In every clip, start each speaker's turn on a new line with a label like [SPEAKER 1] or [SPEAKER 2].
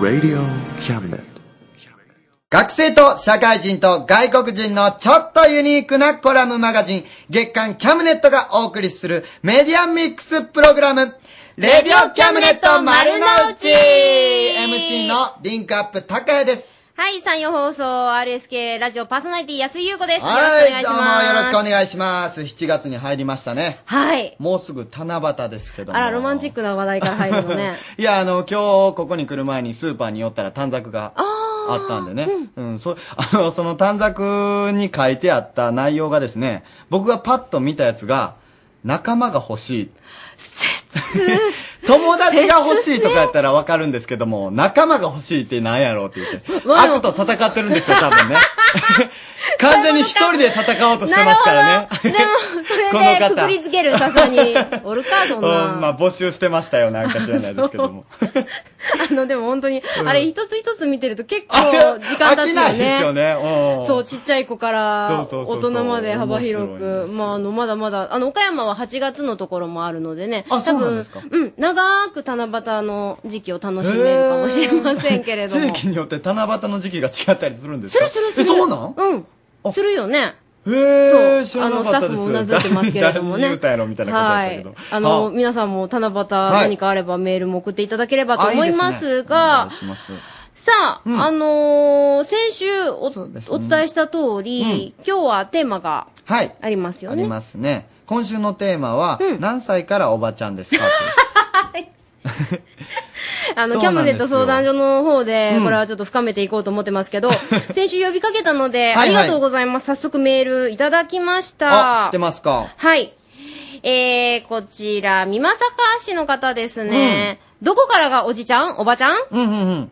[SPEAKER 1] Radio Cabinet.
[SPEAKER 2] 学生と社会人と外国人のちょっとユニークなコラムマガジン、月刊キャムネットがお送りするメディアミックスプログラム、レディオキャムネット丸の内 !MC のリンクアップ高谷です。
[SPEAKER 3] はい、山陽放送 RSK ラジオパーソナリティ安井優子です。よろしくお願
[SPEAKER 2] はいい、
[SPEAKER 3] し
[SPEAKER 2] どうも
[SPEAKER 3] ます。
[SPEAKER 2] よろしくお願いします。7月に入りましたね。
[SPEAKER 3] はい。
[SPEAKER 2] もうすぐ七夕ですけども。
[SPEAKER 3] あら、ロマンチックな話題から入るの ね。
[SPEAKER 2] いや、あの、今日、ここに来る前にスーパーに寄ったら短冊があったんでね。うん、そ、 あの、その短冊に書いてあった内容がですね、僕がパッと見たやつが、仲間が欲しい。友達が欲しいとかやったらわかるんですけども、仲間が欲しいってなんやろうって言って。悪と戦ってるんですよ、多 分ね。完全に一人で戦おうとしてますからね。
[SPEAKER 3] でも、そ
[SPEAKER 2] この
[SPEAKER 3] れで
[SPEAKER 2] 方
[SPEAKER 3] くくりづける、さすがに。おるか、そ
[SPEAKER 2] うんん、
[SPEAKER 3] な。
[SPEAKER 2] まあ募集してましたよ、なんか知らないですけども。
[SPEAKER 3] あの、でも本当に、
[SPEAKER 2] うん
[SPEAKER 3] あれ一つ一つ見てると結構 時間経つよね。
[SPEAKER 2] 飽きないですよね。うん
[SPEAKER 3] そう、ちっちゃい子から
[SPEAKER 2] そう
[SPEAKER 3] 大
[SPEAKER 2] そうそうそう
[SPEAKER 3] 人まで幅広
[SPEAKER 2] 面白いん
[SPEAKER 3] く、まあ、あの、まだまだ、あの、岡山は8月のところもあるのでね、
[SPEAKER 2] あそうなんですか
[SPEAKER 3] うん、長く七夕の時期を楽しめるかもしれませんけれど
[SPEAKER 2] 地
[SPEAKER 3] も。
[SPEAKER 2] 域によって七夕の時期が違ったりするんですか
[SPEAKER 3] するするす
[SPEAKER 2] え、
[SPEAKER 3] る
[SPEAKER 2] そうなん
[SPEAKER 3] うん、するよね。
[SPEAKER 2] へー
[SPEAKER 3] そう
[SPEAKER 2] 知らなかったで
[SPEAKER 3] あ
[SPEAKER 2] す。
[SPEAKER 3] のスタッフもうなずいてますけれどもね
[SPEAKER 2] 誰に言うたんやろみたいなことだったけど。
[SPEAKER 3] あの、皆さんも七夕何かあればメールも送っていただければと思いますが、
[SPEAKER 2] します。
[SPEAKER 3] さあ、
[SPEAKER 2] うん
[SPEAKER 3] あのー先週お,、
[SPEAKER 2] すね
[SPEAKER 3] お伝えした通り、今日はテーマが
[SPEAKER 2] はい。
[SPEAKER 3] ありますよ
[SPEAKER 2] あり
[SPEAKER 3] ね。
[SPEAKER 2] ますね。今週のテーマは、何歳からおばちゃんですか
[SPEAKER 3] あの、
[SPEAKER 2] そう
[SPEAKER 3] キャ
[SPEAKER 2] なん
[SPEAKER 3] ムネ
[SPEAKER 2] ですよ
[SPEAKER 3] ット相談所の方で
[SPEAKER 2] う、ん
[SPEAKER 3] これはちょっと深めていこうと思ってますけ ど、先週呼びかけたので、
[SPEAKER 2] はいはい
[SPEAKER 3] ありがとうございます。早速メールいただきまし
[SPEAKER 2] あ、
[SPEAKER 3] た。
[SPEAKER 2] 知ってますか
[SPEAKER 3] はい。えー、こちら、美作市の方ですね。どこからがおじちゃんおばちゃん
[SPEAKER 2] うんうんうん。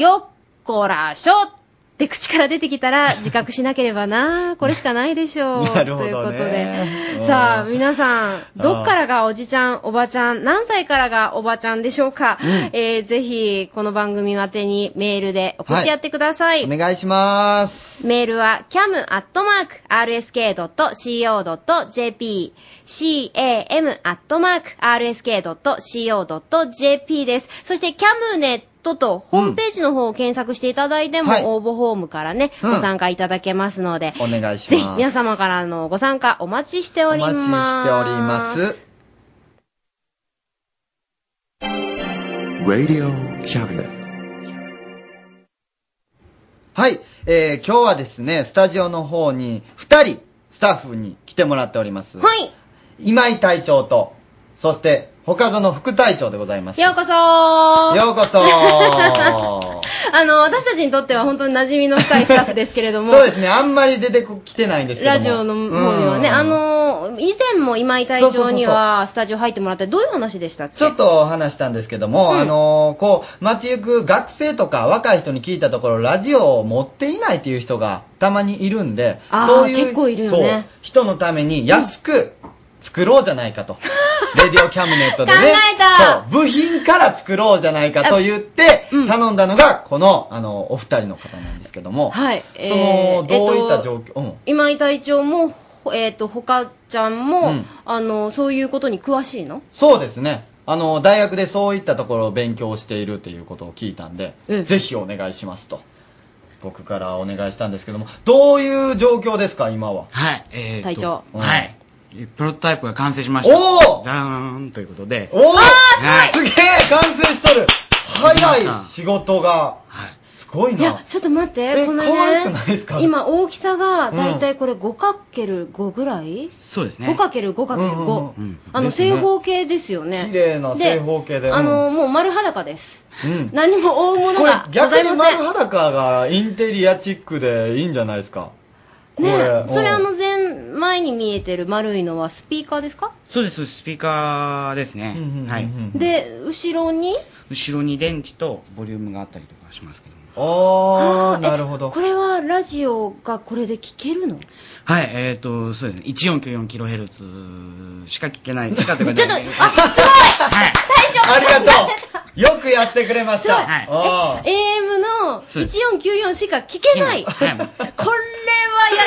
[SPEAKER 3] よっこらしょって口から出てきた ら自覚しなければな。これしかないでしょう。
[SPEAKER 2] なるほ
[SPEAKER 3] という
[SPEAKER 2] ど
[SPEAKER 3] こと
[SPEAKER 2] ね
[SPEAKER 3] で。。
[SPEAKER 2] うん
[SPEAKER 3] さあ、、皆さん、どっからがおじちゃん、おばちゃん、何歳からがおばちゃんでしょうか、えー、ぜひ、この番組宛てにメールで送ってやってください。
[SPEAKER 2] お願いします。
[SPEAKER 3] メールは cam.rsk.co.jp cam.rsk.co.jp です。そして cam ネットとホームページの方を検索していただいても、
[SPEAKER 2] はい
[SPEAKER 3] 応募フォームからね、
[SPEAKER 2] うん
[SPEAKER 3] ご参加いただけますので、
[SPEAKER 2] お願いします。
[SPEAKER 3] ぜひ皆様からのご参加お待ちしてお
[SPEAKER 2] お
[SPEAKER 3] ります。
[SPEAKER 2] 待ちしております。
[SPEAKER 1] Radio Cabinet.
[SPEAKER 2] はい、えー、今日はですね、スタジオの方に2人スタッフに来てもらっております。
[SPEAKER 3] はい。
[SPEAKER 2] 今井隊長と、そして、他園副隊長でございます。よ
[SPEAKER 3] ようこそー
[SPEAKER 2] うこそ
[SPEAKER 3] あの、私たちにとっては本当に馴染みの深いスタッフですけれども。
[SPEAKER 2] そうですね、あんまり出てこ来てないんですけども。
[SPEAKER 3] ラジオの方にはね、
[SPEAKER 2] うん
[SPEAKER 3] あの、以前も今井隊長にはスタジオ入ってもらって、どういう話でしたっけ
[SPEAKER 2] ちょっと話したんですけども、あのーこう、街行く学生とか若い人に聞いたところ、ラジオを持っていないっていう人がたまにいるんで、
[SPEAKER 3] あー
[SPEAKER 2] そういう
[SPEAKER 3] 結構いるよね
[SPEAKER 2] そう人のために安く作ろうじゃない かと。レディオキャムネットでね。
[SPEAKER 3] 考えた
[SPEAKER 2] そう、部品から作ろうじゃないかと言って、頼んだのが、この、あの、お二人の方なんですけども、
[SPEAKER 3] はい。
[SPEAKER 2] その、
[SPEAKER 3] えー
[SPEAKER 2] どういった
[SPEAKER 3] えっと
[SPEAKER 2] 状況、うん。
[SPEAKER 3] 今井隊長も、ほえっと、ほかちゃんも、
[SPEAKER 2] うん
[SPEAKER 3] あの、そういうことに詳しいの
[SPEAKER 2] そうですね。あの、大学でそういったところを勉強しているということを聞いたんで、
[SPEAKER 3] うん
[SPEAKER 2] ぜひお願いしますと。僕からお願いしたんですけども、どういう状況ですか、今は。
[SPEAKER 4] はい、えーと
[SPEAKER 3] 隊長
[SPEAKER 4] はい。プロトタイプが完成しました。
[SPEAKER 2] おー
[SPEAKER 4] じゃーんということで。
[SPEAKER 2] おお
[SPEAKER 4] はい
[SPEAKER 2] すげえ完成しとる早い
[SPEAKER 4] できました
[SPEAKER 2] 仕事が。すごい
[SPEAKER 3] いや
[SPEAKER 2] な、。
[SPEAKER 3] ちょっと待って、
[SPEAKER 2] え
[SPEAKER 3] この
[SPEAKER 2] 可愛く
[SPEAKER 3] ね
[SPEAKER 2] ないですか、
[SPEAKER 3] 今大きさが、だいたいこれ 5×5 ぐらい
[SPEAKER 4] そうですね。
[SPEAKER 2] うんうん
[SPEAKER 3] 5×5×5
[SPEAKER 2] う。ん
[SPEAKER 3] あの、
[SPEAKER 2] ですね
[SPEAKER 3] 正方形ですよね。
[SPEAKER 2] 綺麗な正方形でうん
[SPEAKER 3] あの、もう丸裸です。
[SPEAKER 2] うん。
[SPEAKER 3] 何も大物
[SPEAKER 2] これ
[SPEAKER 3] がござ
[SPEAKER 2] 逆
[SPEAKER 3] い
[SPEAKER 2] に
[SPEAKER 3] ません
[SPEAKER 2] 丸。裸がインテリアチックでいいんじゃないですか。こ
[SPEAKER 3] ねえそれ
[SPEAKER 2] うん
[SPEAKER 3] あの前前に見えてる丸いのはスピーカーですか、
[SPEAKER 4] そうです、スピーカーですね
[SPEAKER 2] うんうんうんう。ん
[SPEAKER 4] はい。
[SPEAKER 3] で後ろに
[SPEAKER 4] 後ろに電池とボリュームがあったりとかしますけども。
[SPEAKER 2] あ
[SPEAKER 3] あ
[SPEAKER 2] ー、
[SPEAKER 3] ー
[SPEAKER 2] なるほど
[SPEAKER 3] こ。れはラジオがこれで聞けるのち
[SPEAKER 4] はい、えーと、そうですね。1494kHz しか聞けない。しかという
[SPEAKER 3] ょ
[SPEAKER 4] か
[SPEAKER 3] っとあすごい
[SPEAKER 4] ねはい。
[SPEAKER 2] ありがとうよくやってくれました。
[SPEAKER 4] そうはい
[SPEAKER 2] あー
[SPEAKER 3] AM の
[SPEAKER 4] そうです
[SPEAKER 3] 1494しか聞けないこれは
[SPEAKER 4] は
[SPEAKER 3] やっ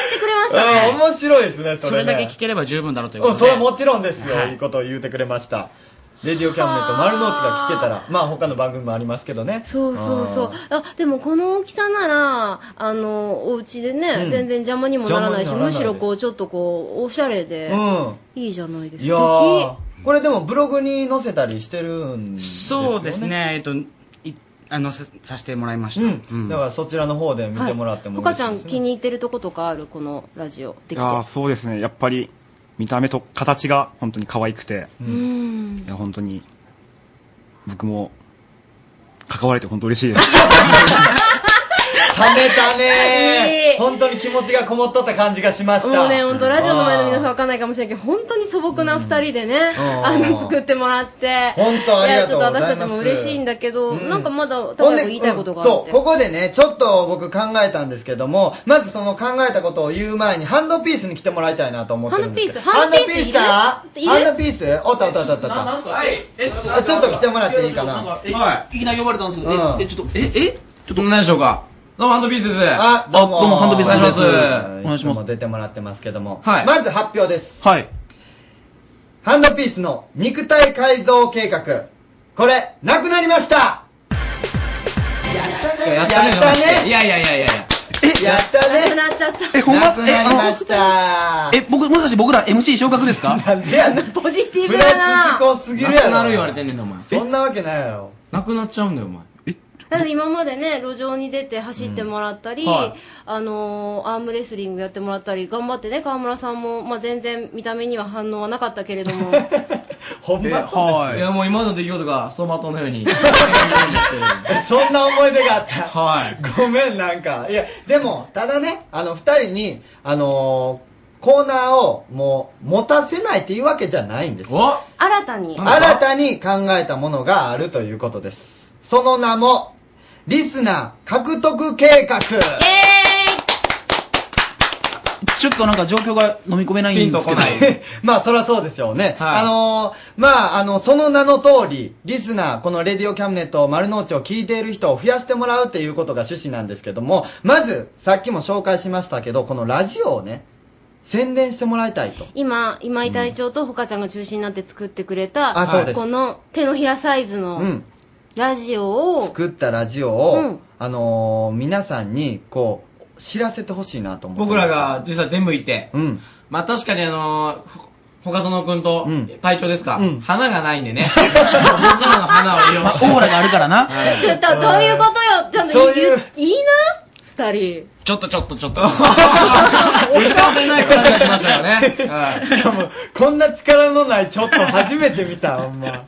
[SPEAKER 4] い
[SPEAKER 3] てくれましたね
[SPEAKER 2] うん面白いですね、そ
[SPEAKER 4] そ
[SPEAKER 2] れ
[SPEAKER 4] れ
[SPEAKER 2] ね。
[SPEAKER 4] だけ聞ければ十分だろうとい
[SPEAKER 2] う
[SPEAKER 4] うこ
[SPEAKER 2] ん、
[SPEAKER 4] と
[SPEAKER 2] そ
[SPEAKER 4] で。
[SPEAKER 2] れはもちろんですよ。
[SPEAKER 4] はい
[SPEAKER 2] いいことを言うてくれました。レディオキャムネット丸の内が聞けたら、まあ他の番組もありますけどね。
[SPEAKER 3] そうそうそうあでもこの大きさならあのお家でね、
[SPEAKER 2] うん
[SPEAKER 3] 全然邪魔にもならないし
[SPEAKER 2] 邪魔にならない
[SPEAKER 3] むしろこうちょっとこうおしゃれで、
[SPEAKER 2] う
[SPEAKER 3] いいじゃないですか
[SPEAKER 2] いやーこれでもブログに載せたりしてるんですよね。
[SPEAKER 4] そうですね、えっと、いあの、ささせてもらいました。
[SPEAKER 2] うん。だからそちらの方で見てもらっても
[SPEAKER 3] ほか
[SPEAKER 2] 嬉し
[SPEAKER 3] ち
[SPEAKER 2] い
[SPEAKER 3] ゃ
[SPEAKER 2] で
[SPEAKER 3] ん
[SPEAKER 2] す、
[SPEAKER 3] 気に入ってるとことかあるこのラジオできて
[SPEAKER 5] あーそうですねやっぱり見た目と形が本当に可愛くて、
[SPEAKER 3] うん
[SPEAKER 5] いや本当に僕も関われて本当嬉しいです
[SPEAKER 2] ためた ね
[SPEAKER 3] いい
[SPEAKER 2] ー本当に気持ちがこもっとった感じがしました。
[SPEAKER 3] もうね本当ラジオの前の皆さん
[SPEAKER 2] ん。
[SPEAKER 3] わかんないかもしれないけど本当に素朴な二人でね、
[SPEAKER 2] うん
[SPEAKER 3] あの作ってもらって
[SPEAKER 2] 本当ありがとうございます
[SPEAKER 3] やちょっと私たちも嬉しいんだけど、
[SPEAKER 2] うん
[SPEAKER 3] なんかまだ
[SPEAKER 2] ほ
[SPEAKER 3] 高
[SPEAKER 2] ん
[SPEAKER 3] く
[SPEAKER 2] で
[SPEAKER 3] 言いたいことがあ
[SPEAKER 2] うん
[SPEAKER 3] っ
[SPEAKER 2] そ
[SPEAKER 3] て、
[SPEAKER 2] う、ここでね、ちょっと僕考えたんですけども、まずその考えたことを言う前に、ハンドピースに来てもらいたいなと思ってるんですけど
[SPEAKER 3] ハンドピースハンド
[SPEAKER 2] ハンドピー
[SPEAKER 3] ピー
[SPEAKER 2] ス
[SPEAKER 3] ス
[SPEAKER 2] ハ
[SPEAKER 3] いる
[SPEAKER 2] ンドピースおったおったおったおった。
[SPEAKER 6] ななんすかはい。え、
[SPEAKER 2] あちょっと来てもらっていいかな
[SPEAKER 6] はい。いきなり呼ばれたんですけ
[SPEAKER 2] う
[SPEAKER 6] ど、
[SPEAKER 2] ん
[SPEAKER 6] え、え、ちょっと、え、えちょっと。何でしょうかどうも、ハンドピースです。
[SPEAKER 2] あ、どうも。
[SPEAKER 6] どうも、ハンドピースです。お
[SPEAKER 2] お願
[SPEAKER 6] 願
[SPEAKER 2] い
[SPEAKER 6] い
[SPEAKER 2] し
[SPEAKER 6] し
[SPEAKER 2] ま。
[SPEAKER 6] ますす。
[SPEAKER 2] 出てもらってますけども。
[SPEAKER 6] はい
[SPEAKER 2] まず発表です。
[SPEAKER 6] はい。
[SPEAKER 2] ハンドピースの肉体改造計画。これ、なくなりましたやったね。やったね。
[SPEAKER 6] いやいやいやいやいや。
[SPEAKER 2] やった
[SPEAKER 3] な
[SPEAKER 2] ね
[SPEAKER 3] く。なっちゃった
[SPEAKER 6] え、ほんま
[SPEAKER 2] な
[SPEAKER 6] っ
[SPEAKER 2] く
[SPEAKER 6] すえ、
[SPEAKER 2] な
[SPEAKER 6] あ
[SPEAKER 2] りま
[SPEAKER 6] の、
[SPEAKER 2] した。
[SPEAKER 6] え、僕、もしかして僕ら MC 昇格ですか
[SPEAKER 2] なんでやねん。
[SPEAKER 3] ポジティブ
[SPEAKER 2] プラ
[SPEAKER 3] だ
[SPEAKER 2] ス
[SPEAKER 3] な
[SPEAKER 2] 思考すぎるやろ。
[SPEAKER 6] なくなる言われてんねんな、お前。
[SPEAKER 2] そんなわけないやろ。
[SPEAKER 6] なくなっちゃうんだよ、お前。
[SPEAKER 3] でも今までね路上に出て走ってもらったり、
[SPEAKER 6] うんはい
[SPEAKER 3] あのーアームレスリングやってもらったり頑張ってね川村さんも、まあ、全然見た目には反応はなかったけれど も
[SPEAKER 2] ほんまそう
[SPEAKER 6] はい。いや、もう今の出来事が走馬灯のように。
[SPEAKER 2] え そんな思い出があった。
[SPEAKER 6] はい。
[SPEAKER 2] ごめんなんかいやでもただねあの二人にあのーコーナーをもう持たせないっていうわけじゃないんですよ
[SPEAKER 6] お
[SPEAKER 3] 新たに
[SPEAKER 2] 新たに考えたものがあるということですその名もリスナー獲得計画
[SPEAKER 3] イエーイ
[SPEAKER 6] ちょっとなんか状況が飲み込めないんですけど。
[SPEAKER 2] まあそりゃそうですよね、
[SPEAKER 6] はい
[SPEAKER 2] あのーまああのその名の通りリスナーこの「レディオキャムネット」丸の内を聞いている人を増やしてもらうっていうことが趣旨なんですけどもまずさっきも紹介しましたけどこのラジオをね宣伝してもらいたいと
[SPEAKER 3] 今今井隊長とほかちゃんが中心になって作ってくれた、
[SPEAKER 2] あそうです
[SPEAKER 3] この手のひらサイズ
[SPEAKER 2] う
[SPEAKER 3] の
[SPEAKER 2] ん
[SPEAKER 3] ラジオを、
[SPEAKER 2] 作ったラジオを、
[SPEAKER 3] うん
[SPEAKER 2] あのー皆さんにこう知らせてほしいなと思って
[SPEAKER 7] 僕らが実際全部いて、
[SPEAKER 2] うん
[SPEAKER 7] まあ確かにあのー、ほほかそのくんと
[SPEAKER 2] うん、
[SPEAKER 7] 隊長ですか、
[SPEAKER 2] うん
[SPEAKER 7] 花がないんで ね。僕らの花を利用
[SPEAKER 6] まあ、オ
[SPEAKER 7] して。
[SPEAKER 6] ーラがあるからな。
[SPEAKER 3] ちょっとどういうことよちゃん
[SPEAKER 2] そう
[SPEAKER 3] と
[SPEAKER 2] い
[SPEAKER 3] 言
[SPEAKER 2] う
[SPEAKER 3] ういいな二人
[SPEAKER 4] ちょっとちょっとちょっと。
[SPEAKER 7] 歌せないからになりましたよね。
[SPEAKER 2] しかもこんな力のないちょっと初めて見たほんま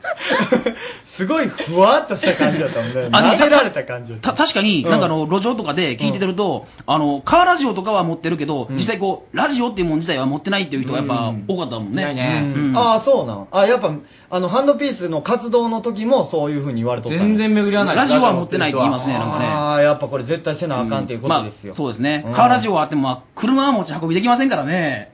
[SPEAKER 2] すごいふ わっとした感じだったもんね
[SPEAKER 6] あの
[SPEAKER 2] なでられた感じ
[SPEAKER 6] た、確かに、なんかあの、路上とかで聞いてると、あの、カーラジオとかは持ってるけど、実際こう、ラジオっていうもん自体は持ってないっていう人がやっぱ多かったもん
[SPEAKER 7] ない
[SPEAKER 6] ね。
[SPEAKER 7] ね。
[SPEAKER 6] うん
[SPEAKER 2] ああそうなんあやっぱあのハンドピースの活動の時もそういうふうに言われとったんや
[SPEAKER 7] 全然巡り合わないで
[SPEAKER 6] ラ
[SPEAKER 7] す
[SPEAKER 6] ジオは持ってないって言いますね、なんかね。
[SPEAKER 2] ああやっぱこれ絶対せなあかんっていうこと
[SPEAKER 6] ま
[SPEAKER 2] で
[SPEAKER 6] あ
[SPEAKER 2] すよ、
[SPEAKER 6] そうですね
[SPEAKER 2] うん。
[SPEAKER 6] カーラジオはあっても、まあ、車は持ち運びできませんからね。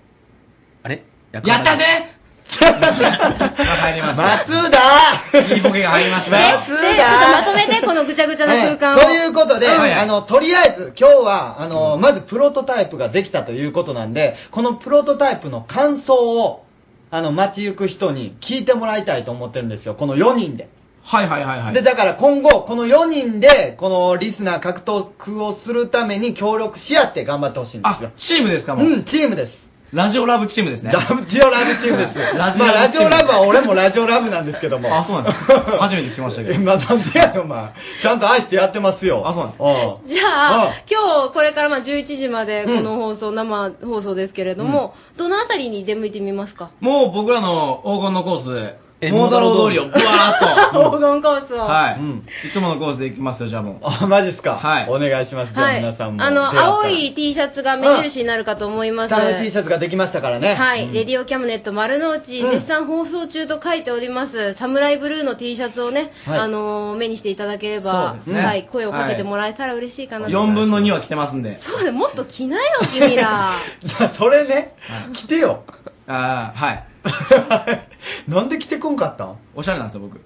[SPEAKER 6] あれや
[SPEAKER 7] やったね まあ入りました。
[SPEAKER 2] 松田
[SPEAKER 7] いいボケが入りまし
[SPEAKER 2] え
[SPEAKER 7] たよ。
[SPEAKER 3] でちょっとまとめてこのぐちゃぐちゃな空間を、
[SPEAKER 2] ええということで、
[SPEAKER 7] はい
[SPEAKER 2] あの、とりあえず今日は、あの、まずプロトタイプができたということなんで、このプロトタイプの感想を、あの、街行く人に聞いてもらいたいと思ってるんですよ。この4人で。
[SPEAKER 7] はいはいはいは
[SPEAKER 2] で、
[SPEAKER 7] い。
[SPEAKER 2] だから今後、この4人で、このリスナー獲得をするために協力し合って頑張ってほしいんですよ
[SPEAKER 7] あ、。チームですかも
[SPEAKER 2] う、
[SPEAKER 7] うん
[SPEAKER 2] チームです。
[SPEAKER 7] ラジオラブチームですね
[SPEAKER 2] ラ。ブジオラブチームですよ。ま
[SPEAKER 7] ラ
[SPEAKER 2] あ、
[SPEAKER 7] ジオラブチーム
[SPEAKER 2] ラジオラブは俺もラジオラブなんですけども。
[SPEAKER 7] あ、そうなんですか。初めて聞きましたけ
[SPEAKER 2] え、
[SPEAKER 7] ど。
[SPEAKER 2] まあ、なんでやねんお前。ちゃんと愛してやってますよ。
[SPEAKER 7] あそうなんです
[SPEAKER 2] か
[SPEAKER 3] じゃ
[SPEAKER 2] うん
[SPEAKER 3] あ今日これからまあ11時までこの放送、生放送ですけれども、どのあたりに出向いてみますか
[SPEAKER 7] もう僕らの黄金のコー
[SPEAKER 6] え
[SPEAKER 7] ス、モーダロー通りをブワーっと。
[SPEAKER 3] 黄金コースを
[SPEAKER 7] はい
[SPEAKER 2] ん。
[SPEAKER 7] いつものコースで行きますよ、じゃあもう。
[SPEAKER 2] あ、マジっすか。
[SPEAKER 7] はい
[SPEAKER 2] お願いします。じゃあ皆さんも。
[SPEAKER 3] あ
[SPEAKER 2] 出会っ
[SPEAKER 3] の
[SPEAKER 2] たら
[SPEAKER 3] 青。い T シャツが目印になるかと思います、
[SPEAKER 2] スタイル T シャツができましたからね。
[SPEAKER 3] はい、レディオキャムネット丸の内、絶賛放送中と書いております、サムライブルーの T シャツをね、
[SPEAKER 2] はい
[SPEAKER 3] あのー目にしていただけれ
[SPEAKER 7] そう
[SPEAKER 3] ば
[SPEAKER 7] で、すね
[SPEAKER 3] はい、声をかけてもらえたら嬉しいかなと。
[SPEAKER 7] 4分の2は来てますんで。
[SPEAKER 3] そうだ、もっと着なよ、君 ら。
[SPEAKER 2] じ ゃあそれね、着てよ。
[SPEAKER 7] ああ、はい。
[SPEAKER 2] なんで着てこんかったん
[SPEAKER 7] おしゃれなんですよ、僕。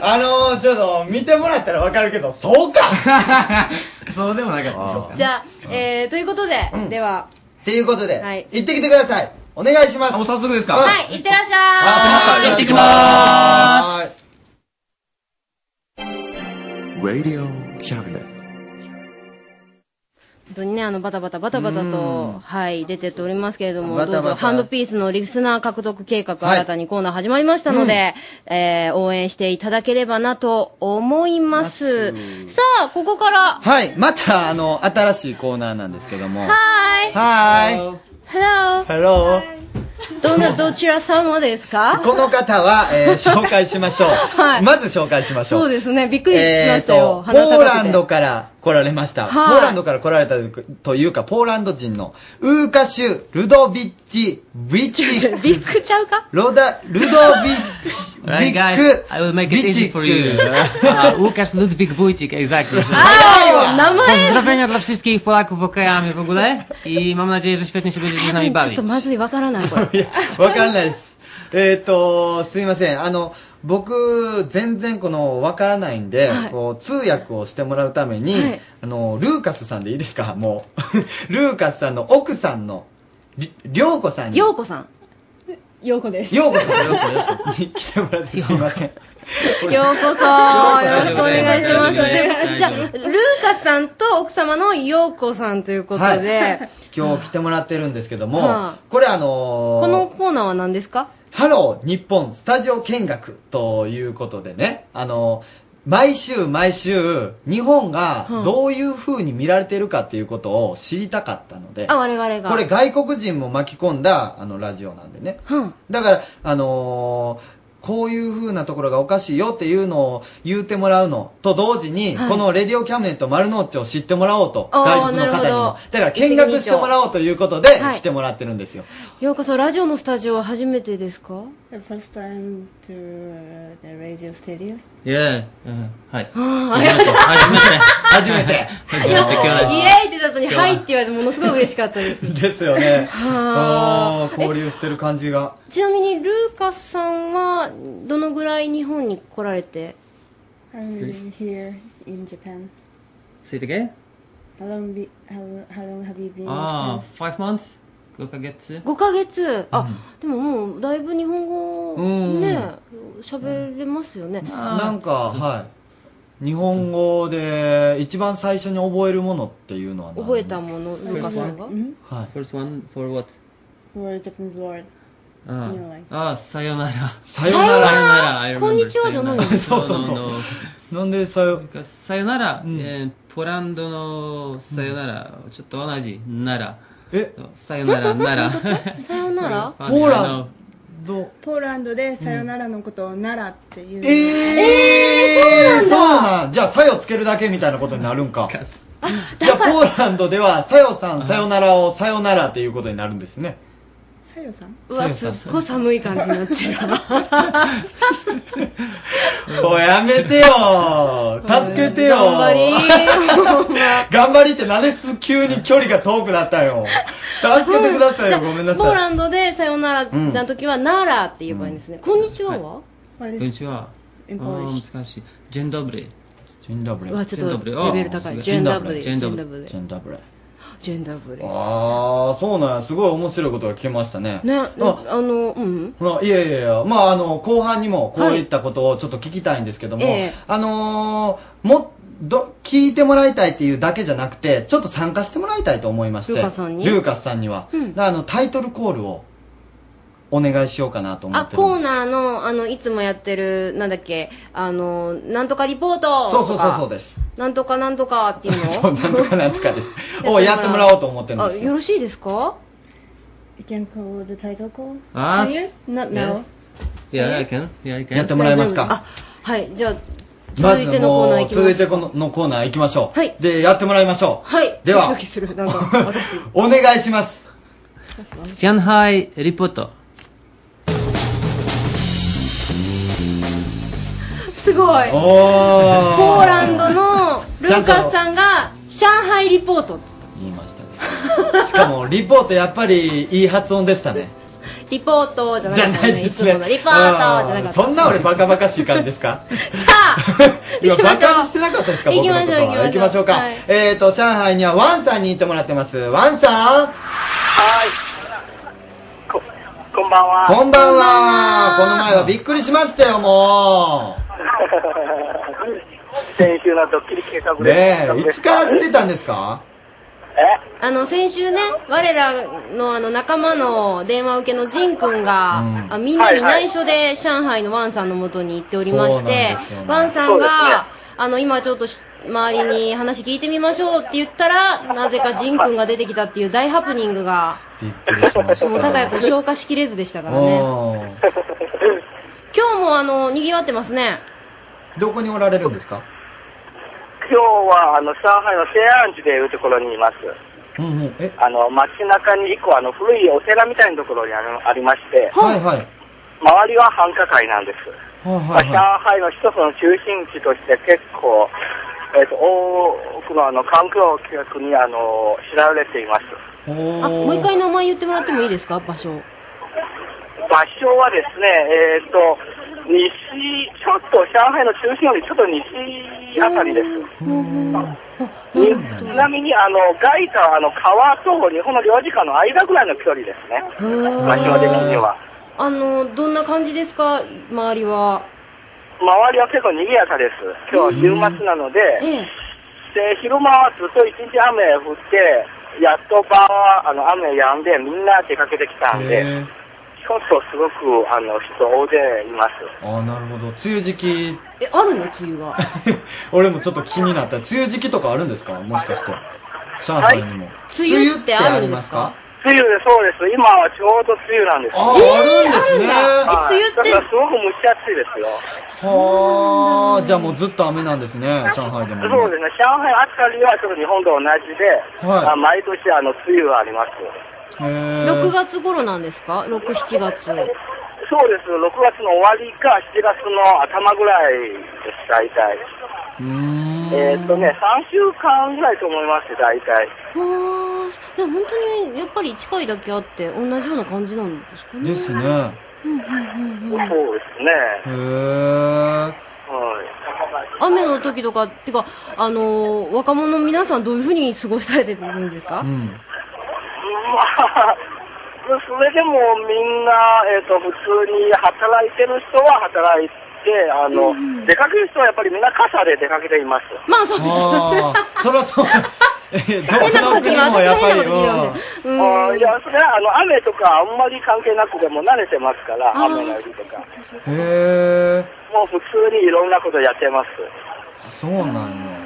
[SPEAKER 2] あのー、ちょっと見てもらったらわかるけど、そうか
[SPEAKER 7] そうでもなかったですか
[SPEAKER 3] じゃあ、えー、ということで、では、
[SPEAKER 2] っていうことで、
[SPEAKER 3] はい
[SPEAKER 2] 行ってきてください。お願いします。
[SPEAKER 7] あもう早速ですか
[SPEAKER 3] はい、いってらっしゃ
[SPEAKER 2] あ
[SPEAKER 3] ーい。
[SPEAKER 2] 行ってき
[SPEAKER 6] ま
[SPEAKER 2] はーい。
[SPEAKER 1] Radio Cabinet.
[SPEAKER 3] 本当にね、あの、バタバタバタバタと、はい、出てっておりますけれども、
[SPEAKER 2] バタバタ
[SPEAKER 3] どうぞ、ハンドピースのリスナー獲得計画、
[SPEAKER 2] はい
[SPEAKER 3] 新たにコーナー始まりましたので、えー、応援していただければなと思います。さあ、ここから、は
[SPEAKER 2] はい。また、あの、新しいコーナーなんですけども。は
[SPEAKER 3] ーい、
[SPEAKER 2] ーい。
[SPEAKER 3] Hello、
[SPEAKER 2] Hello。
[SPEAKER 3] どんな、どちら様ですか
[SPEAKER 2] この方は、えー紹介しましょ う。
[SPEAKER 3] はい
[SPEAKER 2] まず紹介しましょう。
[SPEAKER 3] そうですね、びっくりしましたよ。
[SPEAKER 2] えーと、
[SPEAKER 3] 鼻
[SPEAKER 2] ポ
[SPEAKER 3] 高
[SPEAKER 2] ー
[SPEAKER 3] くて
[SPEAKER 2] ランドから来られました。
[SPEAKER 3] はい
[SPEAKER 2] ポーランドから来られたというか、ポーランド人の、ウーカシュ・ルドビッチ・ビッチ、
[SPEAKER 3] ビッグちゃうか
[SPEAKER 2] ロダ、ルドビッチ、ビ
[SPEAKER 8] Right,
[SPEAKER 2] ッ
[SPEAKER 8] guys,
[SPEAKER 2] ク、
[SPEAKER 8] I will make it
[SPEAKER 2] ビ
[SPEAKER 8] easy
[SPEAKER 2] チ
[SPEAKER 8] for you. Uh, Łukasz Ludwik Wójcik, exactly.
[SPEAKER 3] あー名前、
[SPEAKER 8] Pozdrowienia dla wszystkich Polaków w okrejami w ogóle i mam nadzieję, że świetnie się będziecie z nami
[SPEAKER 3] ちょっ
[SPEAKER 8] bawić.
[SPEAKER 3] とまずい、わからない、これ。
[SPEAKER 2] いや、わかんないです。えっ、と、すいません。あの、僕、全然この、わからないんで、
[SPEAKER 3] はい
[SPEAKER 2] こう、通訳をしてもらうために、
[SPEAKER 3] はい
[SPEAKER 2] あの、ルーカスさんでいいですかもう。 ルーカスさんの奥さんの、りりょうこさんに。
[SPEAKER 3] ようこさん。ようこです。よ
[SPEAKER 2] ようこさんに来てもらってすいません。
[SPEAKER 3] うこさん。よろしくお願いします。
[SPEAKER 4] よろしくお願いします
[SPEAKER 3] でじゃあ、ルーカスさんと奥様のようこさんということで、
[SPEAKER 2] 今日来てもらってるんですけども、
[SPEAKER 3] はあ
[SPEAKER 2] これあのー、
[SPEAKER 3] このコーナーは何ですか
[SPEAKER 2] ハロー日本スタジオ見学ということでね、あの、毎週毎週、日本が
[SPEAKER 3] うん
[SPEAKER 2] どういう風に見られてるかっていうことを知りたかったので、
[SPEAKER 3] あ、我々が。
[SPEAKER 2] これ外国人も巻き込んだ、あの、ラジオなんでね。
[SPEAKER 3] うん。
[SPEAKER 2] だから、あのーこういう風なところがおかしいよっていうのを言ってもらうのと同時に、
[SPEAKER 3] はい
[SPEAKER 2] このレディオキャムネット丸の内を知ってもらおうと、
[SPEAKER 3] あー
[SPEAKER 2] 外国の方に
[SPEAKER 3] なるほ
[SPEAKER 2] も
[SPEAKER 3] ど。
[SPEAKER 2] だから見学してもらおうということで、
[SPEAKER 3] はい
[SPEAKER 2] 来てもらってるんですよ。
[SPEAKER 3] ようこそ、ラジオのスタジオは初めてですか
[SPEAKER 9] The first time to uh, the radio studio.
[SPEAKER 8] Yeah, uh, hi.
[SPEAKER 2] 初めて。
[SPEAKER 3] いや、イエ
[SPEAKER 10] No,
[SPEAKER 3] ーイって言った後に、はいって言われて、ものすごい嬉しかったです。
[SPEAKER 2] ですよね。
[SPEAKER 3] は
[SPEAKER 2] ああー、交流してる感じが。
[SPEAKER 3] ちなみに、ルーカスさんは、どのぐらい日本に来られて
[SPEAKER 9] I'm here in Japan.
[SPEAKER 8] Say it again?
[SPEAKER 9] How long, be, how, how long have you been
[SPEAKER 8] Ah,
[SPEAKER 9] in Japan?
[SPEAKER 8] five months? Gokagetsu?
[SPEAKER 3] 5ヶ月あ、でももうだいぶ日本語
[SPEAKER 2] うん
[SPEAKER 3] ね喋れますよね、
[SPEAKER 2] なんか、はい。日本語で一番最初に覚えるものっていうのは何
[SPEAKER 3] 覚えたものルカさんが、
[SPEAKER 9] Mhm.
[SPEAKER 2] はい
[SPEAKER 8] First one for what?
[SPEAKER 9] For Japanese word.
[SPEAKER 8] Ah,
[SPEAKER 9] You know, like-
[SPEAKER 8] ah sayonara.
[SPEAKER 2] さよなら。
[SPEAKER 8] Sayonara, I remember.
[SPEAKER 3] こんにちはじゃ ないの
[SPEAKER 8] sayonara.
[SPEAKER 2] そうそうそ
[SPEAKER 8] No,
[SPEAKER 2] う
[SPEAKER 8] no, no.
[SPEAKER 2] なんでさよ、
[SPEAKER 8] Because さよなら、
[SPEAKER 2] ん
[SPEAKER 8] えーポランドのさよなら、ちょっと同じ、なら。
[SPEAKER 2] え、
[SPEAKER 8] さよ なら、なら。
[SPEAKER 3] さよな ら
[SPEAKER 2] ポーランどう
[SPEAKER 10] ポーランドでさよならのことをならっていう、
[SPEAKER 2] えー、えそうなんじゃあ、さよつけるだけみたいなことになるんか。じゃあ、ポーランドでは、さよさん、さよならを、さよならっていうことになるんですね。
[SPEAKER 10] さよさん
[SPEAKER 3] うわすっごい寒い感じになってる
[SPEAKER 2] おい、やめてよ助けてよ
[SPEAKER 3] 頑張り
[SPEAKER 2] 頑張りってなんです急に距離が遠くなったよ。助けてくださいよ、ごめんな
[SPEAKER 3] ポー
[SPEAKER 2] さい。
[SPEAKER 3] ランドでさよならな時は、ならって言えばいいんですね、こんにちはは、
[SPEAKER 10] What
[SPEAKER 8] こんに
[SPEAKER 10] is
[SPEAKER 8] ちは。
[SPEAKER 10] in
[SPEAKER 8] あ
[SPEAKER 10] Polish?
[SPEAKER 8] ー難しい。ジェンダブレ。
[SPEAKER 2] ジェンダブレ
[SPEAKER 3] うわちょっと
[SPEAKER 8] ジェンダブレあー
[SPEAKER 3] レベル高い
[SPEAKER 8] す
[SPEAKER 3] ジェンダブレ
[SPEAKER 8] ジ
[SPEAKER 3] ジ
[SPEAKER 8] ェ
[SPEAKER 3] ェ
[SPEAKER 8] ンダ
[SPEAKER 3] ン
[SPEAKER 8] ブレ
[SPEAKER 3] ダブレ
[SPEAKER 2] ジェンダブレ。
[SPEAKER 3] ジェンダブレ
[SPEAKER 2] あー、そうなんや。すごい面白いことが聞けましたね。
[SPEAKER 3] ねあ
[SPEAKER 2] あ
[SPEAKER 3] のうん
[SPEAKER 2] あいやいやいや、まあ、あの、後半にもこういったことをちょっと聞きたいんですけども、
[SPEAKER 3] はいええ
[SPEAKER 2] あのー、も、ど、聞いてもらいたいっていうだけじゃなくて、ちょっと参加してもらいたいと思いまして、
[SPEAKER 3] ルーカスさんに
[SPEAKER 2] ルーカスさんには。
[SPEAKER 3] うん
[SPEAKER 2] だからあの、タイトルコールをお願いしようかなと思
[SPEAKER 3] あ
[SPEAKER 2] ってるん
[SPEAKER 3] コ
[SPEAKER 2] です。
[SPEAKER 3] ーナーのあのいつもやってるなんだっけあのなんとかリポートとか
[SPEAKER 2] そうそうそうそうです。
[SPEAKER 3] なんとかなんとかっていうの
[SPEAKER 2] そう、なんとかなんとかです。
[SPEAKER 3] ら
[SPEAKER 2] をやっても らおうと思ってるん
[SPEAKER 3] あ
[SPEAKER 2] です
[SPEAKER 3] よ
[SPEAKER 2] よ。
[SPEAKER 3] ろしいですか
[SPEAKER 9] You can call the title call?
[SPEAKER 8] あ
[SPEAKER 9] Here?
[SPEAKER 8] ー、
[SPEAKER 9] Not now.
[SPEAKER 8] Yeah, I can. Yeah, I
[SPEAKER 2] やって
[SPEAKER 8] can.
[SPEAKER 2] もらえます
[SPEAKER 3] あ
[SPEAKER 2] か
[SPEAKER 3] はいじゃあ
[SPEAKER 2] ま
[SPEAKER 3] 続い
[SPEAKER 2] ず
[SPEAKER 3] てのコー
[SPEAKER 2] も
[SPEAKER 3] ナーい
[SPEAKER 2] う
[SPEAKER 3] きます
[SPEAKER 2] 続いてこののコーナー行きましょう。
[SPEAKER 3] はい
[SPEAKER 2] で、やってもらいましょう。
[SPEAKER 3] はい
[SPEAKER 2] で
[SPEAKER 3] ド
[SPEAKER 2] は
[SPEAKER 3] キドキするなんか私
[SPEAKER 2] お願いします。
[SPEAKER 8] 上海リポート。
[SPEAKER 3] すごい
[SPEAKER 2] おー。
[SPEAKER 3] ポーランドのルーカスさんが上海リポートっつった
[SPEAKER 2] 言いましたね。しかも、リポートやっぱりいい発音でしたね。
[SPEAKER 3] リポートじゃな
[SPEAKER 2] じ
[SPEAKER 3] か
[SPEAKER 2] ゃ
[SPEAKER 3] った
[SPEAKER 2] ない
[SPEAKER 3] ね
[SPEAKER 2] で
[SPEAKER 3] い
[SPEAKER 2] す
[SPEAKER 3] つ
[SPEAKER 2] ね。
[SPEAKER 3] ものリポートじゃなか
[SPEAKER 2] あ
[SPEAKER 3] っ
[SPEAKER 2] そ
[SPEAKER 3] た
[SPEAKER 2] んな俺バカバカしい感じですか
[SPEAKER 3] さあ
[SPEAKER 2] 今
[SPEAKER 3] 行きま
[SPEAKER 2] バ
[SPEAKER 3] しょう
[SPEAKER 2] カにしてなかったですか
[SPEAKER 3] 行
[SPEAKER 2] 僕
[SPEAKER 3] き
[SPEAKER 2] の
[SPEAKER 3] ましょう
[SPEAKER 2] ことは。行
[SPEAKER 3] 行
[SPEAKER 2] き
[SPEAKER 3] き
[SPEAKER 2] ま
[SPEAKER 3] ま
[SPEAKER 2] し
[SPEAKER 3] し
[SPEAKER 2] ょ
[SPEAKER 3] ょ
[SPEAKER 2] う
[SPEAKER 3] う
[SPEAKER 2] か
[SPEAKER 3] はい。
[SPEAKER 2] えーと、上海にはワンさんに行ってもらってます。ワンさん
[SPEAKER 11] はい。こ、んばん は。
[SPEAKER 2] こんばんはこの前はびっくりしましたよ、も
[SPEAKER 11] 先週のドッキリ計画
[SPEAKER 2] う。
[SPEAKER 11] で
[SPEAKER 2] ね
[SPEAKER 11] す。
[SPEAKER 2] え、いつから知ってたんですか
[SPEAKER 3] あの、先週ね、我らのあの仲間の電話受けのジン君が、
[SPEAKER 2] うん
[SPEAKER 3] あみんなに内緒で上海のワンさんのもとに行っておりまし
[SPEAKER 12] そうなん
[SPEAKER 3] て
[SPEAKER 12] ですよね、
[SPEAKER 3] ワンさん
[SPEAKER 12] そうですね
[SPEAKER 3] が、あの、今ちょっとし周りに話聞いてみましょうって言ったら、なぜかジン君が出てきたっていう大ハプニングが、
[SPEAKER 2] びっくりしました。
[SPEAKER 3] もう高い子消化しきれずでしたからね。
[SPEAKER 2] ね。
[SPEAKER 3] 今日もあの、賑わってますね。
[SPEAKER 2] どこにおられるんですか
[SPEAKER 11] 今日は、あの、上海の西安寺というところにいます。
[SPEAKER 2] うんうん。え、
[SPEAKER 11] あの、街中に一個、あの、古いお寺みたいなところにあのありまして、
[SPEAKER 2] はいはい。
[SPEAKER 11] 周りは繁華街なんです。
[SPEAKER 2] はいはい
[SPEAKER 11] ま
[SPEAKER 2] は
[SPEAKER 11] あ、上海の一つの中心地として結構、えっと多くのあの観光客にあの知られています。
[SPEAKER 2] い。
[SPEAKER 3] あ、もう一回名前言ってもらってもいいですか場所。
[SPEAKER 11] 場所はですね、えっと西、ちょっと上海の中心よりちょっと西あたりです。にちなみにあの外貨はあの川と日本の領事館の間ぐらいの距離ですね、場所的には。
[SPEAKER 3] あの、どんな感じですか周りは。
[SPEAKER 11] 周りは結構賑やかです。今日は週末なので、
[SPEAKER 3] ええ。
[SPEAKER 11] で昼間はずっと一日雨降って、やっと晩はあの雨止んで、みんな出かけてきたんで、ちょっとすごくあの人大勢います。
[SPEAKER 2] ああ、なるほど。梅雨時期、
[SPEAKER 3] え、あるの梅雨が。
[SPEAKER 2] 俺もちょっと気になった。梅雨時期とかあるんですかもしかして。上海に
[SPEAKER 3] 梅
[SPEAKER 2] も。
[SPEAKER 3] 雨ってあるんです
[SPEAKER 2] すか
[SPEAKER 11] 梅雨でそうです、今はちょうど梅雨なんです。
[SPEAKER 2] あえーあるんですね
[SPEAKER 11] は
[SPEAKER 2] え
[SPEAKER 11] い
[SPEAKER 2] 梅雨って
[SPEAKER 11] だからすごく蒸し暑いですよ。
[SPEAKER 2] はあ、じゃあもうずっと雨なんですね、上海でも。
[SPEAKER 11] そうですね、上海あたりはちょっと日本と同じで、
[SPEAKER 2] はい
[SPEAKER 11] あ毎年あの梅雨はあります。
[SPEAKER 3] 6月頃なんですか ?6、7月。
[SPEAKER 11] そうです、6月の終わりか7月の頭ぐらいです、大体。えーっとね、3週間ぐらいと思います、大体。
[SPEAKER 3] はあ、でも本当にやっぱり近いだけあって同じような感じなんですかね。
[SPEAKER 2] ですね。
[SPEAKER 3] うん
[SPEAKER 2] へ
[SPEAKER 3] うんうん。
[SPEAKER 11] そううんですね。
[SPEAKER 2] え。
[SPEAKER 11] はい。
[SPEAKER 3] 雨の時とか、ってか、あのー若者の皆さんどういうふうに過ごされてるんですか、
[SPEAKER 2] うん。
[SPEAKER 11] まあ、それでもみんな、えーっと、普通に働いてる人は働いて、あの、出かける人はやっぱりみんな傘で出かけています。
[SPEAKER 3] まあそうです
[SPEAKER 2] ああ、そらそう。え、ど
[SPEAKER 11] 変なこと
[SPEAKER 2] この
[SPEAKER 11] 聞い
[SPEAKER 2] 国
[SPEAKER 11] た
[SPEAKER 2] もやっぱり、
[SPEAKER 11] 私が変な
[SPEAKER 2] うん
[SPEAKER 11] あいや、それはあの雨とかあんまり関係なくても慣れてますから、
[SPEAKER 2] あー
[SPEAKER 11] 雨の日とか。
[SPEAKER 2] へえ。
[SPEAKER 11] もう普通にいろんなことやってます。
[SPEAKER 2] そうなんや。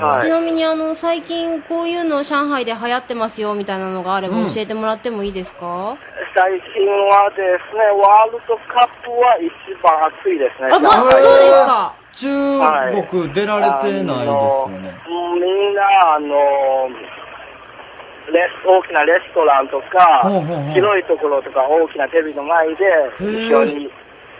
[SPEAKER 11] はい
[SPEAKER 3] ちなみにあの、最近こういうの上海で流行ってますよみたいなのがあれば教えてもらってもいいですか、
[SPEAKER 11] 最近はですね、ワールドカップは一番暑いですね。
[SPEAKER 3] あまあ
[SPEAKER 11] 上海
[SPEAKER 3] そうですか
[SPEAKER 11] はい
[SPEAKER 2] 中国出られてないですよね。
[SPEAKER 11] もうみんな、あの、レス大きなレストランとか
[SPEAKER 2] ほうほうほう、
[SPEAKER 11] 広いところとか大きなテレビの前で、
[SPEAKER 2] へえ
[SPEAKER 11] 一緒に、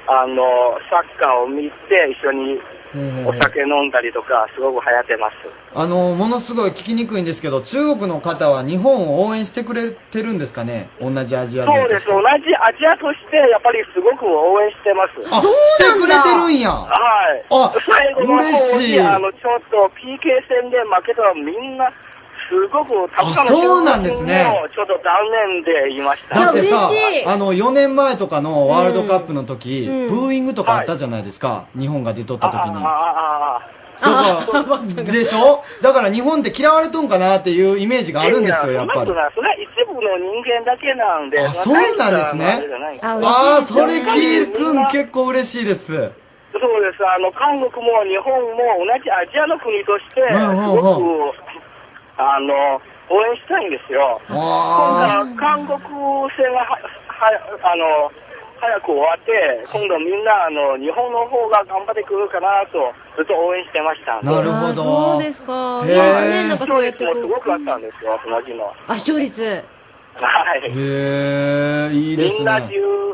[SPEAKER 11] あの、サッカーを見て、一緒に
[SPEAKER 2] うん
[SPEAKER 11] お酒飲んだりとか、すごく流行ってます。
[SPEAKER 2] あの、ものすごい聞きにくいんですけど、中国の方は日本を応援してくれてるんですかね同じアジア
[SPEAKER 11] そう
[SPEAKER 2] 勢
[SPEAKER 11] で
[SPEAKER 2] と
[SPEAKER 11] す。
[SPEAKER 2] して。
[SPEAKER 11] 同じアジアとして、やっぱりすごく応援してます。
[SPEAKER 2] あそうなんだしてくれてるんや
[SPEAKER 11] はい。
[SPEAKER 2] あ
[SPEAKER 11] 最後の方に
[SPEAKER 2] 嬉しい
[SPEAKER 11] あの、ちょっと PK 戦で負けたらみんな、すごくたくさんの
[SPEAKER 2] あそうなんですね
[SPEAKER 11] 商品をちょっと断念で言いました。
[SPEAKER 2] だってさ、あの、4年前とかのワールドカップの時、
[SPEAKER 11] うんうん
[SPEAKER 2] ブーイングとかあったじゃないですか。日本が出とった時に。
[SPEAKER 11] ああ、
[SPEAKER 2] でしょだから日本って嫌われとんかなっていうイメージがあるんですよ、やっぱり
[SPEAKER 11] そん。なことないそれは一部の人間だけなんで。
[SPEAKER 2] あ、そうなんですね。
[SPEAKER 11] あ
[SPEAKER 2] ああ、それ聞くん
[SPEAKER 11] そうで
[SPEAKER 2] 結構嬉しいです。
[SPEAKER 11] す。あの、韓国も日本も同じアジアの国として、す
[SPEAKER 2] うんうんうん
[SPEAKER 11] ごく、あの、応援したいんですよ。だから韓国戦がは、は、あの、早く終わって、今度みんな、あの、日本の方が頑張ってくるかなと、ずっと応援してましたんで。
[SPEAKER 2] なるほどあーそうです
[SPEAKER 3] か
[SPEAKER 2] へーいい
[SPEAKER 3] な
[SPEAKER 2] ですね
[SPEAKER 3] んかそうやってこう
[SPEAKER 11] もすごくあったんですよ、その日の。
[SPEAKER 3] あ、視聴率。
[SPEAKER 11] はい。
[SPEAKER 2] へえ、いいで
[SPEAKER 11] み
[SPEAKER 2] す
[SPEAKER 11] んな
[SPEAKER 2] ね
[SPEAKER 11] 中。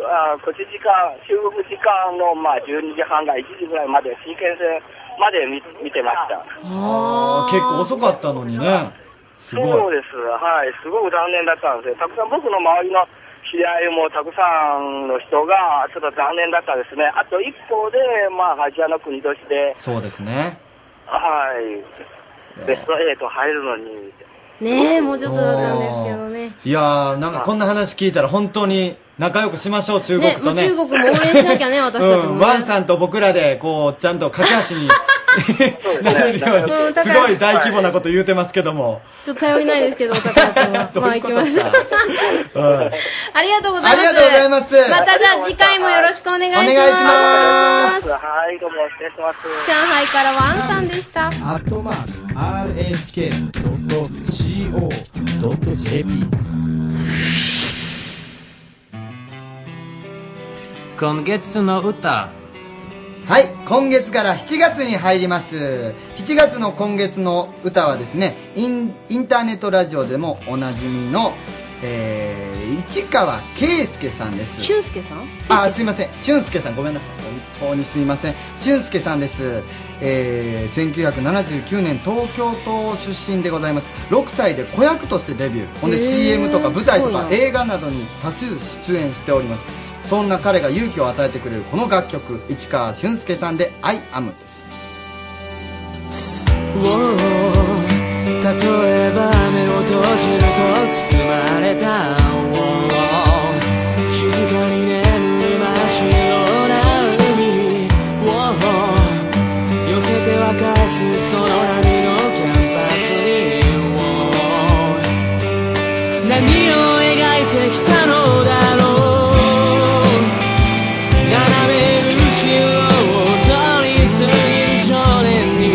[SPEAKER 11] あこっち時間、中国時間のまあ12時半が1時ぐらいまで、真剣戦まで見見てまし
[SPEAKER 2] あ
[SPEAKER 11] た。
[SPEAKER 2] ー結構遅かったのにね。す
[SPEAKER 11] そ
[SPEAKER 2] ご
[SPEAKER 11] う
[SPEAKER 2] い。
[SPEAKER 11] です、はい、すごく残念だったんですよたくさん僕の周りの知り合いもたくさんの人が、ちょっと残念だったですね、あと一方で、まあ、アジアの国として、
[SPEAKER 2] そうですね。
[SPEAKER 11] はい、ベスト8入るのに、
[SPEAKER 3] ねえ、もうちょっとだったんですけどね。
[SPEAKER 2] いやー、なんかこんな話聞いたら本当に仲良くしましょう、中国と
[SPEAKER 3] ね
[SPEAKER 2] ね。
[SPEAKER 3] もう中国も応援しなきゃね私たちもね
[SPEAKER 2] うんワンさんと僕らで、こう、ちゃんと架け橋になれるように
[SPEAKER 3] うん、だ
[SPEAKER 2] す
[SPEAKER 3] から
[SPEAKER 2] ごい大規模なこと言うてますけども。
[SPEAKER 3] ちょっと頼りないですけど、高田君 は。まあ行きましょう。
[SPEAKER 2] うん
[SPEAKER 3] ありがとうございます。
[SPEAKER 2] ありがとうございます
[SPEAKER 3] またじゃあ次回もよろしくお願いします。
[SPEAKER 2] お願いします
[SPEAKER 11] はい、どうも失礼します。
[SPEAKER 3] 上海からワンさんでした。
[SPEAKER 13] アットマーク RSK.CO.JP
[SPEAKER 9] 今月の歌。
[SPEAKER 2] はい、今月から7月に入ります。7月の今月の歌はですね、インインターネットラジオでもおなじみの、えー、市川圭介さんです。
[SPEAKER 3] 俊介さん
[SPEAKER 2] あ、すいません。俊介さん、ごめんなさい。本当にすいません。俊介さんです。えー、1979年東京都出身でございます。6歳で子役としてデビュー。ほんで
[SPEAKER 6] へー
[SPEAKER 2] CM とか舞台と
[SPEAKER 6] す
[SPEAKER 2] か
[SPEAKER 6] ごいな
[SPEAKER 2] 映画などに多数出演しております。そんな彼が勇気を与えてくれるこの楽曲、市川俊介さんで I am です。
[SPEAKER 6] 例えば目を閉じると包まれた静かに眠り真っ白な海寄せて沸かすその波のキャンパスに何を描いてきたのだろう斜め後ろを通り過ぎる少年に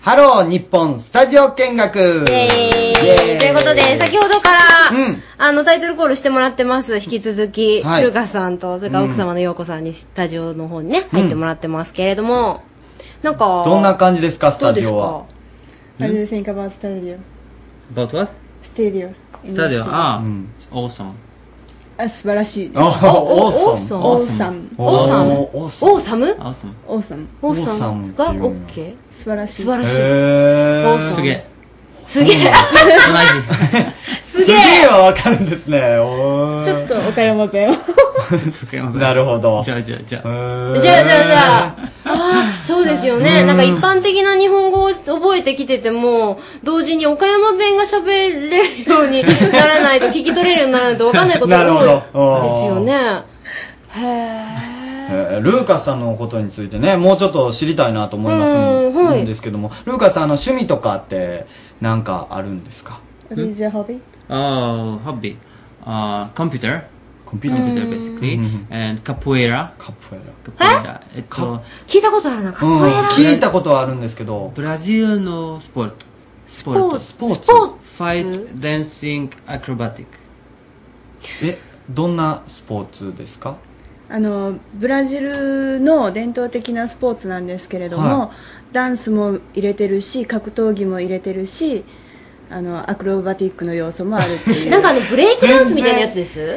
[SPEAKER 2] ハロー日本スタジオ見学
[SPEAKER 3] イエーイということで、先ほどから、あの、タイトルコールしてもらってます。引き続き、
[SPEAKER 2] はい
[SPEAKER 3] ルカさんと、それから奥様の陽子さんに、スタジオの方にね、入ってもらってますけれども、なんか、
[SPEAKER 2] どんな感じですか、スタジオは。
[SPEAKER 10] How do you think about studio?
[SPEAKER 9] About what?
[SPEAKER 10] Studio. in
[SPEAKER 9] Studio.
[SPEAKER 10] Mississippi.
[SPEAKER 9] Ah, it's awesome.
[SPEAKER 10] あ、素晴らしいです。
[SPEAKER 9] あオーサム
[SPEAKER 10] オーサム。
[SPEAKER 9] オーサム
[SPEAKER 3] オーサムオーサム
[SPEAKER 10] オーサムオーサム
[SPEAKER 3] オーサムが OK?
[SPEAKER 10] 素晴らしい。
[SPEAKER 3] 素晴らしい。
[SPEAKER 2] へ
[SPEAKER 9] すげえ。
[SPEAKER 3] すげえ
[SPEAKER 2] すげえはわかるんですね。おー
[SPEAKER 10] ちょっと岡山弁を。
[SPEAKER 2] なるほど。じ
[SPEAKER 9] ゃあじゃあじゃ
[SPEAKER 2] あ。
[SPEAKER 3] じゃあじゃあじゃあ。ああ、そうですよね。
[SPEAKER 2] うん
[SPEAKER 3] なんか一般的な日本語を覚えてきてても、同時に岡山弁が喋れるようにならないと、聞き取れるようにならないと分かんないことが
[SPEAKER 2] なるほど
[SPEAKER 3] 多いですよね。
[SPEAKER 2] えールーカスさんのことについてね、もうちょっと知りたいなと思いますん,、
[SPEAKER 3] うんはい
[SPEAKER 2] ですけども、ルーカスさん、あの趣味とかって、なんかあるんですか
[SPEAKER 10] What is your hobby?
[SPEAKER 9] Oh, hobby. Uh, computer.
[SPEAKER 2] Computer.
[SPEAKER 9] Computer, basically. And capoeira.
[SPEAKER 2] Capoeira.
[SPEAKER 9] Capoeira. えっと、
[SPEAKER 3] 聞いたことあるな、カ
[SPEAKER 2] うん
[SPEAKER 3] ポエラ。
[SPEAKER 2] 聞いたことはあるんですけど、
[SPEAKER 9] ブラジルのスポーツ。スポーツ。
[SPEAKER 2] スポーツ。
[SPEAKER 9] ファイト、ダンシング、アクロバティック。
[SPEAKER 2] え、どんなスポーツですか
[SPEAKER 10] あのブラジルの伝統的なスポーツなんですけれども、ダンスも入れてるし格闘技も入れてるしあのアクロバティックの要素もあるっていう
[SPEAKER 3] なんかあの、ブレイクダンスみたいなやつです。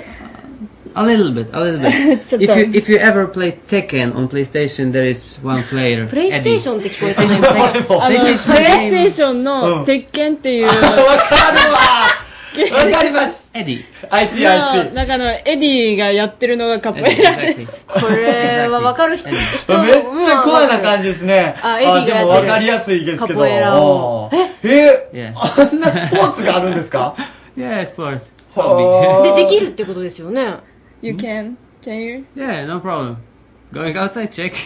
[SPEAKER 9] A little bit, a little bit.
[SPEAKER 3] ちょっ
[SPEAKER 9] if
[SPEAKER 3] と
[SPEAKER 9] you if you ever play Tekken on PlayStation, there is one player.
[SPEAKER 3] プレイステーションって聞こえてる
[SPEAKER 10] あのプレイステーション
[SPEAKER 9] う
[SPEAKER 10] の
[SPEAKER 9] ん
[SPEAKER 10] 鉄拳っていう、
[SPEAKER 2] わかります
[SPEAKER 9] エディ
[SPEAKER 2] I see, I
[SPEAKER 10] なんかあのエディがやってるのがカポエラ です
[SPEAKER 3] これは分かる人、人
[SPEAKER 2] めっちゃコアな感じですね。
[SPEAKER 3] あエディがやってる
[SPEAKER 2] でもわかりやすいですけ
[SPEAKER 3] カ
[SPEAKER 2] ど。
[SPEAKER 3] ポエラを
[SPEAKER 2] あーえあんなスポーツがあるんですか
[SPEAKER 9] Yeah, sports.
[SPEAKER 3] で、で
[SPEAKER 2] Oh.
[SPEAKER 9] Hobby.
[SPEAKER 3] きるってことですよね。
[SPEAKER 10] You can, can you?
[SPEAKER 9] yeah, no problem. Going outside, check.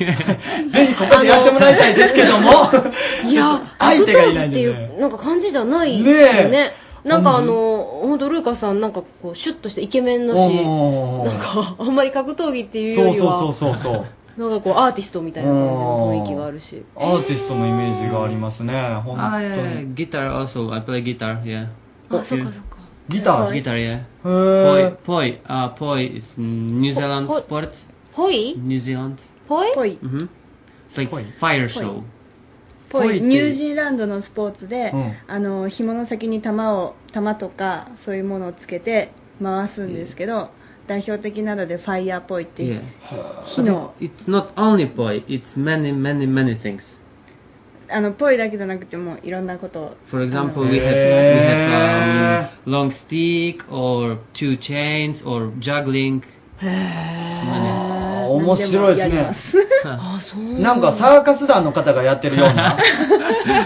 [SPEAKER 2] ぜひここでやってもらいたいですけども。
[SPEAKER 3] いや、
[SPEAKER 2] 相
[SPEAKER 3] 格
[SPEAKER 2] 手がいな
[SPEAKER 3] 闘技
[SPEAKER 2] い
[SPEAKER 3] ってい
[SPEAKER 2] んでね。
[SPEAKER 3] う、なんか感じじゃない
[SPEAKER 2] ねえ
[SPEAKER 3] ですよね。なんかあの、ほんとルーカさんなんかこう、シュッとしてイケメンだし、
[SPEAKER 2] おー
[SPEAKER 3] なんかあんまり格闘技っていう
[SPEAKER 2] そ
[SPEAKER 3] よ
[SPEAKER 2] う
[SPEAKER 3] り
[SPEAKER 2] そうそう
[SPEAKER 3] は、
[SPEAKER 2] そうそう。
[SPEAKER 3] なんかこう、アーティストみたいな感じの雰囲気があるし。
[SPEAKER 2] アーティストのイメージがありますね。本
[SPEAKER 9] ah,
[SPEAKER 2] 当
[SPEAKER 9] yeah,
[SPEAKER 2] に。Oh.
[SPEAKER 9] guitar also. I play guitar. Yeah.
[SPEAKER 3] あ、そっかそっか。
[SPEAKER 2] Guitar?
[SPEAKER 9] Guitar, yeah.
[SPEAKER 2] へ
[SPEAKER 9] Poi, poi, uh, poi is New Zealand
[SPEAKER 3] poi-
[SPEAKER 9] sport.
[SPEAKER 3] ぽい
[SPEAKER 9] New Zealand.
[SPEAKER 3] ぽい
[SPEAKER 9] Mm-hmm. It's like fire show.
[SPEAKER 10] ぽ
[SPEAKER 9] ぽいっ
[SPEAKER 10] い
[SPEAKER 9] て
[SPEAKER 10] ニュージーランドのスポーツで、
[SPEAKER 9] うん
[SPEAKER 10] あの紐の先に玉を玉とかそういうものをつけて回すんですけど、代表的なのでファイヤーぽいっていう
[SPEAKER 9] Yeah.
[SPEAKER 10] 火の
[SPEAKER 9] It's not only poi. It's many, many, many things.
[SPEAKER 10] あのぽいだけじゃなくてもいろんなことを
[SPEAKER 9] For example, we have we have um, long stick or two chains or juggling.
[SPEAKER 2] あ面白
[SPEAKER 10] 何で
[SPEAKER 2] い
[SPEAKER 10] もやり
[SPEAKER 2] で
[SPEAKER 10] ます
[SPEAKER 2] ね。なんかサーカス団の方がやってるよ うな、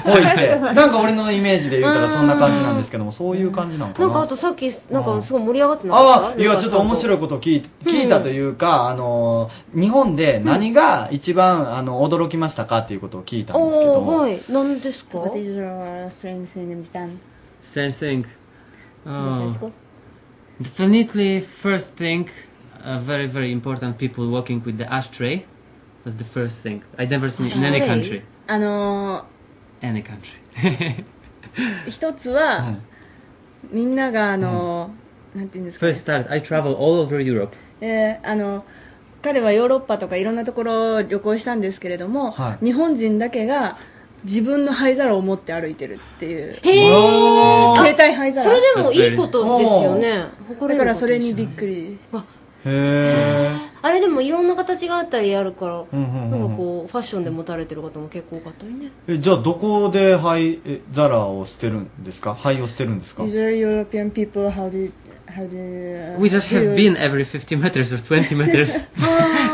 [SPEAKER 2] ぽいって。なんか俺のイメージで言うたらそんな感じなんですけども、そういう感じなのか
[SPEAKER 3] なんか
[SPEAKER 2] な
[SPEAKER 3] あ。とさっき、なんかすごい盛り上がってなか
[SPEAKER 2] あ
[SPEAKER 3] っ
[SPEAKER 2] あ、
[SPEAKER 3] た
[SPEAKER 2] いや、ちょっと面白いことを聞い聞いたというか、あの、日本で何が一番、あの、驚きましたかっていうことを聞いたんですけ
[SPEAKER 3] おー、
[SPEAKER 2] ど、
[SPEAKER 3] はい。何ですか
[SPEAKER 10] What is your strange thing in Japan?
[SPEAKER 9] Strange thing.
[SPEAKER 10] Let's go.
[SPEAKER 9] Oh. Definitely, first thing, uh, very, very important people walking with the ashtray. That's the first thing. I never seen it in any country.
[SPEAKER 10] あの
[SPEAKER 9] Any country.
[SPEAKER 10] ー一つは、みんながあのーなんて言うんですか、
[SPEAKER 9] First start, I travel all over Europe.
[SPEAKER 10] えーあの彼はヨーロッパとかいろんなところを旅行したんですけれども、
[SPEAKER 9] はい
[SPEAKER 10] 日本人だけが自分の灰皿を持って歩いてるっていう
[SPEAKER 3] へー
[SPEAKER 10] 携帯灰皿
[SPEAKER 3] それでもいいことですよね誇れるこ
[SPEAKER 10] だか
[SPEAKER 3] と
[SPEAKER 10] らそれにびっくり
[SPEAKER 2] へ
[SPEAKER 3] あれでもいろんな形があったりあるから、
[SPEAKER 2] うんうんうん
[SPEAKER 3] なんかこうファッションで持たれてる方も結構多かったりね
[SPEAKER 2] え。えじゃあ、どこで灰、え皿を捨てるんですか灰を捨てるんですか
[SPEAKER 10] Usually European people how do you, how do you,
[SPEAKER 9] We just
[SPEAKER 10] do
[SPEAKER 9] have
[SPEAKER 10] you-
[SPEAKER 9] been every 50 meters or 20 meters.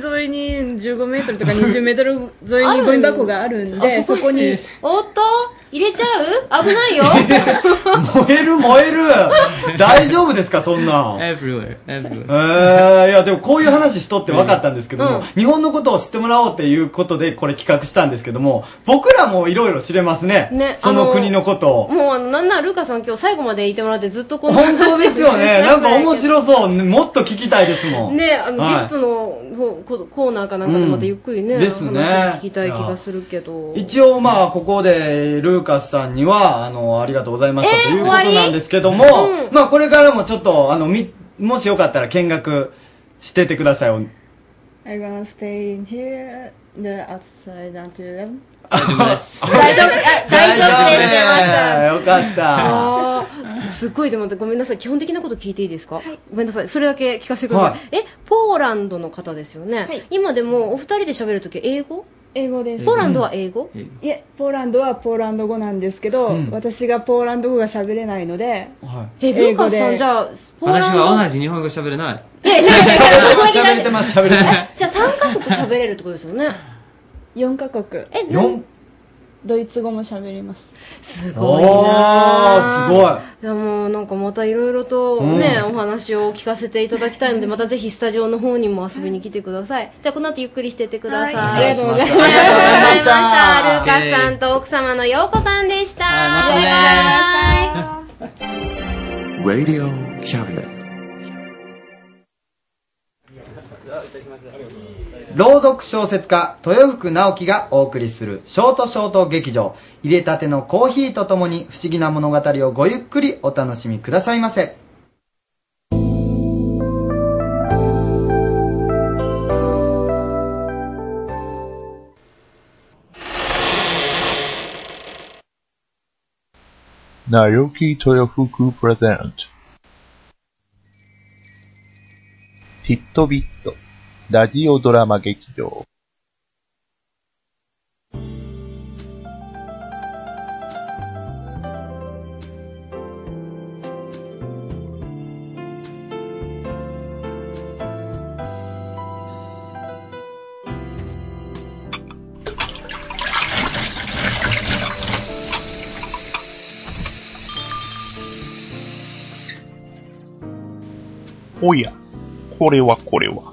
[SPEAKER 10] 道沿いに15メートルとか20メートル沿いにゴミ箱があるんで
[SPEAKER 3] あ
[SPEAKER 10] そこに
[SPEAKER 3] おっと入れちゃう危ない よ
[SPEAKER 2] 燃える燃える大丈夫ですかそんなん。
[SPEAKER 9] everywhere, everywhere.
[SPEAKER 2] えー、いやでもこういう話しとって分かったんですけども、
[SPEAKER 9] うん
[SPEAKER 2] 日本のことを知ってもらおうっていうことでこれ企画したんですけども、僕らもいろいろ知れますね。
[SPEAKER 3] ね
[SPEAKER 2] そ
[SPEAKER 3] あ
[SPEAKER 2] の
[SPEAKER 3] の
[SPEAKER 2] 国のことを。
[SPEAKER 3] もうあのなんならルカさん今日最後までいてもらってずっとこの
[SPEAKER 2] 本当ですよね。なんか面
[SPEAKER 3] い
[SPEAKER 2] 白そう。ねもっと聞きたいですもん。
[SPEAKER 3] ねあの、
[SPEAKER 2] はい
[SPEAKER 3] ゲストのほうこコーナーかなんかでまたゆっくりね、
[SPEAKER 2] うんですね
[SPEAKER 3] 話聞きたい気がするけど
[SPEAKER 2] 一応まあここでルーカスさんにはあのありがとうございました、ということなんですけども、まあこれからもちょっとあのみもしよかったら見学しててくださいお
[SPEAKER 9] I'm gonna stay in here, the outside until 11.
[SPEAKER 3] 大丈夫あ大丈夫です出ました
[SPEAKER 2] よかった
[SPEAKER 3] あーすっごいでもごめんなさい基本的なこと聞いていいですか、ごめんなさいそれだけ聞かせてください、
[SPEAKER 2] は
[SPEAKER 3] えポーランドの方ですよね、今でもお二人で喋るとき英語
[SPEAKER 9] 英語です
[SPEAKER 3] ポーランドは英語、
[SPEAKER 9] いえポーランドはポーランド語なんですけど、
[SPEAKER 3] うん
[SPEAKER 9] 私がポーランド語が喋れないので、
[SPEAKER 3] えルーカスさんじゃあポーランド
[SPEAKER 14] は同じ日本語喋れ ない。
[SPEAKER 3] いや喋れ
[SPEAKER 2] 喋れてます喋れてます
[SPEAKER 3] じゃあ3カ国喋れるってことですよね
[SPEAKER 9] 4カ国
[SPEAKER 3] え
[SPEAKER 9] ドイツ語も喋ります
[SPEAKER 3] す
[SPEAKER 2] ごいなあおーす
[SPEAKER 3] ごいでもなんかまたいろいろとね、
[SPEAKER 2] う
[SPEAKER 3] お話を聞かせていただきたいのでまたぜひスタジオの方にも遊びに来てくださいじゃあこの後ゆっくりしてってください、
[SPEAKER 2] はいありがとうございます
[SPEAKER 3] ありがとうございました
[SPEAKER 2] あ
[SPEAKER 3] ル
[SPEAKER 2] り
[SPEAKER 3] ーカ
[SPEAKER 2] が
[SPEAKER 3] ス
[SPEAKER 2] とうござい
[SPEAKER 3] さんと奥
[SPEAKER 2] ました
[SPEAKER 3] 様のようこさんでした、
[SPEAKER 1] ま
[SPEAKER 3] バ
[SPEAKER 1] たね
[SPEAKER 3] イバイ
[SPEAKER 1] Radio Cabinet.
[SPEAKER 2] 朗読小説家豊福直樹がお送りするショートショート劇場入れたてのコーヒーとともに不思議な物語をごゆっくりお楽しみくださいませ
[SPEAKER 15] Naoki Toyofuku present ティットビットラジオドラマ劇場おや、これはこれは。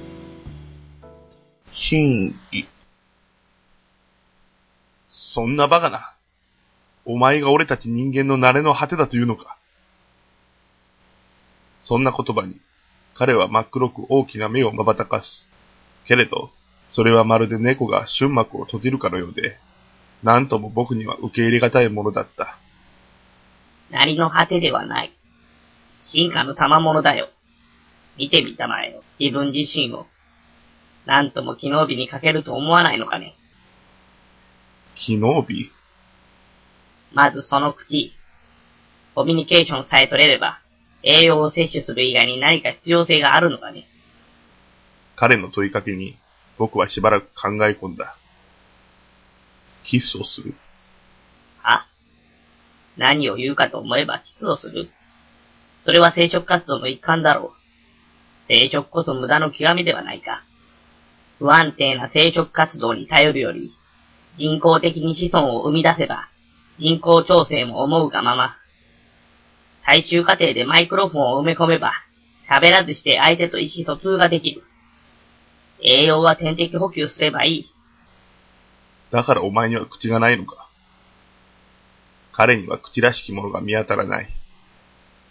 [SPEAKER 15] 真偽。
[SPEAKER 16] そんなバカな。お前が俺たち人間の慣れの果てだというのか。そんな言葉に、彼は真っ黒く大きな目を瞬かす。けれど、それはまるで猫が瞬幕を閉じるかのようで、なんとも僕には受け入れがたいものだった。
[SPEAKER 17] なりの果てではない。進化の賜物だよ。見てみたまえよ、自分自身を。なんとも機能美に欠けると思わないのかね。
[SPEAKER 16] 機能美
[SPEAKER 17] まずその口。コミュニケーションさえ取れれば、栄養を摂取する以外に何か必要性があるのかね。
[SPEAKER 16] 彼の問いかけに、僕はしばらく考え込んだ。キスをする。
[SPEAKER 17] あ何を言うかと思えばキスをする。それは生殖活動の一環だろう。生殖こそ無駄の極みではないか。不安定な生殖活動に頼るより、人工的に子孫を生み出せば、人工調整も思うがまま。最終過程でマイクロフォンを埋め込めば、喋らずして相手と意思疎通ができる。栄養は点滴補給すればいい。
[SPEAKER 16] だからお前には口がないのか。彼には口らしきものが見当たらない。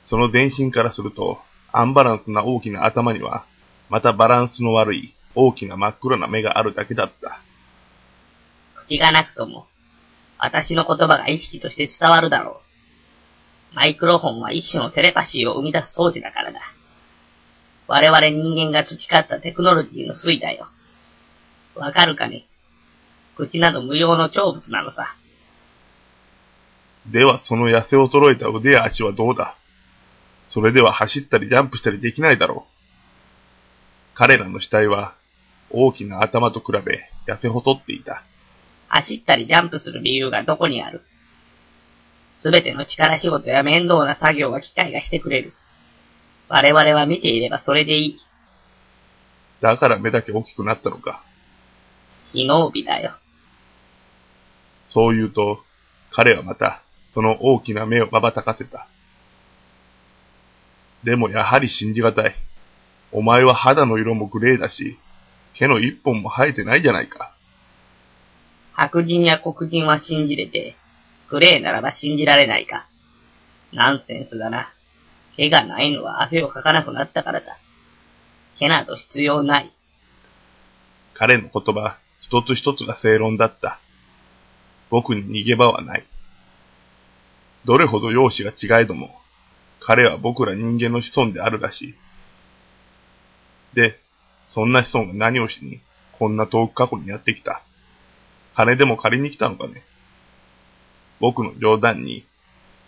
[SPEAKER 16] その伝心からすると、アンバランスな大きな頭には、またバランスの悪い大きな真っ黒な目があるだけだった。
[SPEAKER 17] 口がなくとも、私の言葉が意識として伝わるだろう。マイクロフォンは一種のテレパシーを生み出す装置だからだ。我々人間が培ったテクノロジーの推移だよ。わかるかね口など無用の長物なのさ。
[SPEAKER 16] ではその痩せ衰えた腕や足はどうだそれでは走ったりジャンプしたりできないだろう。彼らの死体は、大きな頭と比べ、痩せ細っていた。
[SPEAKER 17] 走ったりジャンプする理由がどこにあるすべての力仕事や面倒な作業は機械がしてくれる。我々は見ていればそれでいい。
[SPEAKER 16] だから目だけ大きくなったのか。
[SPEAKER 17] 機能美だよ。
[SPEAKER 16] そう言うと、彼はまた、その大きな目を瞬かせた。でもやはり信じがたい。お前は肌の色もグレーだし、毛の一本も生えてないじゃないか。
[SPEAKER 17] 白人や黒人は信じれて、グレーならば信じられないか。ナンセンスだな。毛がないのは汗をかかなくなったからだ。毛など必要ない。
[SPEAKER 16] 彼の言葉、一つ一つが正論だった。僕に逃げ場はない。どれほど容姿が違えども、彼は僕ら人間の子孫であるらしい。で、そんな子孫が何をしに、こんな遠く過去にやってきた。金でも借りに来たのかね。僕の冗談に、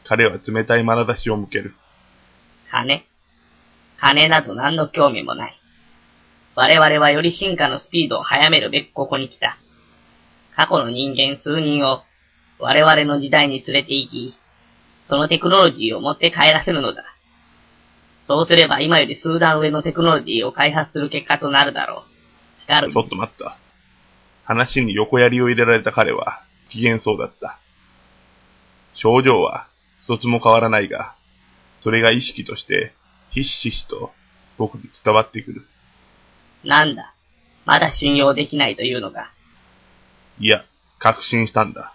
[SPEAKER 16] 彼は冷たい眼差しを向ける。
[SPEAKER 17] 金。金など何の興味もない。我々はより進化のスピードを速めるべくここに来た。過去の人間数人を我々の時代に連れて行き、そのテクノロジーを持って帰らせるのだ。そうすれば今より数段上のテクノロジーを開発する結果となるだろう。しかる
[SPEAKER 16] ちょっと待った。話に横槍を入れられた彼は、機嫌そうだった。症状は一つも変わらないが、それが意識として、ひしひしと僕に伝わってくる。
[SPEAKER 17] なんだ。まだ信用できないというのか。
[SPEAKER 16] いや、確信したんだ。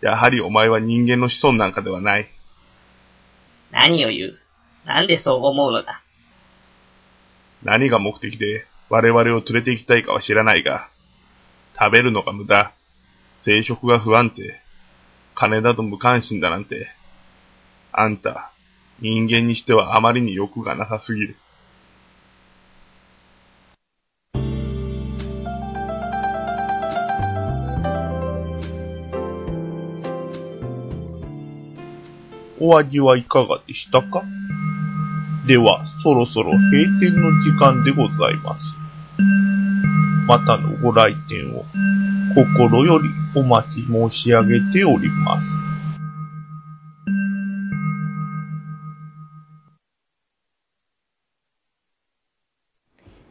[SPEAKER 16] やはりお前は人間の子孫なんかではない。
[SPEAKER 17] 何を言う。なんでそう思うのだ。
[SPEAKER 16] 何が目的で我々を連れて行きたいかは知らないが、食べるのが無駄、生殖が不安定、金だと無関心だなんて、あんた、人間にしてはあまりに欲がなさすぎる。
[SPEAKER 15] お味はいかがでしたかでは、そろそろ閉店の時間でございます。またのご来店を心よりお待ち申し上げております。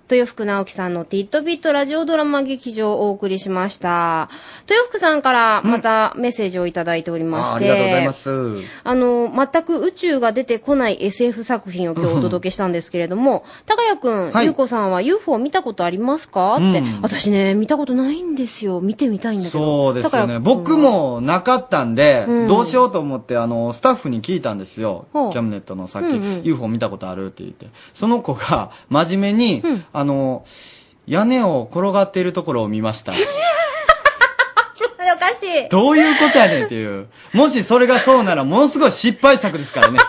[SPEAKER 3] 豊福直樹さんのティットビットラジオドラマ劇場をお送りしました。豊福さんからまたメッセージをいただいておりまして。
[SPEAKER 2] あありがとうございます。
[SPEAKER 3] あの、全く宇宙が出てこない SF 作品を今日お届けしたんですけれど も、高谷くん、
[SPEAKER 2] はい
[SPEAKER 3] ゆうこさんは UFO 見たことありますかって、
[SPEAKER 2] うん
[SPEAKER 3] 私ね、見たことない んです よ。見てみたいんだけ
[SPEAKER 2] そ
[SPEAKER 3] ど。
[SPEAKER 2] うですよ
[SPEAKER 3] 高
[SPEAKER 2] ね。
[SPEAKER 3] 谷
[SPEAKER 2] 僕もなかったんで、
[SPEAKER 3] うん
[SPEAKER 2] どうしようと思って、あの、スタッフに聞いたんですよ。キ
[SPEAKER 3] ほう
[SPEAKER 2] ャムネットのさっき、
[SPEAKER 3] うんうん
[SPEAKER 2] UFO 見たことあるって言って。その子が、真面目に、あの、屋根を転がっているところを見ま した。
[SPEAKER 3] くん。おかしい。
[SPEAKER 2] どういうことやねんっていう。もしそれがそうなら、ものすごい失敗作ですからね。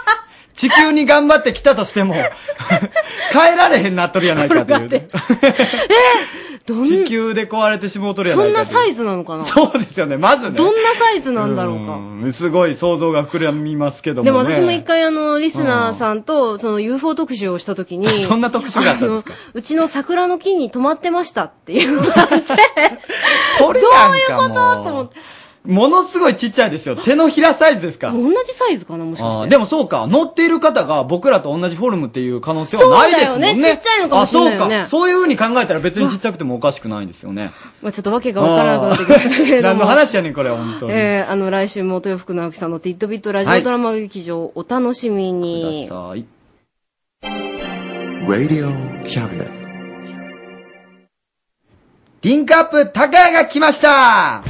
[SPEAKER 2] 地球に頑張ってきたとしても、 帰られへんなっとるやないかという。地球で壊れてしもうとるや
[SPEAKER 3] そ
[SPEAKER 2] ない
[SPEAKER 3] ん
[SPEAKER 2] か
[SPEAKER 3] な
[SPEAKER 2] という。
[SPEAKER 3] サイズなのかな
[SPEAKER 2] そうですよね、まずね。
[SPEAKER 3] どんなサイズなんだろうか。
[SPEAKER 2] うんすごい想像が膨らみますけども、
[SPEAKER 3] で
[SPEAKER 2] ね。
[SPEAKER 3] も私も一回あの、リスナーさんと、その UFO 特集をしたときに、
[SPEAKER 2] そんな特集があったんですか
[SPEAKER 3] あのうちの桜の木に止まってましたって いう。
[SPEAKER 2] 鳥やんかもう
[SPEAKER 3] と思って
[SPEAKER 2] ものすごいちっちゃいですよ。手のひらサイズですか。
[SPEAKER 3] 同じサイズかな、もしかし
[SPEAKER 2] あー
[SPEAKER 3] て。
[SPEAKER 2] でもそうか、乗っている方が僕らと同じフォルムっていう可能性はないですもんね。
[SPEAKER 3] そうだよねちっちゃいのかもしれないよね
[SPEAKER 2] あ、そうか。そういう風に考えたら別にちっちゃくてもおかしくないんですよね。
[SPEAKER 3] まあちょっとわけがわからなくなってきましたけれども。
[SPEAKER 2] 何の話やねん、これ、本当に。
[SPEAKER 3] えー、あの、来週も豊福直樹さんのティットビットラジオドラマ劇場、お楽しみに。
[SPEAKER 1] Radio Cabinet.
[SPEAKER 2] リンクアップ、高谷が来ました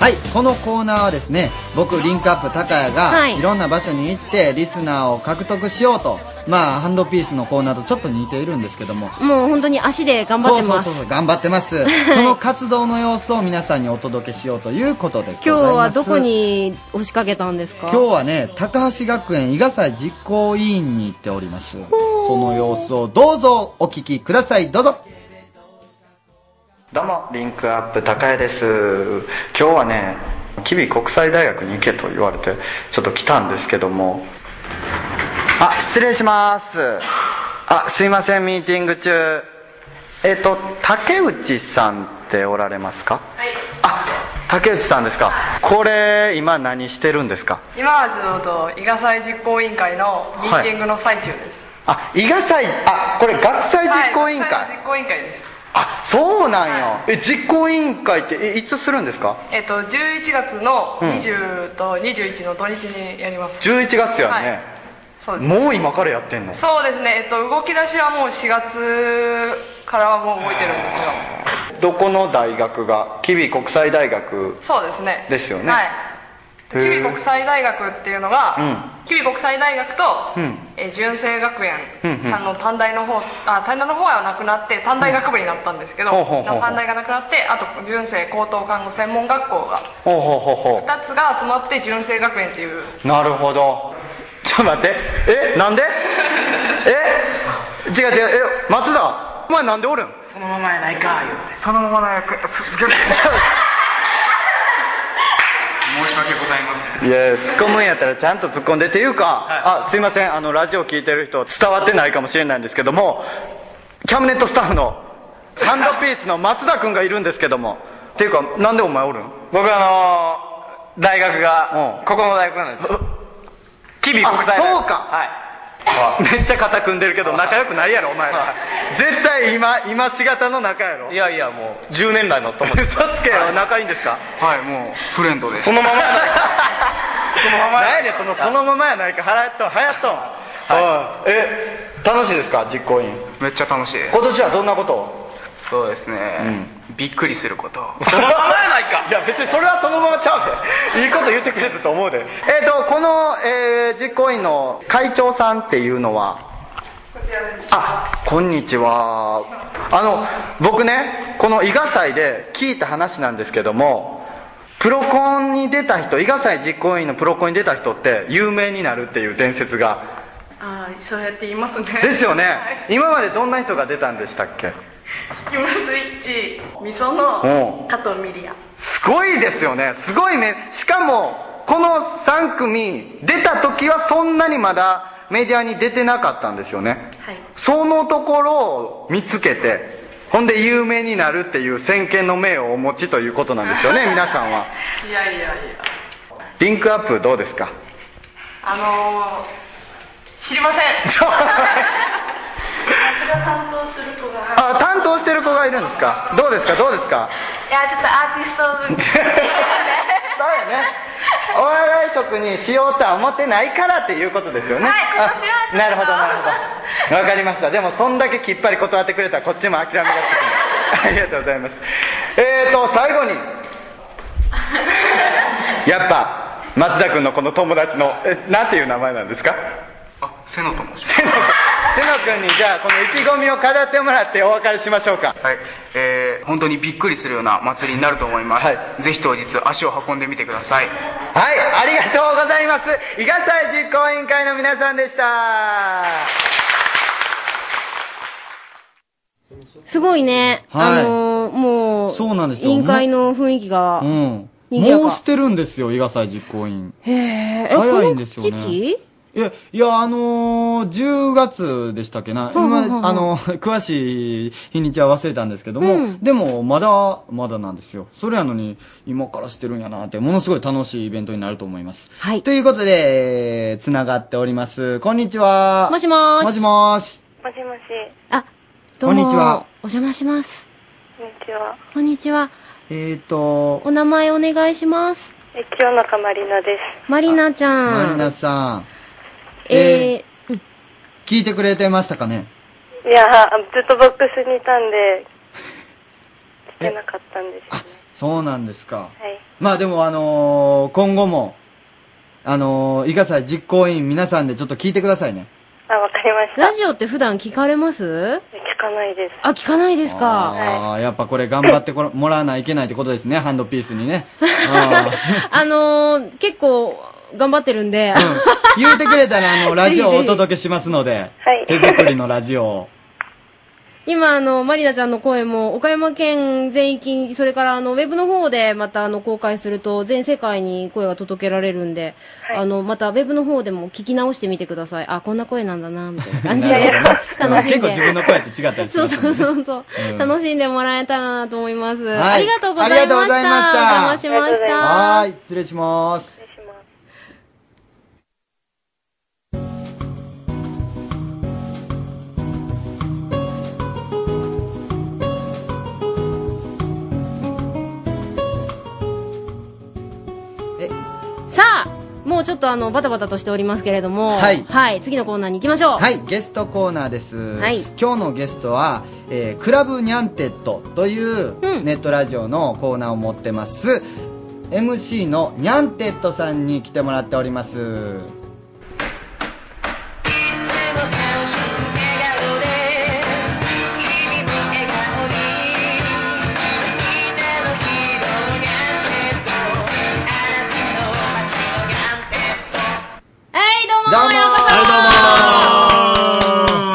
[SPEAKER 2] はい、このコーナーはですね、僕、リンクアップ高谷が、
[SPEAKER 3] はい
[SPEAKER 2] いろんな場所に行って、リスナーを獲得しようと、まあ、ハンドピースのコーナーとちょっと似ているんですけども、
[SPEAKER 3] もう本当に足で頑張ってます。
[SPEAKER 2] そうそうそう、頑張っ てます。その活動の様子を皆さんにお届けしようということで、
[SPEAKER 3] 今日はどこに押しかけたんですか
[SPEAKER 2] 今日はね高橋学園伊賀祭実行委員に行っておりますその様子をどうぞお聞きくださいどうぞ
[SPEAKER 18] どうもリンクアップ高江です今日はね吉備国際大学に行けと言われてちょっと来たんですけどもあ失礼しますあすいませんミーティング中えっ、と竹内さんっておられますかはいあ
[SPEAKER 2] 竹内さんですかこれ今何してるんですか
[SPEAKER 19] 今ちょっと伊賀祭実行委員会のミーティングの最中です、
[SPEAKER 2] あ伊賀祭あこれ学祭実行委員会、
[SPEAKER 19] はい学祭実行委員会です
[SPEAKER 2] あそうなんよ、え実行委員会ってえいつするんですか
[SPEAKER 19] えっと11月の
[SPEAKER 2] うん
[SPEAKER 19] 20と21の土日にやります、
[SPEAKER 2] 11月やね、
[SPEAKER 19] はいそうです
[SPEAKER 2] もう今からやってんの
[SPEAKER 19] そうですねえっと動き出しはもう4月からはもう動いてるんですよ
[SPEAKER 2] どこの大学が吉備国際大学
[SPEAKER 19] そうですね
[SPEAKER 2] ですよね
[SPEAKER 19] はい
[SPEAKER 2] へー
[SPEAKER 19] 吉備国際大学っていうのが、吉備国際大学と、
[SPEAKER 2] うん
[SPEAKER 19] えー純正学園、
[SPEAKER 2] うんうん
[SPEAKER 19] あの短大の方あ短大の方はなくなって短大学部になったんですけど、
[SPEAKER 2] ほうほうほうほう
[SPEAKER 19] 短大がなくなってあと純正高等看護専門学校が
[SPEAKER 2] ほうほうほうほ
[SPEAKER 19] 2つが集まって純正学園っていう
[SPEAKER 2] うなるほどちょっと待ってえ なんでえ違う違うえ松田お前なんでおるん
[SPEAKER 19] そのままやないかそのままの役
[SPEAKER 20] 申し訳ございません
[SPEAKER 2] いや突っ込むんやったらちゃんと突っ込んでっていうか、あすいませんあのラジオ聞いてる人伝わってないかもしれないんですけどもキャムネットスタッフのハンドピースの松田君がいるんですけどもっていうかなんでお前おるん
[SPEAKER 20] 僕あのー、大学が、ここの大学なんです吉備国際
[SPEAKER 2] あ
[SPEAKER 20] 大学
[SPEAKER 2] そうか めっちゃ肩組んでるけど仲良くないやろお前ら絶対今今しがたの仲やろいやいやもう
[SPEAKER 20] 10年来の友達
[SPEAKER 2] 嘘つけよ、仲いいんですか
[SPEAKER 20] はいもうフレンドです
[SPEAKER 2] そのまま
[SPEAKER 20] やないか
[SPEAKER 2] そのままやねんそのそのままやないかはやっとんはやっとん、おいえ楽しいですか実行委員
[SPEAKER 20] めっちゃ楽しいです
[SPEAKER 2] 今年はどんなことを
[SPEAKER 20] そうですね、びっくりすること
[SPEAKER 2] そのままやないかいや別にそれはそのままちゃうでいいこと言ってくれたと思うで えっ、とこの、えー実行委員の会長さんっていうのはあこんにちはあの僕ねこの伊賀祭で聞いた話なんですけどもプロコンに出た人伊賀祭実行委員のプロコンに出た人って有名になるっていう伝説が
[SPEAKER 19] ああそうやって言いますね
[SPEAKER 2] ですよね
[SPEAKER 19] はい
[SPEAKER 2] 今までどんな人が出たんでしたっけ
[SPEAKER 19] スキマスイッチみそ
[SPEAKER 2] お
[SPEAKER 19] の加藤ミリア
[SPEAKER 2] すごいですよねすごいねしかもこの3組出た時はそんなにまだメディアに出てなかったんですよね
[SPEAKER 19] はい
[SPEAKER 2] そのところを見つけてほんで有名になるっていう先見の明をお持ちということなんですよ ね皆さんはい
[SPEAKER 19] やいやいや
[SPEAKER 2] リンクアップどうですか
[SPEAKER 19] あのー、知りません
[SPEAKER 2] ちょ
[SPEAKER 19] 私が担当する子が
[SPEAKER 2] あ担当してる子がいるんですかどうですかどうですか
[SPEAKER 19] いやちょっとアーティスト分して くれ
[SPEAKER 2] そうやねお笑い職にしようとは思ってないからっていうことですよね
[SPEAKER 19] はい今年はちょっ
[SPEAKER 2] あ
[SPEAKER 19] と
[SPEAKER 2] なるほどなるほどわかりましたでもそんだけきっぱり断ってくれたらこっちも諦めがつく ありがとうございますえーと最 後にやっぱ松田君のこの友達のえなんていう名前なんですか
[SPEAKER 20] 瀬野と申します
[SPEAKER 2] 瀬野君にじゃあこの意気込みを語ってもらってお別れしましょうか
[SPEAKER 20] はい、えー本当にびっくりするような祭りになると思います、ぜひ当日足を運んでみてください
[SPEAKER 2] はいありがとうございます伊賀祭実行委員会の皆さんでした
[SPEAKER 3] すごいね。
[SPEAKER 2] はい
[SPEAKER 3] あのーもう、
[SPEAKER 2] そうなんですよ
[SPEAKER 3] 委員会の雰囲気が。
[SPEAKER 2] うん。
[SPEAKER 3] 賑やか
[SPEAKER 2] もうしてるんですよ、伊賀祭実行委員。
[SPEAKER 3] へえ。え
[SPEAKER 2] 早いんですよね
[SPEAKER 3] この時期
[SPEAKER 2] いや、いや、あのー、10月でしたっけな。
[SPEAKER 3] ほうほうほうほう
[SPEAKER 2] 今、あの、 詳しい日にちは忘れたんですけども、
[SPEAKER 3] うん
[SPEAKER 2] でも、まだ、まだなんですよ。それやのに、今からしてるんやなって、ものすごい楽しいイベントになると思います。はい。ということで、えーつながっております。こんにちは。
[SPEAKER 3] もしもーし
[SPEAKER 2] もしもーし。
[SPEAKER 21] もしもし。
[SPEAKER 3] どうも
[SPEAKER 2] こんにちは。
[SPEAKER 3] お邪魔します。
[SPEAKER 21] こんにちは。
[SPEAKER 3] こんにちは。
[SPEAKER 2] えーと、
[SPEAKER 3] お名前お願いします。
[SPEAKER 21] え、清中まりなで
[SPEAKER 3] マリナち
[SPEAKER 2] マ
[SPEAKER 3] ゃ
[SPEAKER 2] リ
[SPEAKER 3] ん。
[SPEAKER 2] ナさん。
[SPEAKER 3] え
[SPEAKER 2] 聞いてくれてましたかね
[SPEAKER 21] す。いやー、ずっとボックスにいたんで、聞けなかったんです。
[SPEAKER 2] そうなんですか。
[SPEAKER 21] はい。
[SPEAKER 2] まあでもあのー今後も、あのー、伊賀祭実行委員皆さんでちょっと聞いてくださいね。
[SPEAKER 21] あ、わかりました。
[SPEAKER 3] ラジオって普段聞かれます
[SPEAKER 21] 聞かないです。
[SPEAKER 3] あ、聞かないですか。
[SPEAKER 2] ああ、やっぱこれ頑張ってこらもらわないといけないってことですね、ハンドピースにね。あ
[SPEAKER 3] あのー、結構、頑張ってるんで。
[SPEAKER 2] ー言うてくれたらあの、ラジオを
[SPEAKER 3] ぜひぜ
[SPEAKER 2] お
[SPEAKER 3] ひ
[SPEAKER 2] 届けしますので、
[SPEAKER 3] はい
[SPEAKER 2] 手作りのラジオを。
[SPEAKER 3] 今、あの、まりなちゃんの声も、岡山県全域、それから、あの、ウェブの方で、また、あの、公開すると、全世界に声が届けられるんで、あの、また、ウェブの方でも聞き直してみてください。あ、こんな声なんだな、みたいな感じで、楽しんで。
[SPEAKER 2] 結構自分の声って違ったりし
[SPEAKER 3] そ
[SPEAKER 2] ま
[SPEAKER 3] う
[SPEAKER 2] す
[SPEAKER 3] そう
[SPEAKER 2] う。
[SPEAKER 3] そうそう、
[SPEAKER 2] うん
[SPEAKER 3] 楽しんでもらえたらなと思います、
[SPEAKER 2] は
[SPEAKER 3] あ
[SPEAKER 2] い
[SPEAKER 3] りがとうございました。
[SPEAKER 2] ありがとうございました
[SPEAKER 3] お邪魔しました。
[SPEAKER 2] はーい、失礼します。
[SPEAKER 3] さあ、もうちょっとあの、バタバタとしておりますけれども、
[SPEAKER 2] はい
[SPEAKER 3] 次のコーナーに行きましょう。
[SPEAKER 2] はい、ゲストコーナーです。
[SPEAKER 3] はい
[SPEAKER 2] 今日のゲストは、えークラブニャンテッドというネットラジオのコーナーを持ってます。MC のニャンテッドさんに来てもらっております。
[SPEAKER 3] はい、どうもよう
[SPEAKER 2] どうも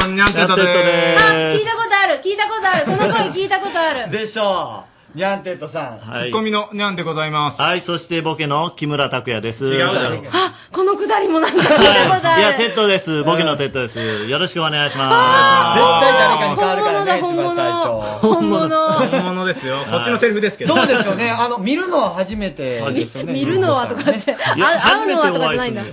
[SPEAKER 3] こそ
[SPEAKER 2] どうもニャンテッドで
[SPEAKER 3] 聞いたことある聞いたことあるこの声聞いたことある
[SPEAKER 2] でしょう。ニャンテッドさん。
[SPEAKER 5] はい
[SPEAKER 22] ツッコミのニャンでございます。
[SPEAKER 5] はい、そしてボケの木村拓哉です。
[SPEAKER 22] 違うだろ
[SPEAKER 3] あ、このくだりもなんか聞いたことある
[SPEAKER 5] いや、テッドです。ボケのテッドです。よろしくお願いします。
[SPEAKER 2] 誰かに変わるからね、一番最初。
[SPEAKER 3] 本物。
[SPEAKER 22] 本物ですよ。こっちのセリフですけど。
[SPEAKER 2] そうですよね。あの、見るのは初めてですよね。
[SPEAKER 3] 見るのはとかって、あ
[SPEAKER 2] いや
[SPEAKER 3] 会うのはとかじゃないんだ。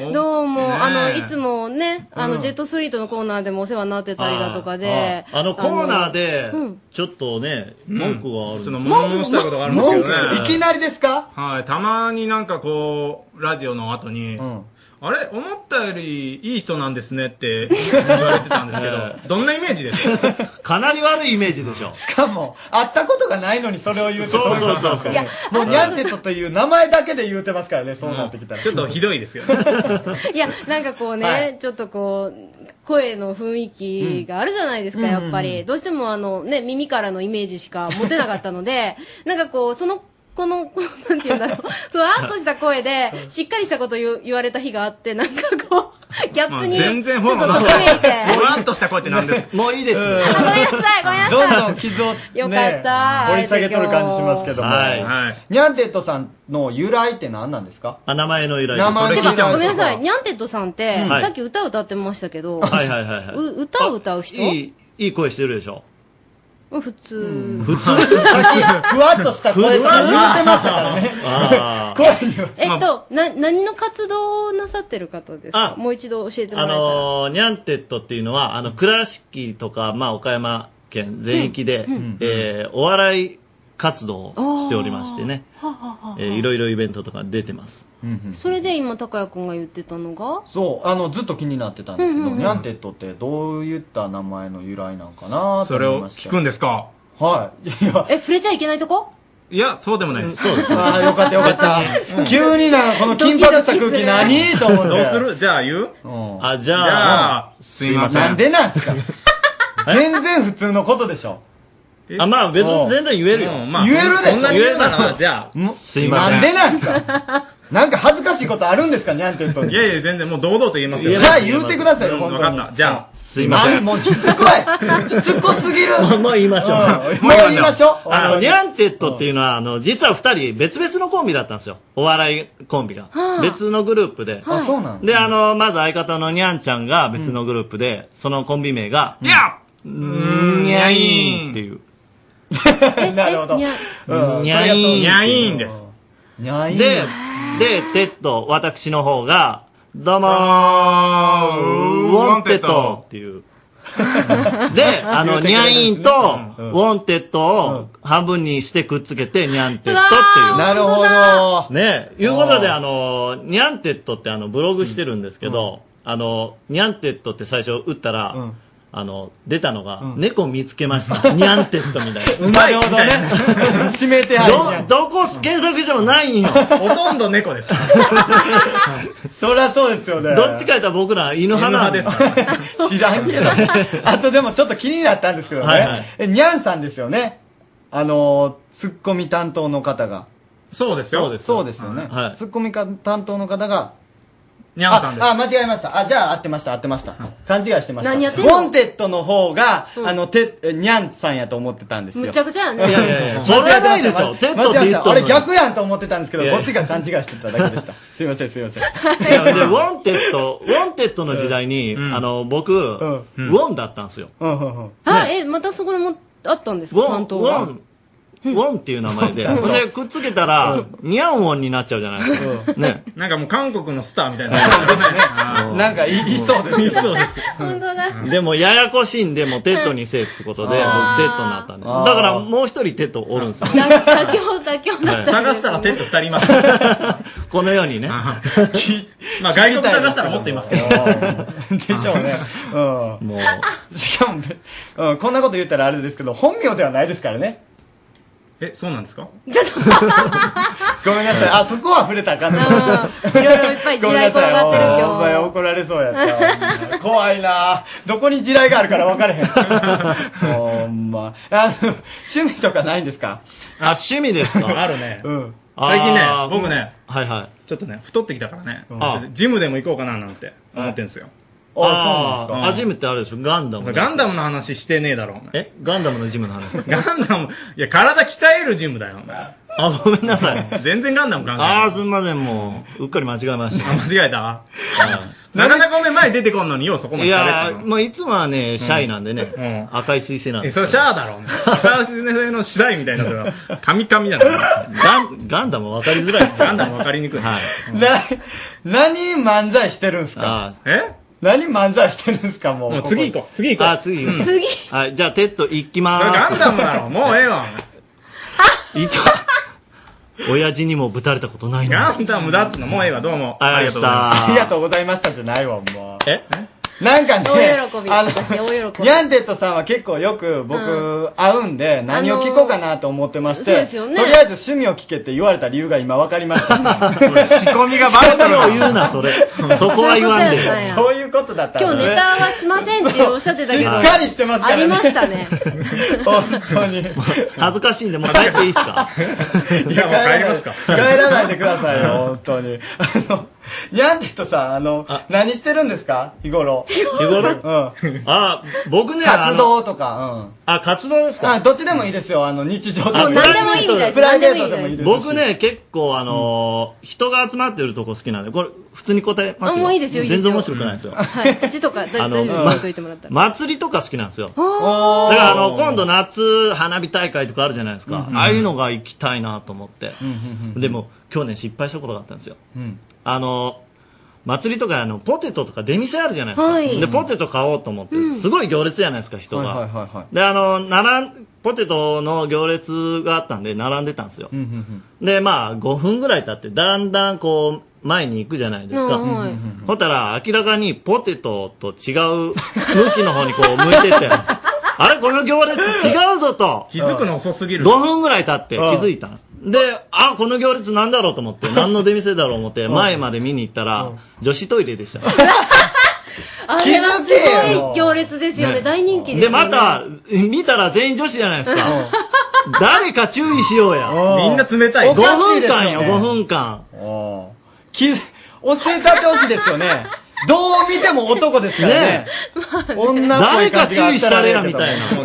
[SPEAKER 2] よ
[SPEAKER 3] どうも、あの、
[SPEAKER 5] ねえ
[SPEAKER 3] いつもね、あ
[SPEAKER 5] う
[SPEAKER 3] の、
[SPEAKER 5] ん
[SPEAKER 3] ジェットスイートのコーナーでもお世話になってたりだとかで、
[SPEAKER 5] あのコーナーで
[SPEAKER 3] あのうん、
[SPEAKER 5] ちょっとね、文句があるんですよ。
[SPEAKER 22] 物申したいことがあるんですけどね
[SPEAKER 5] 文句いき
[SPEAKER 2] なりですか
[SPEAKER 22] はい。たまになんかこう、ラジオの後に、あれ思ったよりいい人なんですねって言われてたんですけど、どんなイメージですか
[SPEAKER 5] かなり悪いイメージでしょ。
[SPEAKER 2] しかも、会ったことがないのにそれを言うてどなの
[SPEAKER 5] そうそうそうそう
[SPEAKER 2] いやもうニャンテッドという名前だけで言うてますからね、そうなってきたら。
[SPEAKER 22] ちょっとひどいですよね。
[SPEAKER 3] いや、なんかこうね、
[SPEAKER 22] は
[SPEAKER 3] ちょっとこう、声の雰囲気があるじゃないですか、
[SPEAKER 2] うん
[SPEAKER 3] やっぱ
[SPEAKER 2] うんうんう
[SPEAKER 3] り。どうしてもあの、ね、耳からのイメージしか持てなかったので、なんかこう、その、この、こうなんて言うんだろう、ふわっとした声で、しっかりしたこと言う言われた日があって、なんかこう、ギャップに、ちょっ
[SPEAKER 22] 全
[SPEAKER 3] とと
[SPEAKER 22] 然フォ
[SPEAKER 3] き
[SPEAKER 22] ロー
[SPEAKER 3] め
[SPEAKER 22] ない
[SPEAKER 3] て。
[SPEAKER 22] ぼわっとした声って何ですか
[SPEAKER 5] もう いいです。ご
[SPEAKER 22] めん
[SPEAKER 3] なさい、ごめんなさい。
[SPEAKER 2] どんどん傷をね、
[SPEAKER 3] よかった
[SPEAKER 2] 掘り下げとる感じしますけども。
[SPEAKER 5] はい
[SPEAKER 2] ニャンテッドさんの由来って何なんですか
[SPEAKER 5] あ名前の由来
[SPEAKER 2] 名前
[SPEAKER 5] それ聞いちゃう
[SPEAKER 3] ごめんなさい、
[SPEAKER 5] い。
[SPEAKER 3] ニャンテッドさんって、
[SPEAKER 5] うんはい
[SPEAKER 3] さっき歌歌ってましたけど、
[SPEAKER 5] はいはいはいは
[SPEAKER 3] う歌を歌う人
[SPEAKER 5] い。いい、いい声してるでしょ。
[SPEAKER 3] うん普通、
[SPEAKER 5] 普通
[SPEAKER 2] ふわっとした声って言ってましたからね。
[SPEAKER 5] あ
[SPEAKER 3] えっと、な、何の活動をなさってる方ですかもう一度教えても
[SPEAKER 5] ー
[SPEAKER 3] ら
[SPEAKER 5] あ
[SPEAKER 3] えたら。
[SPEAKER 5] のー、ニャンテッドっていうのは、あの、倉敷とか、まあ、岡山県全域で、
[SPEAKER 3] うんうん
[SPEAKER 5] えーお笑い活動をしておりましてね、
[SPEAKER 3] はあはあはあ
[SPEAKER 5] えーいろいろイベントとか出てます。
[SPEAKER 3] それで今、高谷くんが言ってたのが、
[SPEAKER 2] そう、あの、ずっと気になってたんですけ
[SPEAKER 3] うん
[SPEAKER 2] ど、
[SPEAKER 3] うんうん
[SPEAKER 2] ニャンテッドってどういった名前の由来なんかなと
[SPEAKER 22] それ
[SPEAKER 2] 思い
[SPEAKER 22] を
[SPEAKER 2] ました
[SPEAKER 22] 聞くんですか
[SPEAKER 2] はい。
[SPEAKER 3] え、触れちゃいけないとこ
[SPEAKER 22] いや、そうでもないです。そうです。
[SPEAKER 2] ああ、よかったよかった。急になの、この緊迫した空気何と思って。
[SPEAKER 22] どうするじゃあ言う
[SPEAKER 5] あ、じゃあ
[SPEAKER 22] すいません。
[SPEAKER 2] なんでなんすか全然普通のことでしょ。
[SPEAKER 5] あ、まあ別に全然言えるよ
[SPEAKER 2] うん
[SPEAKER 5] まあ
[SPEAKER 2] 言えるでしょ。
[SPEAKER 5] そんなに言えるなら
[SPEAKER 22] じゃ
[SPEAKER 2] あ、
[SPEAKER 5] すいません
[SPEAKER 2] なんでなんすかなんか恥ずかしいことあるんですかニャンテッドに。
[SPEAKER 22] いやいや、全然もう堂々と言いますよ。
[SPEAKER 2] じゃあ言うてくださいよ
[SPEAKER 22] うん
[SPEAKER 2] 本当に
[SPEAKER 22] わかった。じゃあ、
[SPEAKER 5] す
[SPEAKER 22] いません。
[SPEAKER 2] もうしつこいしつこすぎる
[SPEAKER 5] もう言いましょう。
[SPEAKER 2] うんもう言いましょう。
[SPEAKER 5] あの、ニャンテッドっていうのは、あの、実は二人別々のコンビだったんですよ。お笑いコンビが
[SPEAKER 2] はあ。
[SPEAKER 5] 別のグループで。
[SPEAKER 2] あ、そうなの
[SPEAKER 5] で、あの、まず相方のニャンちゃんが別のグループで、そのコンビ名が、ニャンニャイーンっていう。
[SPEAKER 2] なるほど。
[SPEAKER 3] ニャ
[SPEAKER 2] うん
[SPEAKER 5] ニャイーン。
[SPEAKER 22] ニャイーンです。
[SPEAKER 2] ニャイーン。
[SPEAKER 5] で、で、テッド、私の方が、どうもー、ウォンテッドっていう。 で、あの、ニャイーンと、ウォンテッドを半分にしてくっつけて、ニャンテッドっていう。
[SPEAKER 2] なるほど。
[SPEAKER 5] ね、いうことで、あの、ニャンテッドってあの、ブログしてるんですけど、あの、ニャンテッドって最初打ったら、あの、出たのが、猫見つけま した。ニャンテッドみたいな。
[SPEAKER 2] なるほどね。指名手配。
[SPEAKER 5] ど、どこ、検索してもないんよ。
[SPEAKER 22] ほとんど猫です。
[SPEAKER 2] そりゃそうですよね。
[SPEAKER 5] どっちか言ったら僕ら犬派なんです。
[SPEAKER 2] 知らんけど。あとでもちょっと気になったんですけどね。
[SPEAKER 5] はいは
[SPEAKER 2] え、ニャンさんですよね。あのー、ツッコミ担当の方が。
[SPEAKER 22] そうですよ。
[SPEAKER 2] そうですよね。ツッコミ担当の方が、
[SPEAKER 22] にゃんさんで
[SPEAKER 2] あ、あ間違えました。あ、じゃあ合ってました、合ってました。勘違いしてました。
[SPEAKER 3] 何やってんの
[SPEAKER 2] ウォンテッドの方が、あの、て、にゃんさんやと思ってたんですよ。
[SPEAKER 3] むちゃくちゃや
[SPEAKER 2] い
[SPEAKER 3] ね
[SPEAKER 2] やいやいや、
[SPEAKER 3] それはないでしょ
[SPEAKER 2] 間違え
[SPEAKER 3] テッ
[SPEAKER 2] ま
[SPEAKER 3] ドって言ったのに
[SPEAKER 2] 間違えました俺逆やんと思ってたんですけど、
[SPEAKER 5] いやい
[SPEAKER 2] こっ
[SPEAKER 5] や
[SPEAKER 2] ちが勘違いしてただけでした。すいません、すいません。
[SPEAKER 5] いやで、ウォンテッド、ウォンテッドの時代に、あの、僕、ウォンだったんですよ。ウォン、
[SPEAKER 3] あ、え、またそこにもあったんです
[SPEAKER 5] ウ
[SPEAKER 3] か担当
[SPEAKER 5] ォ
[SPEAKER 3] が。
[SPEAKER 5] ン、ウォンっていう名前で。
[SPEAKER 22] うん
[SPEAKER 5] ほんで、くっつけたら、ニャンウォンになっちゃうじゃないですか。ね。
[SPEAKER 22] なんかもう韓国のスターみたいな。
[SPEAKER 5] なんかいいそうです
[SPEAKER 22] いそうです。
[SPEAKER 3] 本当だ。
[SPEAKER 5] でも、ややこしいんで、もうテッドにせえってことで、僕テ
[SPEAKER 22] あー
[SPEAKER 5] ッドになったんで。だから、もう一人テッドおるんですよ。
[SPEAKER 3] 妥協、妥協だった。
[SPEAKER 5] 探したらテッド二人います。 このようにね。
[SPEAKER 22] まあ外国探したらもっといますけど。
[SPEAKER 2] でしょうね。うん。
[SPEAKER 5] も
[SPEAKER 2] う。しかも、うん、こんなこと言ったらあれですけど、本名ではないですからね。
[SPEAKER 22] え、そうなんですか
[SPEAKER 2] ごめんなさい。あ、そこは触れたらあかんね。
[SPEAKER 3] いろいろいっぱい地雷転がってる今
[SPEAKER 2] お前
[SPEAKER 3] 日。
[SPEAKER 2] 怒られそうやった。怖いなどこに地雷があるから分かれへん。ほんま。あの、趣味とかないんですか
[SPEAKER 5] あ、趣味ですか
[SPEAKER 22] あるね。
[SPEAKER 2] うん。
[SPEAKER 22] 最近ね、僕ね、
[SPEAKER 5] はいはい。
[SPEAKER 22] ちょっとね、太ってきたからね
[SPEAKER 5] あ、
[SPEAKER 22] ジムでも行こうかななんて思ってんすよ。
[SPEAKER 5] あーそうなんですかあジム
[SPEAKER 22] ってあるでしょガンダ
[SPEAKER 5] ムのやつ
[SPEAKER 22] ガンダムの話してねえだろ、お前。
[SPEAKER 5] えガンダムのジムの話
[SPEAKER 22] ガンダム、いや、体鍛えるジムだよ、お前。
[SPEAKER 5] あ、ごめんなさい。
[SPEAKER 22] 全然ガンダム関係ない。
[SPEAKER 5] あー、すみません、もう、うっかり間違えました。
[SPEAKER 22] 間違 えたなかなかお前前出てこんのにようそこま
[SPEAKER 5] い
[SPEAKER 22] で喋った
[SPEAKER 5] や
[SPEAKER 22] の。
[SPEAKER 5] ー、もういつもはね、シャイなんでね、赤い彗星なんで
[SPEAKER 22] え、
[SPEAKER 5] す
[SPEAKER 22] それシャアだろ、お前。私ね、の次第みたいな、それは神々だな。
[SPEAKER 5] ガン、ガンダム分かりづらいです
[SPEAKER 22] ガンダム分かりにくい。はい。
[SPEAKER 2] な、何漫才してるんすか
[SPEAKER 22] え
[SPEAKER 2] 何漫才してるんすかもう。
[SPEAKER 5] もう次行
[SPEAKER 2] こう。
[SPEAKER 22] 次
[SPEAKER 5] 行こう。あ、次行こう。
[SPEAKER 3] 次
[SPEAKER 5] はい、じゃあ、テッド行きまーす。
[SPEAKER 22] それガンダムだろもうええわ。
[SPEAKER 5] いた。親父にもぶたれたことないな。
[SPEAKER 22] ガンダムだっつの、もうええわ、どうも。
[SPEAKER 5] ありがとうございました
[SPEAKER 2] ありがとうございましたじゃないわ、もう。
[SPEAKER 5] え
[SPEAKER 2] なんかね、
[SPEAKER 3] 大喜び。
[SPEAKER 2] あの
[SPEAKER 3] 私、大喜び
[SPEAKER 2] ニ。ャンデットさんは結構よく
[SPEAKER 3] う
[SPEAKER 2] 僕会うんで何を聞こうかなと思ってまして、
[SPEAKER 3] あのーそうですよね
[SPEAKER 2] とりあえず趣味を聞けって言われた理由が今分かりました。
[SPEAKER 5] 仕込みがバレたの仕込みを言うなそれそこは言わんで
[SPEAKER 2] そういうことだったん
[SPEAKER 3] 今
[SPEAKER 2] だ
[SPEAKER 3] 日
[SPEAKER 2] ね
[SPEAKER 3] ネタはしませんっておっしゃってたけど。
[SPEAKER 2] そうしっかりしてますからね
[SPEAKER 3] ありましたね。
[SPEAKER 2] 本当に。
[SPEAKER 5] 恥ずかしいんで、もう帰っていいですか
[SPEAKER 2] いや、もう帰りますか。帰らないでくださいよ、本当に。あの、ニャンデットさん、あの、何してるんですか日頃。日
[SPEAKER 5] 頃
[SPEAKER 2] うん。
[SPEAKER 5] あ、僕ね、
[SPEAKER 2] 活動とか、うん。
[SPEAKER 5] あ、活動です
[SPEAKER 2] かどっちでもいいですよ、あの、日常
[SPEAKER 5] あ
[SPEAKER 2] プライベートプライベートでもいいですし。
[SPEAKER 5] 僕ね、結構あのー、人が集まってるとこ好きなんで、これ、普通に答えますよ。
[SPEAKER 3] あもういいですよいいですよ
[SPEAKER 5] 全然面白くないですよ。
[SPEAKER 3] はい。口とか、だ
[SPEAKER 5] あ
[SPEAKER 3] 大丈
[SPEAKER 5] の
[SPEAKER 3] 夫です。置いといてもらったら。
[SPEAKER 5] 祭りとか好きなんですよ。だか
[SPEAKER 3] あー
[SPEAKER 5] らあの、今度夏花火大会とかあるじゃないですか。ああいうのが行きたいなと思って。でも、去年失敗したことがあったんですよ。
[SPEAKER 2] うん。
[SPEAKER 5] あの、祭りとかあの、ポテトとか出店あるじゃないですか。
[SPEAKER 2] はい
[SPEAKER 5] で、ポテト買おうと思って、
[SPEAKER 2] うん
[SPEAKER 5] すごい行列じゃないですか、人が。
[SPEAKER 2] はいはいはいはい。
[SPEAKER 5] で、あの、並ん、ポテトの行列があったんで、並んでたんですよ。
[SPEAKER 2] うんうんうん。
[SPEAKER 5] で、まあ、5分ぐらい経って、だんだんこう、前に行くじゃないですか。
[SPEAKER 2] うんはい
[SPEAKER 5] ほったら、明らかにポテトと違う向きの方にこう向いて て、あれこの行列違うぞと。
[SPEAKER 22] 気づくの遅すぎる。
[SPEAKER 5] 5分ぐらい経って気づいた。で、あ、この行列なんだろうと思って、何の出店だろう思って、
[SPEAKER 2] うん
[SPEAKER 5] 前まで見に行ったら、女子トイレでした。
[SPEAKER 3] あれはす
[SPEAKER 5] 気づけ
[SPEAKER 3] ご
[SPEAKER 5] よ
[SPEAKER 3] い行列ですよね。
[SPEAKER 5] ね
[SPEAKER 3] 大人気です
[SPEAKER 5] で、
[SPEAKER 3] よね。
[SPEAKER 5] また、見たら全員女子じゃないですか。誰か注意しようや。
[SPEAKER 2] みんな
[SPEAKER 5] 冷
[SPEAKER 2] たい
[SPEAKER 5] 5
[SPEAKER 2] おかしい
[SPEAKER 5] 分
[SPEAKER 2] ですよね
[SPEAKER 5] 間よ、5分間。
[SPEAKER 2] き教えたってほしいですよね。どう見ても男ですか らね。女っぽい感じがあったらね
[SPEAKER 22] もう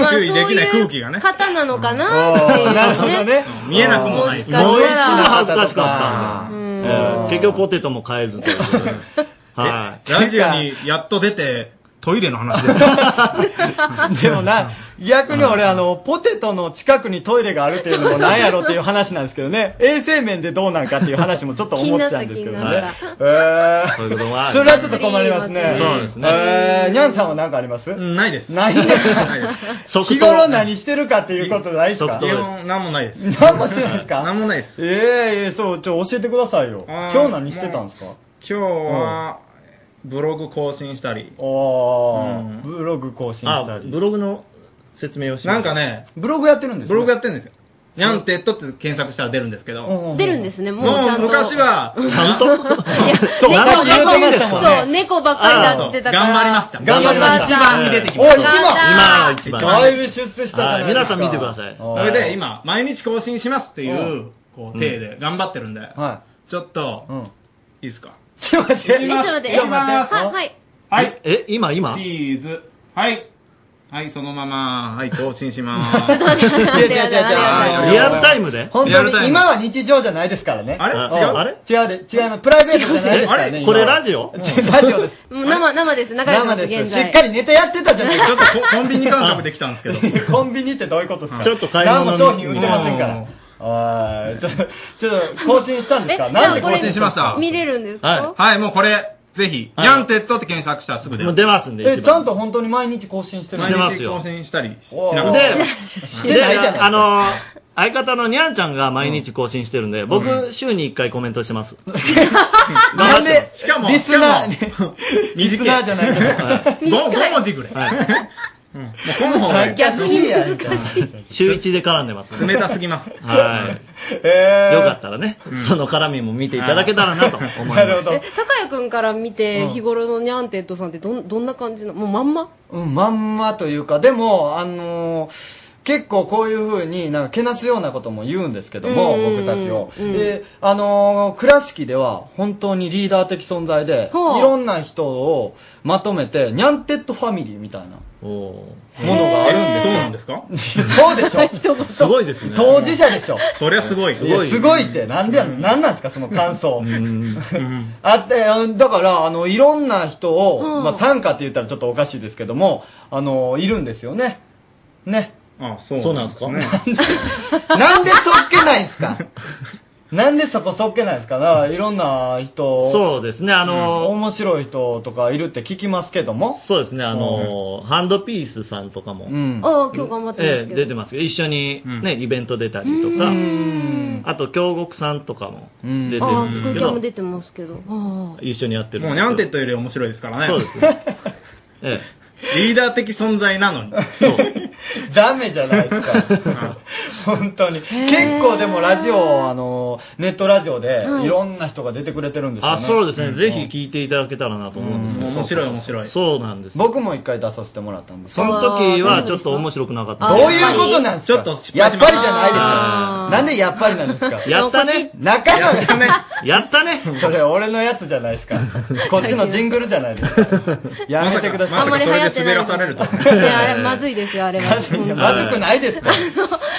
[SPEAKER 22] 注意できない空気がね。
[SPEAKER 3] 方なのかなっていうね。
[SPEAKER 2] なるほどね。
[SPEAKER 22] 見えなく
[SPEAKER 5] も
[SPEAKER 22] もない。
[SPEAKER 5] う一度恥ずかしかったんだよえー結局ポテトも買えず という。は
[SPEAKER 22] ラジオにやっと出て、トイレの話ですか
[SPEAKER 2] でもな、逆に俺あの、ポテトの近くにトイレがあるっていうのもなんやろっていう話なんですけど ね。衛生面でどうなんかっていう話もちょっと思っちゃうんですけど
[SPEAKER 5] 気になっ
[SPEAKER 2] ね
[SPEAKER 5] た気。
[SPEAKER 2] えー
[SPEAKER 5] そういうこともある
[SPEAKER 2] それはちょっと困りますね。
[SPEAKER 5] そうですね
[SPEAKER 2] えー、にゃんさんは何かあります
[SPEAKER 22] ないです。
[SPEAKER 2] ないんですか 日頃何してるかっていうことないですか
[SPEAKER 22] いや、なんもないです。
[SPEAKER 2] 何もしてないですか
[SPEAKER 22] 何もないです。
[SPEAKER 2] ええええそう、ちょ、教えてくださいよ。今
[SPEAKER 22] あー
[SPEAKER 2] 日何してたんですか
[SPEAKER 22] 今日は、ブログ更新したり。
[SPEAKER 2] おブログ更新したり。
[SPEAKER 5] ブログの説明をし
[SPEAKER 22] なんかね、
[SPEAKER 2] ブログやってるんです
[SPEAKER 22] ブログやってるんですよ。にゃんテッドって検索したら出るんですけど。
[SPEAKER 3] 出るんですね、もう
[SPEAKER 22] も
[SPEAKER 3] ちゃんと。
[SPEAKER 22] う昔は、ち
[SPEAKER 5] ゃんと
[SPEAKER 22] そう、
[SPEAKER 3] 猫
[SPEAKER 22] さっき言うてましたもんね
[SPEAKER 3] そう、猫ばっかりだってたから。
[SPEAKER 22] あそう頑張りました
[SPEAKER 3] 頑張りました。
[SPEAKER 22] 一番に出てき
[SPEAKER 2] お
[SPEAKER 22] ま
[SPEAKER 2] い、
[SPEAKER 22] し
[SPEAKER 2] 一
[SPEAKER 22] た
[SPEAKER 2] 番
[SPEAKER 22] 今一番
[SPEAKER 2] だいぶ出世したじゃないですか。
[SPEAKER 5] さい
[SPEAKER 22] それで今、毎日更新しますっていう、こう、体で頑張ってるんで、ちょっと、いいですか
[SPEAKER 2] ちょっと待
[SPEAKER 3] えちょっと待って、えはい、はい。
[SPEAKER 22] はい。
[SPEAKER 5] え、今、今
[SPEAKER 22] チーズ。はい。はい、そのまま、はい、更新し まーす。
[SPEAKER 2] 違う違う違うあの
[SPEAKER 5] リアルタイムで
[SPEAKER 2] 本
[SPEAKER 22] リアル
[SPEAKER 2] 当
[SPEAKER 22] タイ
[SPEAKER 2] に
[SPEAKER 22] ム
[SPEAKER 2] 今は日常じゃないですからね。
[SPEAKER 22] あれ
[SPEAKER 2] うん
[SPEAKER 22] 違う
[SPEAKER 2] あれ違うで、違います。プライベートじゃないですからね。今は
[SPEAKER 5] オ
[SPEAKER 2] ラジオです。
[SPEAKER 3] もう生、生です。流れて
[SPEAKER 2] 生
[SPEAKER 3] ます、
[SPEAKER 2] で
[SPEAKER 3] 現
[SPEAKER 2] す。しっ
[SPEAKER 3] 在
[SPEAKER 2] か。りネタやってたじゃ ないですか。
[SPEAKER 22] ちょっとコンビニ感覚できたんですけ ど。
[SPEAKER 2] コンビニってどういうことですか
[SPEAKER 5] ちょっと買い物
[SPEAKER 2] 何も商品売ってませんから。おい、ちょっと、ちょっと更新したんですかなんで更新しました
[SPEAKER 3] 見れるんですか
[SPEAKER 22] はい、もうこれ、ぜひ、ニャンテッドって検索したらすぐ出る。
[SPEAKER 5] 出ますん
[SPEAKER 2] え、ちゃんと本当に毎日更新して
[SPEAKER 22] 毎日更新したりしなかったり。
[SPEAKER 5] で、
[SPEAKER 2] してないじゃないですか
[SPEAKER 5] あのー相方のにゃんちゃんが毎日更新してるんで、僕、週に1回コメントして ます。
[SPEAKER 2] なん で、
[SPEAKER 22] しかも
[SPEAKER 2] リスナー、
[SPEAKER 5] リ
[SPEAKER 2] スナーじゃないけど
[SPEAKER 22] 5文字ぐらい。もう本方
[SPEAKER 2] 逆にやん
[SPEAKER 3] 難しい。
[SPEAKER 5] 週1で絡んでます。
[SPEAKER 22] 冷たすぎます。
[SPEAKER 5] はい。
[SPEAKER 2] え
[SPEAKER 5] よかったらね、その絡みも見ていただけたらなと思います。
[SPEAKER 2] なるほど
[SPEAKER 3] え。、高谷くんから見て、
[SPEAKER 2] うん
[SPEAKER 3] 日頃のニャンテッドさんってどん、どんな感じなのもうまんま
[SPEAKER 2] うん、まんまというか、でも、あのー結構こういう風になんかけなすようなことも言うんですけども、
[SPEAKER 3] うん
[SPEAKER 2] 僕たちを。
[SPEAKER 3] うん
[SPEAKER 2] で、あのー倉敷では本当にリーダー的存在で、い
[SPEAKER 3] はあ
[SPEAKER 2] ろんな人をまとめて、ニャンテッドファミリーみたいな
[SPEAKER 5] も
[SPEAKER 2] のがあるんです
[SPEAKER 22] そう
[SPEAKER 2] よ。
[SPEAKER 22] なんですか
[SPEAKER 2] そうでしょ
[SPEAKER 5] すごいですね。
[SPEAKER 2] 当事者でしょ
[SPEAKER 22] そりゃすごい。
[SPEAKER 2] いやすごいって、なんでや、なんなんですか、その感想。あって、うんだから、あの、いろんな人を、
[SPEAKER 3] うん
[SPEAKER 2] まあ、参加って言ったらちょっとおかしいですけども、あの、いるんですよね。ね。
[SPEAKER 22] あ、そ
[SPEAKER 5] そうなんですか
[SPEAKER 2] なんでそっけないんすかなんでそこそっけないんすかだからいろんな人、
[SPEAKER 5] そうですね、あのー
[SPEAKER 2] 面白い人とかいるって聞きますけども。
[SPEAKER 5] そうですね、あのーハンドピースさんとかも、
[SPEAKER 2] うん。
[SPEAKER 3] ああ、今日頑張ってま
[SPEAKER 5] え
[SPEAKER 3] す
[SPEAKER 5] え
[SPEAKER 3] けど。
[SPEAKER 5] 出てますけど、一緒にね、イベント出たりとか、あと、京極さんとかも出て
[SPEAKER 3] あ
[SPEAKER 5] る
[SPEAKER 3] あ、
[SPEAKER 5] んで
[SPEAKER 3] く
[SPEAKER 5] す
[SPEAKER 3] ん
[SPEAKER 5] け
[SPEAKER 3] キャ
[SPEAKER 5] ど
[SPEAKER 3] も、出てますけど。ああ。
[SPEAKER 5] 一緒にやってるん
[SPEAKER 22] もう
[SPEAKER 5] ですけ
[SPEAKER 22] ニ
[SPEAKER 5] ど
[SPEAKER 22] ャンテッドより面白いですからね。
[SPEAKER 5] そうですね。え
[SPEAKER 22] リーダー的存在なのに。
[SPEAKER 2] ダメじゃないですか。本当に。結構でもラジオ、あの、ネットラジオで
[SPEAKER 3] はい
[SPEAKER 2] いろんな人が出てくれてるんで
[SPEAKER 5] え
[SPEAKER 2] すよね。
[SPEAKER 5] あ、そうですね。ぜひ聞いていただけたらなと思うんですけど。
[SPEAKER 22] 面白い面白い。
[SPEAKER 5] そうなんです。
[SPEAKER 2] 僕も一回出させてもらったんです
[SPEAKER 5] その時はちょっと面白くなかった。
[SPEAKER 2] どういうことなんですか
[SPEAKER 22] ちょっと失
[SPEAKER 2] やっ
[SPEAKER 22] 敗し
[SPEAKER 2] ぱり
[SPEAKER 22] ま
[SPEAKER 2] じ
[SPEAKER 22] した
[SPEAKER 2] ゃないでしょ。なんでやっぱりなんですか
[SPEAKER 5] やったね。
[SPEAKER 2] 中
[SPEAKER 22] やった
[SPEAKER 2] の、
[SPEAKER 22] ね。
[SPEAKER 5] やったね。
[SPEAKER 2] それ俺のやつじゃないですか。 こっちのジングルじゃないですか。 やめてくだ
[SPEAKER 22] ま
[SPEAKER 2] さ
[SPEAKER 22] さ
[SPEAKER 2] い。
[SPEAKER 22] かそれで滑らされると。
[SPEAKER 3] いや、あれ、まずいですよ、あれは。
[SPEAKER 2] いやまずくないで すか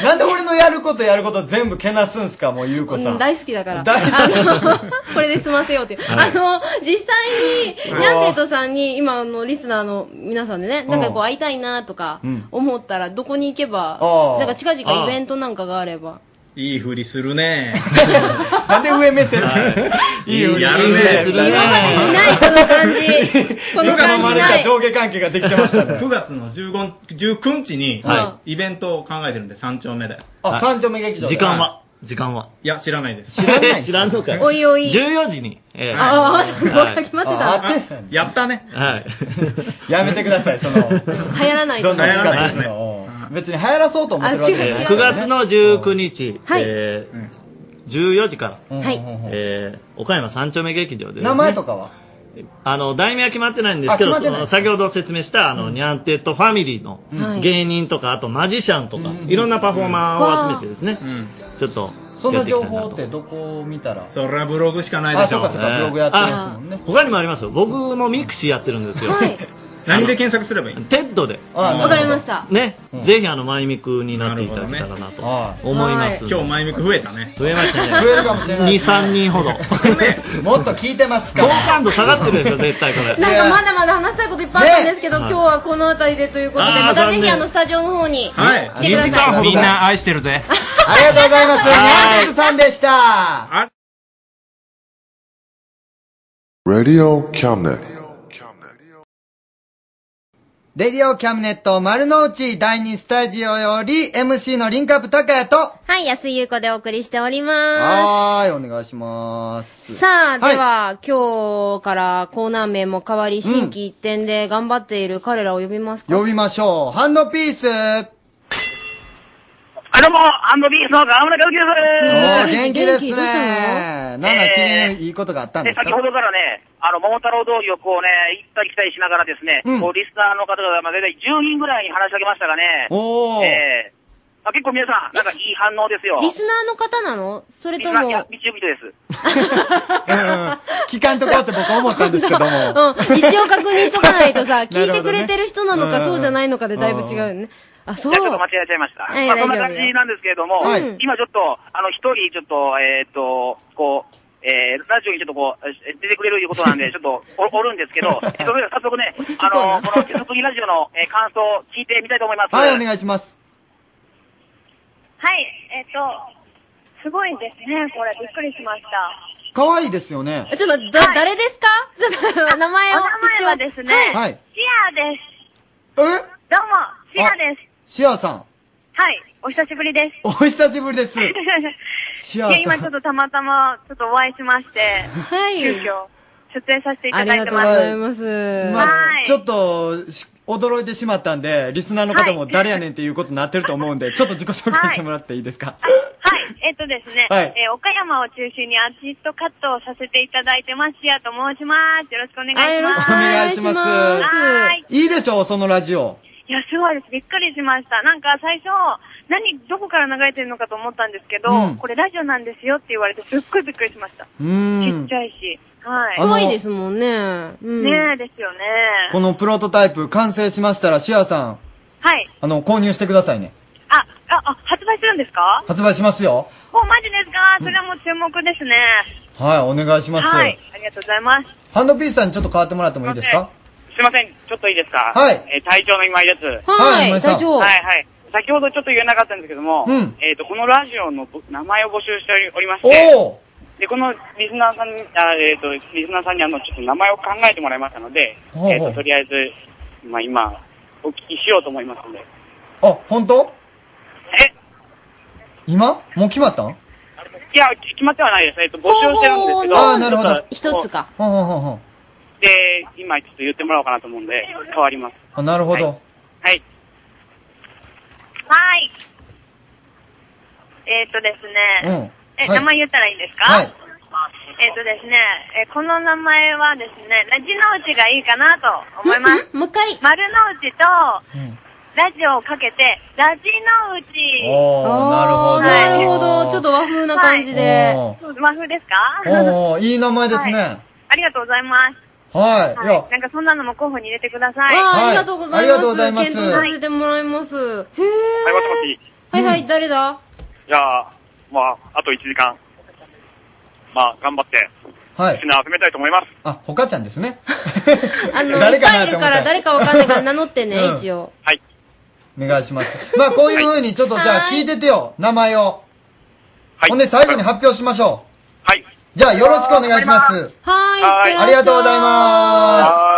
[SPEAKER 2] なんで俺のやることやること全部けなすんすかもうゆうこ
[SPEAKER 3] う
[SPEAKER 2] さ
[SPEAKER 3] ん
[SPEAKER 2] ん。
[SPEAKER 3] 大好きだから。
[SPEAKER 2] 大好き
[SPEAKER 3] あの、これで済ませようっていう。あの、実際に、
[SPEAKER 2] うん
[SPEAKER 3] ニャンデットさんに、今、あの、リスナーの皆さんでね、なんかこう、会いたいなとか
[SPEAKER 2] うん、
[SPEAKER 3] 思ったら、どこに行けば
[SPEAKER 2] あ、あ
[SPEAKER 3] なんか近々イベントなんかがあれば。
[SPEAKER 22] いいふりするね。
[SPEAKER 2] なんで上目線いいよ、
[SPEAKER 22] やるね。
[SPEAKER 3] 今までにない、この感 じ。この
[SPEAKER 2] よく飲
[SPEAKER 3] 感
[SPEAKER 2] ま
[SPEAKER 3] じ
[SPEAKER 2] れ
[SPEAKER 3] な
[SPEAKER 2] た
[SPEAKER 3] い。
[SPEAKER 2] 上下関係ができてましたね。
[SPEAKER 22] 9月の15 19日に
[SPEAKER 5] は、
[SPEAKER 22] イベントを考えてるんで、3丁目で。
[SPEAKER 2] あ、三丁目劇場で。
[SPEAKER 5] 時間は時間は。
[SPEAKER 22] いや、知らないです。
[SPEAKER 2] 知らない。
[SPEAKER 5] 知らんの かい。
[SPEAKER 3] おいおい。
[SPEAKER 5] 14時に。ええは
[SPEAKER 3] ああ、もう決まってた。
[SPEAKER 2] あ、あってんすね
[SPEAKER 22] やったね。
[SPEAKER 5] い。
[SPEAKER 2] やめてください、その、
[SPEAKER 3] 流行らない
[SPEAKER 2] ど
[SPEAKER 3] と
[SPEAKER 2] んどん
[SPEAKER 3] ね。
[SPEAKER 2] 使っていくのを。別に流行らそうと思ってるわけじゃない
[SPEAKER 5] え
[SPEAKER 3] あ違
[SPEAKER 5] え
[SPEAKER 3] う違う
[SPEAKER 5] 9月の19日、
[SPEAKER 3] はい
[SPEAKER 5] ええ14時から、
[SPEAKER 2] うん
[SPEAKER 3] はい
[SPEAKER 2] うんうん
[SPEAKER 5] ええ岡山三丁目劇場でですね
[SPEAKER 2] 名前とかは
[SPEAKER 5] あの、題名は決まってないんですけ
[SPEAKER 2] あ決
[SPEAKER 5] ど、
[SPEAKER 2] まって
[SPEAKER 5] そ
[SPEAKER 2] ない
[SPEAKER 5] の、先ほど説明した、あの、ニャンテッドファミリーの
[SPEAKER 3] はい
[SPEAKER 5] 芸人とか、あとマジシャンとか、いろんなパフォーマーを集めてですね、ちょっと、
[SPEAKER 2] そ
[SPEAKER 5] やっ
[SPEAKER 2] の
[SPEAKER 5] てい
[SPEAKER 2] 情
[SPEAKER 5] きたい
[SPEAKER 2] 報
[SPEAKER 5] な
[SPEAKER 2] っ
[SPEAKER 5] と。
[SPEAKER 2] てどこを見たら
[SPEAKER 22] そりゃブログしかないで
[SPEAKER 2] あ、
[SPEAKER 22] し
[SPEAKER 2] そ
[SPEAKER 22] ょ
[SPEAKER 2] うか。そうか、
[SPEAKER 5] ええ
[SPEAKER 2] ブログやってますもんね。
[SPEAKER 5] 他にもありますよ。僕もミクシーやってるんですよ。
[SPEAKER 3] はい。
[SPEAKER 22] 何で検索すればいい
[SPEAKER 5] テッドで。
[SPEAKER 2] あ
[SPEAKER 3] わかりました。
[SPEAKER 5] ね、
[SPEAKER 2] うん
[SPEAKER 5] ぜひあの、マイミクになっていただけたらなと
[SPEAKER 2] なるほ
[SPEAKER 5] 思います。
[SPEAKER 22] 今日前ミク増えたね。
[SPEAKER 5] 増えましたね。
[SPEAKER 2] 増えるかもしれない
[SPEAKER 5] 2、
[SPEAKER 2] ですね
[SPEAKER 5] 3人ほど。
[SPEAKER 22] ね。
[SPEAKER 2] もっと聞いてますか
[SPEAKER 5] 好
[SPEAKER 2] ら。
[SPEAKER 5] 感度下がってるでしょ、絶対こ れ。
[SPEAKER 3] なんかまだまだ話したいこといっぱいあったんですけど、
[SPEAKER 5] ね
[SPEAKER 3] 今日はこの辺りでということで、
[SPEAKER 5] あー
[SPEAKER 3] またぜ
[SPEAKER 5] 残
[SPEAKER 3] ひ
[SPEAKER 5] 念
[SPEAKER 3] あのスタジオの方に
[SPEAKER 22] はい
[SPEAKER 3] 来てください。
[SPEAKER 5] 二時間ほど
[SPEAKER 22] みんな愛してるぜ。
[SPEAKER 2] ありがとうございます。ニャンテクさんでした。
[SPEAKER 6] Radio Cabinet.
[SPEAKER 2] レディオキャムネット丸の内第2スタジオより MC のリンクアップ高也と、
[SPEAKER 3] はい、安井優子でお送りしておりま。
[SPEAKER 2] はーい、お願いしますす。
[SPEAKER 3] さあ、で
[SPEAKER 2] はい
[SPEAKER 3] は、今日からコーナー名も変わり、新規一点で頑張っている彼らを呼びますか、
[SPEAKER 2] 呼びましょう。ハンドピース。
[SPEAKER 11] あ、どうも、アンドビースの川村和樹
[SPEAKER 2] おー、
[SPEAKER 11] で
[SPEAKER 2] 元気で
[SPEAKER 3] 元
[SPEAKER 2] す
[SPEAKER 3] 気どうした
[SPEAKER 2] ね。なんか
[SPEAKER 11] え
[SPEAKER 2] 機
[SPEAKER 11] ー
[SPEAKER 2] 嫌いいことがあったん
[SPEAKER 11] す。
[SPEAKER 2] で
[SPEAKER 11] です
[SPEAKER 2] か
[SPEAKER 11] 先ほどからね、あの、桃太郎通りをこうね、行ったり来たりしながらですね、
[SPEAKER 2] うん
[SPEAKER 11] こうリスナーの方々、まあ、大体10人ぐらいに話しかけましたがね、
[SPEAKER 2] おー、
[SPEAKER 11] ええあ結構皆さん、なんかいい反応ですよ。
[SPEAKER 3] リスナーの方なのそれと
[SPEAKER 11] い
[SPEAKER 3] も。
[SPEAKER 11] や、道行人です。
[SPEAKER 2] 聞かんとこうって僕思ったんですけども。
[SPEAKER 3] うん。一応確認しとかないとさ、
[SPEAKER 2] なるほどね
[SPEAKER 3] 聞いてくれてる人なの
[SPEAKER 2] う
[SPEAKER 3] か、
[SPEAKER 2] ん
[SPEAKER 3] そうじゃないのかでだいぶ違うよね。あ、そう。
[SPEAKER 11] ちょっと間違えちゃいました。
[SPEAKER 3] ええ
[SPEAKER 11] まあ、そんな
[SPEAKER 3] 大丈夫
[SPEAKER 11] 感
[SPEAKER 3] よ
[SPEAKER 11] じなんですけれども、
[SPEAKER 3] はい
[SPEAKER 11] 今ちょっと、あの、一人、ちょっと、えーっ、と、こう、えー、ラジオにちょっとこう、え出てくれるということなん で、ちょっとお、おるんですけど、えそれでは早速ね、あの、この、手続きラジオの、えー感想を聞いてみたいと思います。
[SPEAKER 2] はい、お願いします。
[SPEAKER 4] はい、えっ、と、すごいですね、これ。びっくりしました。
[SPEAKER 2] 可愛いですよね。
[SPEAKER 3] ちょっと、だ、誰ですかちょっと、名前を。
[SPEAKER 4] お名前はですね、
[SPEAKER 2] はいはい
[SPEAKER 4] シアです。
[SPEAKER 2] え
[SPEAKER 4] どうも、シアです。
[SPEAKER 2] シアさん。
[SPEAKER 4] はい、お久しぶりです。
[SPEAKER 2] お久しぶり です。
[SPEAKER 4] い
[SPEAKER 2] シア
[SPEAKER 4] や、今
[SPEAKER 2] さ
[SPEAKER 4] ちょっ
[SPEAKER 2] ん。
[SPEAKER 4] とたまたま、ちょっとお会いしまして、
[SPEAKER 3] はい
[SPEAKER 4] 急遽、出演させてい
[SPEAKER 3] あ
[SPEAKER 4] た
[SPEAKER 3] り
[SPEAKER 4] だ
[SPEAKER 3] が
[SPEAKER 4] い
[SPEAKER 3] と
[SPEAKER 4] て
[SPEAKER 3] うご
[SPEAKER 4] ます。
[SPEAKER 3] ざいます。
[SPEAKER 2] まあ
[SPEAKER 4] はい
[SPEAKER 2] ちょっとし、驚いてしまったんで、リスナーの方も誰やねんっていうことになってると思うんで、ちょっと自己紹介してもらっていいですか。
[SPEAKER 4] はい、 えっ、とですね、
[SPEAKER 2] はい
[SPEAKER 4] えー岡山を中心にアーティスト活動をさせていただいてます、シアと申します。よろしくお願いします。
[SPEAKER 2] お願いします。
[SPEAKER 4] はい。
[SPEAKER 2] いいでしょう、そのラジオ。
[SPEAKER 4] いや、すごいです。びっくりしました。なんか最初、何、どこから流れてるのかと思ったんですけど、
[SPEAKER 2] うん
[SPEAKER 4] これラジオなんですよって言われて、すっごいびっくりしました。
[SPEAKER 2] うー
[SPEAKER 4] ちっ
[SPEAKER 2] ん
[SPEAKER 4] ち。ゃいし。はい。
[SPEAKER 2] あの可愛いです
[SPEAKER 3] もんね。
[SPEAKER 4] ねえ、ですよね。
[SPEAKER 2] このプロトタイプ完成しましたら、シアさん、
[SPEAKER 4] はい。
[SPEAKER 2] あの、購入してくださいね。
[SPEAKER 4] あ、あ、あ、発売するんですか
[SPEAKER 2] 発売しますよ。
[SPEAKER 4] お、マジですかそれはもう注目ですね。
[SPEAKER 2] はい、お願いします。
[SPEAKER 4] はい。ありがとうございます。
[SPEAKER 2] ハンドピースさんにちょっと変わってもらってもいいですか
[SPEAKER 11] すいません、ちょっといいですか
[SPEAKER 2] はい。
[SPEAKER 11] えー隊長の今井です。
[SPEAKER 2] はいはい今井さん隊長
[SPEAKER 11] はいはい。先ほどちょっと言えなかったんですけども、
[SPEAKER 2] うん
[SPEAKER 11] えっ、と、このラジオのぼ名前を募集しておりまして、
[SPEAKER 2] お
[SPEAKER 11] で、このリスナーさんに、あえっ、と、リスナーさんにあの、ちょっと名前を考えてもらいましたので、
[SPEAKER 2] ほうほう
[SPEAKER 11] えっ、と、とりあえず、まあ今、お聞きしようと思いますので。
[SPEAKER 2] あ、本当え今もう決まったん
[SPEAKER 11] いや、決まってはないです。えっ、と、募集してるんですけど、
[SPEAKER 2] ああ、なるほど。
[SPEAKER 11] ちょっと。
[SPEAKER 3] か。
[SPEAKER 2] ほんほんほんほん。
[SPEAKER 11] で、今ちょっと言ってもらおうかなと思うんで、変わります。
[SPEAKER 2] あ、なるほど。
[SPEAKER 11] はい。
[SPEAKER 4] はい。えっ、とですね。
[SPEAKER 2] うん。
[SPEAKER 4] え、
[SPEAKER 2] はい
[SPEAKER 4] 名前言ったらいいんですか
[SPEAKER 2] はい。
[SPEAKER 4] えっ、とですね、えこの名前はですね、ラジのうちがいいかなと思います。
[SPEAKER 3] もう一回。
[SPEAKER 4] 丸のうちと、ラジオをかけて、ラジのうち。
[SPEAKER 2] おー、なるほど。
[SPEAKER 3] なるほど。ちょっと和風な感じで。
[SPEAKER 2] お
[SPEAKER 4] 和風ですか
[SPEAKER 2] ーおー、いい名前ですね。
[SPEAKER 4] はい ありがとうございます。
[SPEAKER 2] はい。い、や、
[SPEAKER 4] なんかそんなのも候補に入れてください。
[SPEAKER 3] わあありがとうございます。
[SPEAKER 2] ありがとうございます
[SPEAKER 3] 検討させてもらいます。へえ。
[SPEAKER 11] はい、もしもし。
[SPEAKER 3] はいはい、誰だ
[SPEAKER 11] じゃあ、まあ、あと1時間。まあ、頑張って、
[SPEAKER 2] はい。
[SPEAKER 11] リスナー集めたいと思います。
[SPEAKER 2] あ、ほかちゃんですね。
[SPEAKER 3] あの、い
[SPEAKER 2] 誰
[SPEAKER 3] っ
[SPEAKER 2] か
[SPEAKER 3] ぱ
[SPEAKER 2] ない
[SPEAKER 3] いる
[SPEAKER 2] と思った
[SPEAKER 3] から誰かわかんないから名乗ってね、
[SPEAKER 2] うん
[SPEAKER 3] 一応。
[SPEAKER 2] お願いします。まあ、こういう風に、ちょっとじゃあ聞いててよ、名前を。ほんで、最後に発表しましょう。はい。じゃあ、よろしくお願いします。
[SPEAKER 3] はーい。
[SPEAKER 2] ありがとうござい
[SPEAKER 3] ます。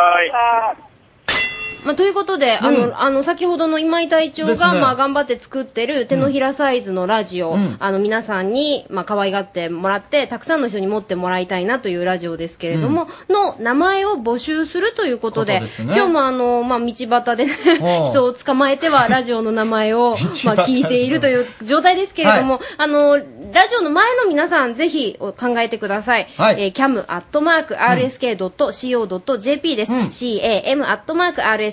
[SPEAKER 3] まあ、ということで、あ
[SPEAKER 2] うん
[SPEAKER 3] の、あの、先ほどの今井隊長
[SPEAKER 2] ですね
[SPEAKER 3] が、まあ、頑張って作ってる手のひらサイズのラジオ、
[SPEAKER 2] うん
[SPEAKER 3] あの、皆さんに、まあ、可愛がってもらって、たくさんの人に持ってもらいたいなというラジオですけれども、の名前を募集するということで、
[SPEAKER 7] ことですね
[SPEAKER 3] 今日もあの、まあ、道端でね、
[SPEAKER 7] お う
[SPEAKER 3] 人を捕まえては、ラジオの名前を、まあ、聞いているという状態ですけれども、あの、ラジオの前の皆さん、ぜひお考えてください。
[SPEAKER 7] はい
[SPEAKER 3] えー、cam.rsk.co.jp です。
[SPEAKER 7] うん
[SPEAKER 3] cam.rsk.co.jp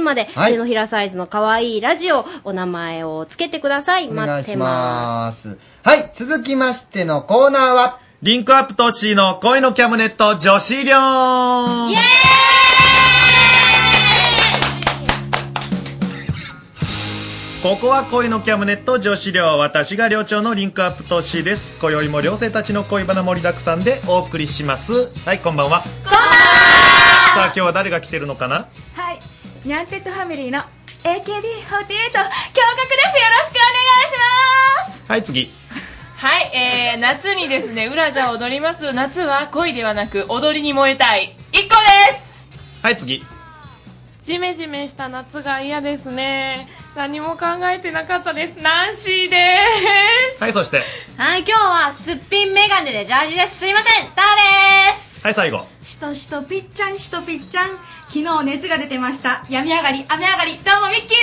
[SPEAKER 3] まで、
[SPEAKER 2] はい
[SPEAKER 3] 手のひらサイズの可愛いラジオ、お名前をつけてください。
[SPEAKER 2] お願い
[SPEAKER 3] 待っ
[SPEAKER 2] して
[SPEAKER 3] ます。
[SPEAKER 2] ます。はい、続きましてのコーナーは、
[SPEAKER 12] リンクアップトッシーの声のキャムネット女子寮イエここは恋のキャムネット女子寮私が寮長のリンクアップトッシーです今宵も寮生たちの恋バナ盛りだくさんでお送りしますはいこんばんはこんばんはさあ今日は誰が来てるのかな
[SPEAKER 23] はい、ニャンテッドファミリーの AKB48 驚愕ですよろしくお願いします
[SPEAKER 12] はい次
[SPEAKER 24] はい、えー、夏にですね、裏じゃ踊ります。夏は恋ではなく、踊りに燃えたい。一個です
[SPEAKER 12] はい次
[SPEAKER 24] ジメジメした夏が嫌ですね。何も考えてなかったです。ナンシーです。
[SPEAKER 12] はいそして
[SPEAKER 25] はい、今日はすっぴんメガネでジャージです。すいません、ターです。
[SPEAKER 12] はい最後
[SPEAKER 25] しとしとぴっちゃん、しとぴっちゃん。昨日熱が出てました。病み上がり、雨上がり、どうもミッキーで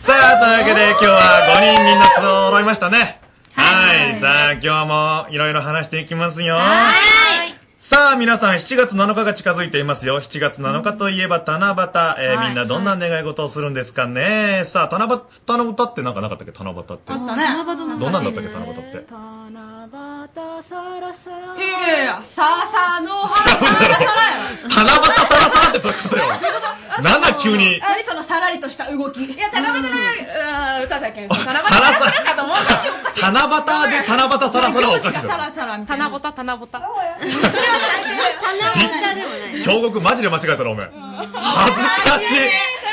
[SPEAKER 25] す。
[SPEAKER 12] さあ、というわけで今日は5人みんな揃いましたね。はい。さあ、今日もいろいろ話していきますよ。はい。さあ皆さん7月7日が近づいていますよ7月7日といえば七夕、えー
[SPEAKER 25] はい
[SPEAKER 12] みんなどんな願い事をするんですかね、さあ七夕七夕ってなんかなかったっけ七夕って
[SPEAKER 25] あったね
[SPEAKER 12] どんなんだったっけ七夕って
[SPEAKER 25] いやいやいや笹の花さらさらやろ
[SPEAKER 12] 七夕サラサラってどういうことよなんだ急に
[SPEAKER 25] 何そのさらりとした動きいや
[SPEAKER 24] 七夕のうーん歌だけど七夕
[SPEAKER 12] サラサラ
[SPEAKER 24] かと思ったし
[SPEAKER 12] 七夕で七夕サラサラはおかしいだろ
[SPEAKER 24] ラサラみたいな。七夕、七夕。
[SPEAKER 25] 七夕でもない
[SPEAKER 12] 京極マジで間違えたろおめえ恥ずかし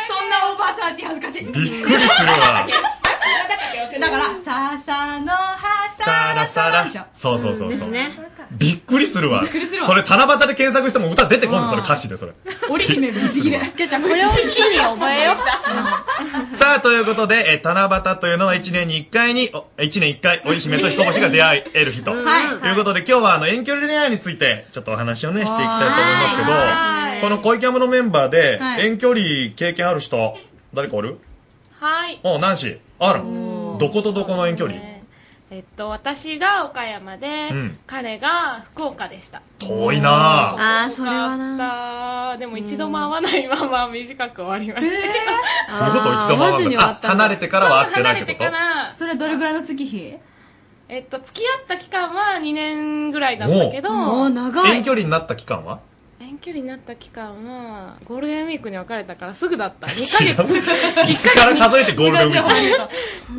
[SPEAKER 25] そんなおばさんって恥ずかしいびっ
[SPEAKER 12] くりするわ
[SPEAKER 25] だから笹の葉さ
[SPEAKER 12] サラサラ
[SPEAKER 25] でしょ
[SPEAKER 12] そうそうそうそう
[SPEAKER 25] ね
[SPEAKER 12] びっくりするわ
[SPEAKER 25] びっくりするわ
[SPEAKER 12] それ七夕で検索しても歌出てこんのそれ歌詞でそれ
[SPEAKER 25] 織姫ぶち切れ
[SPEAKER 24] きょちゃん、これを機に覚えよう。
[SPEAKER 12] さあ、ということで、えー七夕というのは1年に1回に、お1年1回、織姫と彦星が出会える日と。
[SPEAKER 24] はい
[SPEAKER 12] ということで、今日はあの遠距離恋愛について、ちょっとお話をね、していきたいと思いますけど、この恋キャムのメンバーで、
[SPEAKER 24] はい
[SPEAKER 12] 遠距離経験ある人、誰かおる
[SPEAKER 24] はい。
[SPEAKER 12] おナンシー。あら、どことどこの遠距離
[SPEAKER 24] えっと、私が岡山で、
[SPEAKER 12] うん
[SPEAKER 24] 彼が福岡でした。
[SPEAKER 12] 遠いなぁ。
[SPEAKER 24] ああ、それはなでも一度も会わないまま短く終わりました。
[SPEAKER 12] どういうこと
[SPEAKER 24] あー
[SPEAKER 12] 一度も会わない。あ、離れてからは会ってない
[SPEAKER 24] 離れ
[SPEAKER 12] って
[SPEAKER 24] て
[SPEAKER 12] こ
[SPEAKER 24] から、
[SPEAKER 25] それどれぐらいの月日
[SPEAKER 24] えっと、付き合った期間は2年ぐらいだったけど、
[SPEAKER 12] と遠距離になった期間は
[SPEAKER 24] 遠距離になった期間は、ゴールデンウィークに別れ たからすぐだった。2ヶ月。
[SPEAKER 12] いつから数えてゴールデンウィーク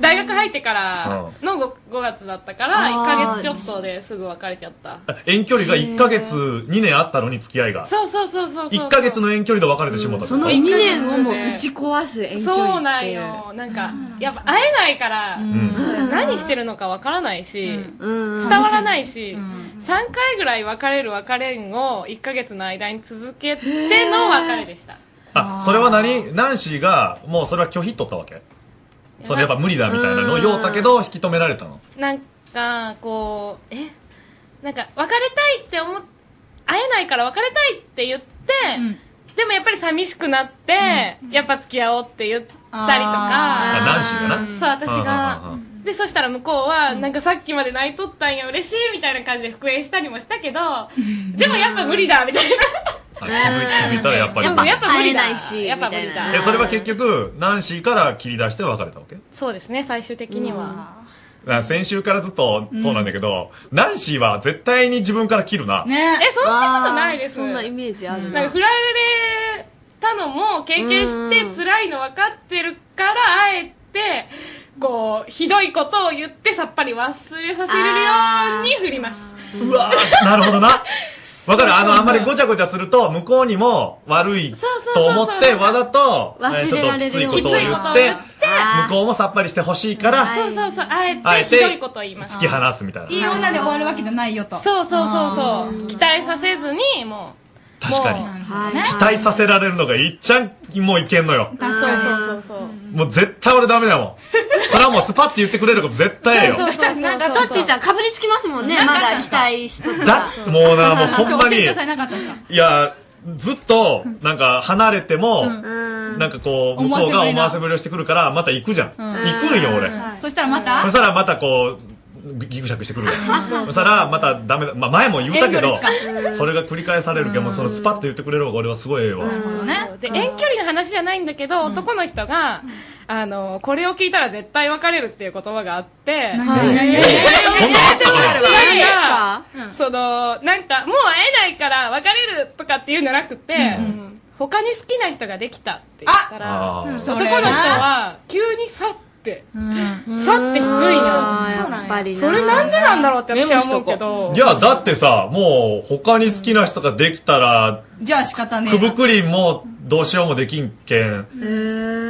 [SPEAKER 24] 大学入ってからの 5, 月だったから、1ヶ月ちょっとですぐ別れちゃった。
[SPEAKER 12] 遠距離が1ヶ月、2年あったのに付き合いが。
[SPEAKER 24] そうそうそうそうそう。
[SPEAKER 12] 1ヶ月の遠距離で別れてしまったってこと
[SPEAKER 24] その二年をもう打
[SPEAKER 3] ち壊す遠
[SPEAKER 24] 距離ってそうなんよなんかやっぱ会えないから、そう何してるのかわからないし、伝わらないし、三3回ぐらい別れる別れんを1ヶ月の間に続けての別れでした
[SPEAKER 12] あ、それは何ナンシーが、もうそれは拒否取ったわけそれやっぱ無理だみたいなのを
[SPEAKER 24] うん
[SPEAKER 12] 言おうたけど、引き止められたの。
[SPEAKER 24] なんかこうえなんか別れたいって思っ会えないから別れたいって言って、でもやっぱり寂しくなって、やっぱ付き合おうって言ったりと
[SPEAKER 12] あ、
[SPEAKER 24] か
[SPEAKER 12] ナンシーがな。
[SPEAKER 24] そう私が
[SPEAKER 12] うんうんうん
[SPEAKER 24] でそしたら向こうは、なんかさっきまで泣いとったんや嬉しいみたいな感じで復縁したりもしたけどでもやっぱ無理だみたいな
[SPEAKER 12] あ気づい気づいたらやっぱり
[SPEAKER 24] やっぱやっぱ無理だ
[SPEAKER 3] 会えないし
[SPEAKER 24] やっぱ無
[SPEAKER 3] み
[SPEAKER 24] 理
[SPEAKER 3] た
[SPEAKER 24] だ
[SPEAKER 3] い
[SPEAKER 12] え、それは結局、ナンシーから切り出して別れたわけ
[SPEAKER 24] そうですね最終的には
[SPEAKER 12] あ先週からずっとそうなんだけど、ナンシーは絶対に自分から切るな。
[SPEAKER 24] えそんなことないです
[SPEAKER 3] そんなイメージある
[SPEAKER 24] なんか振られたのも経験して辛いの分かってるからあえてこうひどいことを言ってさっぱり忘れさせれるように振ります
[SPEAKER 12] うわーなるほどな。わかるあの、あんまりごちゃごちゃすると、向こうにも悪いと思って、わざと、えーちょっときついことを言って、向こうもさっぱりしてほしいから、
[SPEAKER 24] そうそうそうあえて
[SPEAKER 12] あえて
[SPEAKER 24] ひどいことを言います
[SPEAKER 12] 突き放すみたいな。
[SPEAKER 24] い女で終わるわけじゃないよとそうそうそうそう期待させずにも
[SPEAKER 12] 確かに。
[SPEAKER 24] う
[SPEAKER 12] 期待させられるのがいっちゃん、もういけんのよ。
[SPEAKER 24] そうそうそうそう
[SPEAKER 12] もう絶対俺ダメだもん。それはもうスパって言ってくれること絶対ええよ。
[SPEAKER 24] そうそうそう
[SPEAKER 3] なんか、トッチーさん、かぶりつきますもんね。まだ期待しとったら。
[SPEAKER 12] もうな、もうほんま
[SPEAKER 3] ちょ教え
[SPEAKER 12] に、い
[SPEAKER 3] てくださいなかったですか
[SPEAKER 12] や、ずっと、なんか離れても、なんかこう、向こうが思
[SPEAKER 25] 思
[SPEAKER 12] わ
[SPEAKER 25] わ
[SPEAKER 12] せぶりをしてくるから、また行くじゃん。行くんよ、俺。
[SPEAKER 25] そしたらまた
[SPEAKER 12] そしたらまたこう、ギクシャクしてくる
[SPEAKER 25] そう
[SPEAKER 12] わ。そしたらまたダメだ。まあ前も言ったけど
[SPEAKER 25] 遠慮です、か
[SPEAKER 12] それが繰り返されるけど、もうそのスパッと言ってくれる方が俺はすごいええわ。
[SPEAKER 24] そうで遠距離の話じゃないんだけど、男の人が、あのこれを聞いたら絶対別れるっていう言葉があって、
[SPEAKER 25] 何何何
[SPEAKER 24] そんなあった
[SPEAKER 3] か
[SPEAKER 24] そのなんかもう会えないから別れるとかっていうんじゃなくて、他に好きな人ができたって言ったら
[SPEAKER 25] あ
[SPEAKER 24] うん
[SPEAKER 25] そ
[SPEAKER 24] 男
[SPEAKER 25] れ
[SPEAKER 24] の人は急に去って、去って低いのやっぱりそれなんでなんだろうって私は思うけど
[SPEAKER 12] いや、だってさ、もう他に好きな人ができたら、
[SPEAKER 24] じゃあ仕方
[SPEAKER 12] くぶくりんもどうしようもできんけん。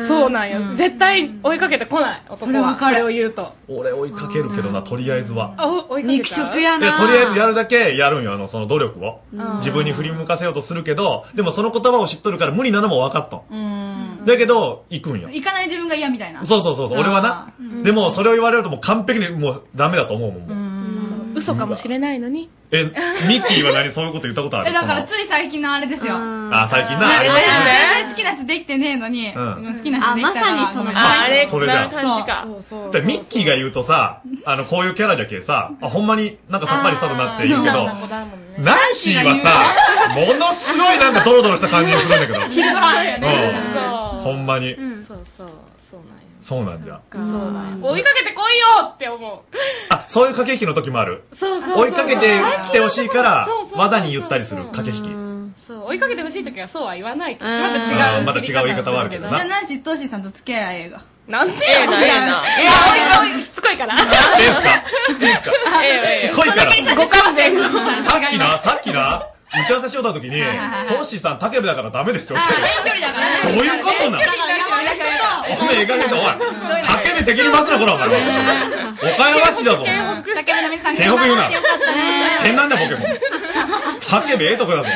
[SPEAKER 24] そうなんよ、絶対追いかけてこない男はそれを言うと
[SPEAKER 12] 俺追いかけるけどな、とりあえずは。
[SPEAKER 24] あお追いかけ肉食や
[SPEAKER 12] いや、とりあえずやるだけやるんよ、あの、その努力を
[SPEAKER 24] うん。
[SPEAKER 12] 自分に振り向かせようとするけど、でもその言葉を知っとるから無理なのも分かっとん。だけど、行くんよ。
[SPEAKER 25] 行かない自分が嫌みたいな
[SPEAKER 12] そうそうそうそう、俺はな
[SPEAKER 25] う。ん
[SPEAKER 12] でも、それを言われるともう完璧にもうダメだと思うもんもう。
[SPEAKER 24] 嘘かもしれないのに
[SPEAKER 12] え、ミッキーは何そういうこと言ったことある
[SPEAKER 25] えだから
[SPEAKER 12] そ
[SPEAKER 25] つい最近のあれですよ
[SPEAKER 12] のあ、最近な、あります
[SPEAKER 25] 全
[SPEAKER 12] ね。
[SPEAKER 25] 然好きな人できてねえのに、
[SPEAKER 12] うん
[SPEAKER 25] 好きな人できたから
[SPEAKER 24] あまさにその
[SPEAKER 25] あ
[SPEAKER 12] あれそれだ
[SPEAKER 24] こんな感じかそうそう
[SPEAKER 12] だからミッキーが言うとさ、あの、こういうキャラじゃけさ、あ、ほんまになんかさっぱりしたるなって言うけど、
[SPEAKER 24] あー
[SPEAKER 12] ナンシーはさ、ものすごいなんかドロドロした感じがするんだけ ど。
[SPEAKER 24] 昼ドラ
[SPEAKER 12] うん。ほんまに。
[SPEAKER 24] そうそうそ
[SPEAKER 12] そ
[SPEAKER 24] うなんや
[SPEAKER 12] うなんじゃ。
[SPEAKER 24] そうなんや追いかけてこいよって思
[SPEAKER 12] あ、そういう駆け引きの時もある。
[SPEAKER 24] うそうそうそう
[SPEAKER 12] 追いかけてきてほしいから
[SPEAKER 24] そうそうそう、そう
[SPEAKER 12] 技に言ったりする駆け引き。
[SPEAKER 24] そう追いかけてほしい時はそうは言わないとまた違う
[SPEAKER 12] あーまた違う言い方はあるけ
[SPEAKER 25] じ
[SPEAKER 12] ど
[SPEAKER 25] ゃ
[SPEAKER 12] な
[SPEAKER 25] あ。ナンシートッシーさんと付き合い映画
[SPEAKER 24] なんでやねん
[SPEAKER 25] 違う
[SPEAKER 24] えーおいおいしつこいから
[SPEAKER 12] し つこいから
[SPEAKER 24] ご勘弁くだ
[SPEAKER 12] さ
[SPEAKER 24] さい
[SPEAKER 12] っきな、さっきな、打ち合わせしようた時に、トッシーさん、タケルだからダメですって言ってたよどういうことなの
[SPEAKER 25] だから山の人と
[SPEAKER 12] お前、ええ加減さ、おい、タケル敵に回すな、こら、お前は。岡山市だぞ。
[SPEAKER 25] 竹部の皆さん
[SPEAKER 12] 県北言うな
[SPEAKER 25] 頑張ってよかったね
[SPEAKER 12] 変なんだ、ポケモン。タケルええとこだぞ。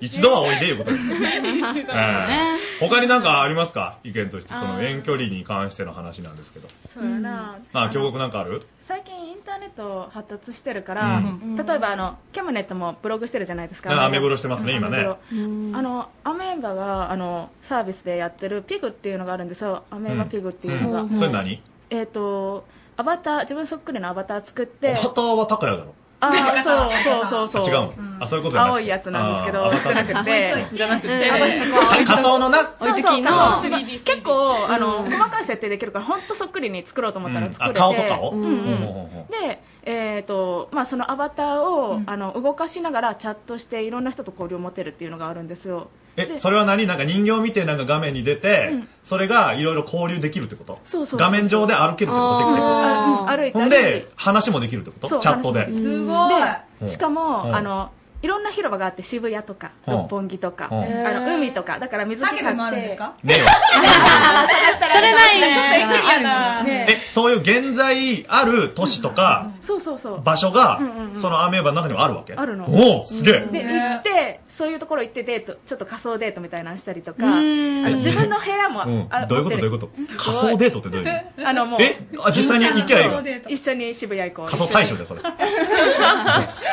[SPEAKER 12] 一度はおいで、いうことで。
[SPEAKER 24] ね
[SPEAKER 12] 他になんかありますか意見として、その遠距離に関しての話なんですけど。
[SPEAKER 7] そうやな、
[SPEAKER 12] まあ、京極なんかある
[SPEAKER 7] 最近インターネット発達してるから、例えばあのキャムネットもブログしてるじゃないですか
[SPEAKER 12] あアメブロしてますね
[SPEAKER 7] うん
[SPEAKER 12] 今ね
[SPEAKER 7] アメブロあのアメーバがあのサービスでやってるピグっていうのがあるんですよアメーバピグっていうのが、
[SPEAKER 12] んそれ何
[SPEAKER 7] えっ、とアバター自分そっくりのアバター作って
[SPEAKER 12] パターはタカヤだろ。
[SPEAKER 7] あーそうそうそうそう
[SPEAKER 12] あ違うのあ、そういうことじゃなくて
[SPEAKER 7] 青いやつなんですけど
[SPEAKER 12] あー
[SPEAKER 7] じゃなくてじゃなく て
[SPEAKER 12] うん仮仮想のな
[SPEAKER 7] そうそう仮
[SPEAKER 12] 置いてき
[SPEAKER 7] 想
[SPEAKER 12] の
[SPEAKER 7] 結構あの細かい設定できるから本当そっくりに作ろうと思ったら作れ
[SPEAKER 12] あ
[SPEAKER 7] て
[SPEAKER 12] 顔とかを
[SPEAKER 7] うんうんで、えーとまあ、そのアバターを、あの動かしながらチャットしていろんな人と交流を持てるっていうのがあるんですよ
[SPEAKER 12] え、それは何なんか人形見てなんか画面に出て、それがいろいろ交流できるってこと
[SPEAKER 7] そうそうそう
[SPEAKER 12] 画面上で歩けるってことできて
[SPEAKER 7] あうん歩い
[SPEAKER 12] ほん
[SPEAKER 7] たり
[SPEAKER 12] で、話もできるってこ
[SPEAKER 7] そ
[SPEAKER 12] と
[SPEAKER 7] う
[SPEAKER 12] チャットで。
[SPEAKER 7] 話も
[SPEAKER 25] うん
[SPEAKER 12] うん
[SPEAKER 7] でしかも、
[SPEAKER 12] うん
[SPEAKER 7] あのいろんな広場があって渋谷とか
[SPEAKER 12] うん
[SPEAKER 7] 六本木とか、
[SPEAKER 12] うん
[SPEAKER 7] あの海とかだから水着買って
[SPEAKER 25] 竹部もあるんですか
[SPEAKER 12] ね えよ
[SPEAKER 7] 探したら
[SPEAKER 24] それないね
[SPEAKER 7] ちょっとゆっくりやなね
[SPEAKER 12] え、そういう現在ある都市とか、
[SPEAKER 7] そうそうそう
[SPEAKER 12] 場所が
[SPEAKER 7] うんうんう、ん
[SPEAKER 12] そのアメーバの中にもあるわけ
[SPEAKER 7] あるの
[SPEAKER 12] おお、すげえ。
[SPEAKER 7] で行ってそういうところ行ってデートちょっと仮想デートみたいなのしたりとかあ
[SPEAKER 12] うん
[SPEAKER 7] の自分の部屋も、
[SPEAKER 12] うん
[SPEAKER 7] あ
[SPEAKER 12] どういうこと
[SPEAKER 7] 持
[SPEAKER 12] ど
[SPEAKER 7] っ
[SPEAKER 12] う
[SPEAKER 7] て
[SPEAKER 12] い
[SPEAKER 7] る
[SPEAKER 12] うこと仮想デートってどういう意味
[SPEAKER 7] あのもう
[SPEAKER 12] えあ実際に行きゃいいの
[SPEAKER 7] 一緒に渋谷行こう
[SPEAKER 12] 仮想大賞だよ、それ。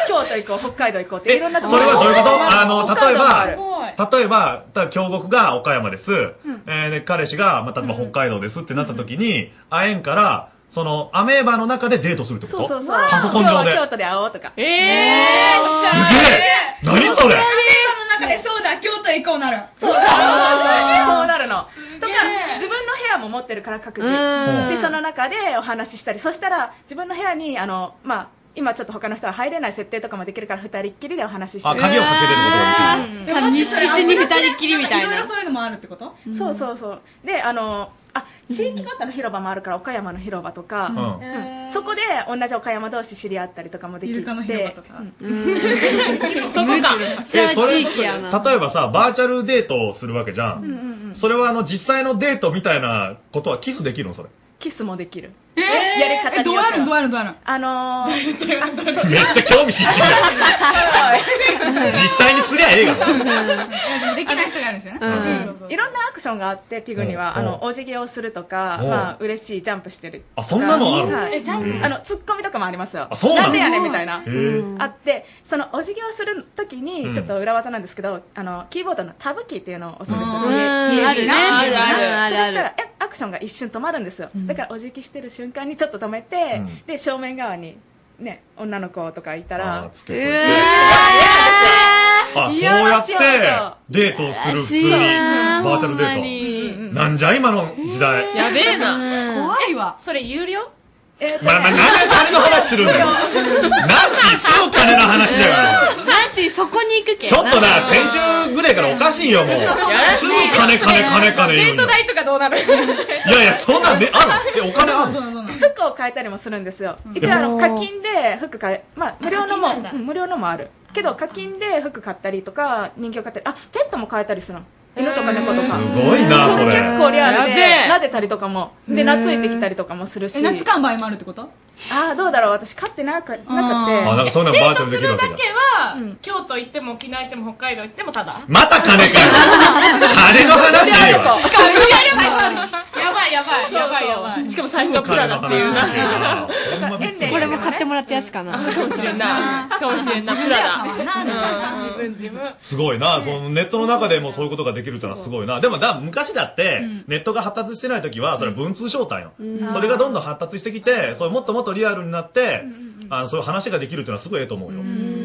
[SPEAKER 7] 京都行こう北海道行こうっていろんなとこ
[SPEAKER 12] それ
[SPEAKER 7] ろ
[SPEAKER 12] はどういうこと
[SPEAKER 7] あ
[SPEAKER 12] あの、
[SPEAKER 7] 北海
[SPEAKER 12] 例え
[SPEAKER 7] 道もある
[SPEAKER 12] ば、例えば、た京極が岡山です。
[SPEAKER 7] ん
[SPEAKER 12] えーで、彼氏が、まあ、例えば北海道ですってなった時に、会えんから、その、アメーバの中でデートするってこと
[SPEAKER 7] そうそうそう
[SPEAKER 12] パソコン上で
[SPEAKER 7] 今日。は京都で会おうとかえ
[SPEAKER 24] え
[SPEAKER 12] すげえ何それ
[SPEAKER 25] 中でそうだ京都行こうなる
[SPEAKER 7] そうそうそうそうなるのとか
[SPEAKER 25] げえ
[SPEAKER 7] 自分の部屋も持ってるから各自
[SPEAKER 25] うん
[SPEAKER 7] でその中でお話ししたりそしたら自分の部屋にあのまあ今ちょっと他の人は入れない設定とかもできるから二人っきりでお話ししたり
[SPEAKER 12] あ鍵をかけれることができる
[SPEAKER 7] うん
[SPEAKER 25] いや
[SPEAKER 7] 日誌に二人っきりみたいな
[SPEAKER 25] ろいろそういうのもあるってこと
[SPEAKER 7] そうそうそうであのあ地域型の広場もあるから岡山の広場とか、
[SPEAKER 25] う
[SPEAKER 7] うんそこで同じ岡山同士知り合ったりとかもできて
[SPEAKER 25] イルカの広場とか
[SPEAKER 7] うん
[SPEAKER 25] そこか
[SPEAKER 12] えそれ例えばさ、バーチャルデートをするわけじゃ。
[SPEAKER 7] うんうんんうん
[SPEAKER 12] それはあの、実際のデートみたいなことはキスできるのそれ。
[SPEAKER 7] キスもできるやり方によっては
[SPEAKER 25] えどうやるどうやるどうやる
[SPEAKER 7] あのー、
[SPEAKER 12] めっちゃ興 味津々だよ。 実際にすりゃええがな。
[SPEAKER 7] できない人があるんですよねいろんなアクションがあってピグには、
[SPEAKER 12] うん
[SPEAKER 7] あのお辞儀をするとか、
[SPEAKER 12] うん
[SPEAKER 7] まあ嬉しいジャンプしてる
[SPEAKER 12] あそんなのある
[SPEAKER 7] はい
[SPEAKER 12] えジャンプ
[SPEAKER 7] あのツッコミとかもありますよ
[SPEAKER 12] あそうなの
[SPEAKER 7] んでやねんみたいな
[SPEAKER 12] へー
[SPEAKER 7] あってそのお辞儀をするとき
[SPEAKER 12] う
[SPEAKER 7] に
[SPEAKER 12] ん
[SPEAKER 7] ちょっと裏技なんですけど、あのキーボードのタブキーっていうのを押すんですよ
[SPEAKER 25] うんうんあるねあるあるある
[SPEAKER 7] それしたらえアクションが一瞬止まるんですよ、だからお辞儀してる瞬間にちょっと止めて、
[SPEAKER 12] うん
[SPEAKER 7] で正面側にね女の子とかいたら
[SPEAKER 12] つけといてうわー あ、そうやってデートをする、普通に。バーチャルデー
[SPEAKER 24] ー
[SPEAKER 12] ト。なんじゃ今の時代。
[SPEAKER 24] やべえな
[SPEAKER 25] 怖いわ
[SPEAKER 24] それ有料
[SPEAKER 12] まあまあ、なんで金の話するんだよ。ナンシー、すぐ金の話 だよ。
[SPEAKER 24] ナンシーそこに行くけ
[SPEAKER 12] ちょっとな、先週ぐらいからおかしいよ、もう。すぐ金、金、金、金
[SPEAKER 24] デ
[SPEAKER 12] 言う
[SPEAKER 24] ー
[SPEAKER 12] の
[SPEAKER 24] ト。代とかどうなる
[SPEAKER 12] いやいや、そんなん ね、あるえ、お金あんの
[SPEAKER 7] 服を変えたりもするんですよ、一応あの
[SPEAKER 12] おー
[SPEAKER 7] 課金で服買えまあ無料のも
[SPEAKER 24] 課金なんだ
[SPEAKER 7] うん無料のもあるけど課金で服買ったりとか人形買ったりあペットも買えたりするの犬とか猫とかす
[SPEAKER 12] ごいなそれ
[SPEAKER 7] 結構リアル
[SPEAKER 25] やべ
[SPEAKER 7] で
[SPEAKER 25] え
[SPEAKER 7] 撫でたりとかもで懐いてきたりとかもする
[SPEAKER 25] え
[SPEAKER 7] し
[SPEAKER 25] 夏完売もあるってこと
[SPEAKER 7] ああどうだろう私飼ってなかなかって
[SPEAKER 12] あなんかそういうのバーチャルできるわ
[SPEAKER 24] だ
[SPEAKER 12] け
[SPEAKER 24] け
[SPEAKER 12] だ。
[SPEAKER 24] は、京都行っても沖縄行っても北海道行ってもただ
[SPEAKER 12] また金か よ。金の話ねえわ。
[SPEAKER 24] しかもやばいやばいやばいやばいしかも最高プラだっていうな
[SPEAKER 3] これも買ってもらったやつかな。
[SPEAKER 24] かもしれんなかもしれんなプラだ自分自分
[SPEAKER 12] すごいな、そのネットの中でもそういうことができるってのはすごいな。でもだ、昔だって、ネットが発達してない時は、それは文通招待よ、
[SPEAKER 25] うん
[SPEAKER 12] それがどんどん発達してきて、それもっともっとリアルになって、あのそういう話ができるってのはすごいええと思うよ。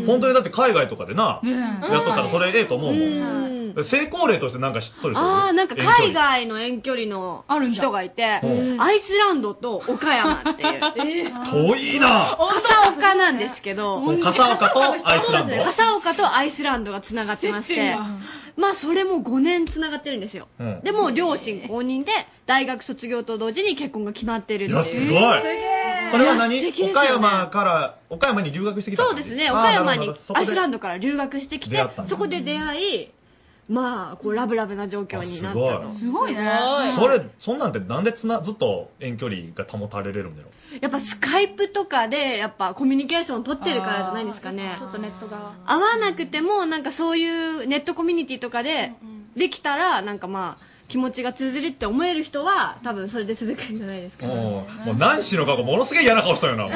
[SPEAKER 12] 本当にだって海外とかでな、
[SPEAKER 24] ねえ
[SPEAKER 12] やっとったらそれええと思うもん。成功例としてなんか知っとる人おる
[SPEAKER 8] ああ、なんか海外の遠距離の人がいて
[SPEAKER 12] う、ん
[SPEAKER 8] アイスランドと岡山っていう。
[SPEAKER 12] 遠いな
[SPEAKER 8] 笠岡なんですけど
[SPEAKER 12] もう。笠岡とアイスラ
[SPEAKER 8] そう
[SPEAKER 12] ンド
[SPEAKER 8] ですね笠岡とアイスランドが繋がってまし
[SPEAKER 24] 接点
[SPEAKER 8] て
[SPEAKER 24] が。
[SPEAKER 8] まあ、それも5年繋がってるんですよ
[SPEAKER 12] うん。
[SPEAKER 8] でも、両親公認で、大学卒業と同時に結婚が決まってるって
[SPEAKER 12] いやすごいそれは何
[SPEAKER 8] いや素敵ですよ
[SPEAKER 12] 岡
[SPEAKER 8] ね
[SPEAKER 12] 山から、岡山に留学してきた
[SPEAKER 8] そうですね岡山にアイスラン
[SPEAKER 12] ド。
[SPEAKER 8] ドから留学してき
[SPEAKER 12] 出
[SPEAKER 8] て
[SPEAKER 12] 会ったんだ
[SPEAKER 8] そこで出会いまあこうラブラブな状況になったと
[SPEAKER 12] あ
[SPEAKER 8] す
[SPEAKER 26] ごいね
[SPEAKER 12] それ、そんなんてなんでつな、ずっと遠距離が保たれれるんだろ
[SPEAKER 8] やっぱスカイプとかでやっぱコミュニケーション取ってるからじゃないですかねちょっとネット側合わなくてもなんかそういうネットコミュニティとかでできたらなんかまあ気持ちが通じるって思える人は多分それで続くんじゃないですか
[SPEAKER 12] う。もう、もう何しろかものすげえ嫌な顔したよな。もう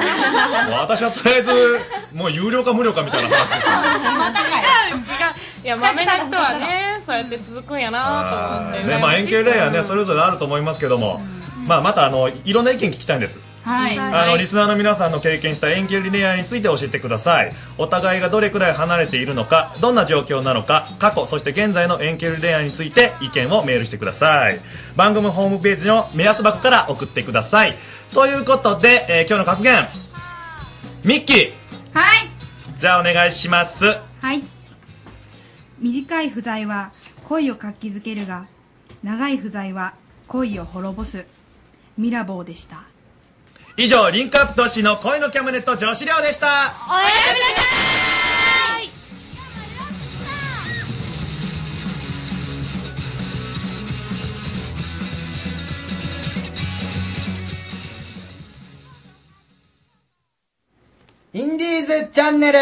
[SPEAKER 12] 私はとりあえず、もう有料か無料かみたいな話ですよ。
[SPEAKER 24] またかよ違う違ういや豆な人はねそうやって続くんやなと思って
[SPEAKER 12] ね、まあ円形レイヤーね、それぞれあると思いますけども、まあまたあの、いろんな意見聞きたいんです。
[SPEAKER 24] はい
[SPEAKER 12] あのリスナーの皆さんの経験した遠距離恋愛について教えてくださいお互いがどれくらい離れているのかどんな状況なのか過去そして現在の遠距離恋愛について意見をメールしてください番組ホームページの目安箱から送ってくださいということで、えー今日の格言ミッキーはいじゃあお願いします
[SPEAKER 25] はい短い不在は恋を活気づけるが長い不在は恋を滅ぼすミラボーでした
[SPEAKER 12] 以上リンクアップ都市の恋のキャムネット女子寮でした
[SPEAKER 25] おやすみなさい
[SPEAKER 2] インディーズチャンネル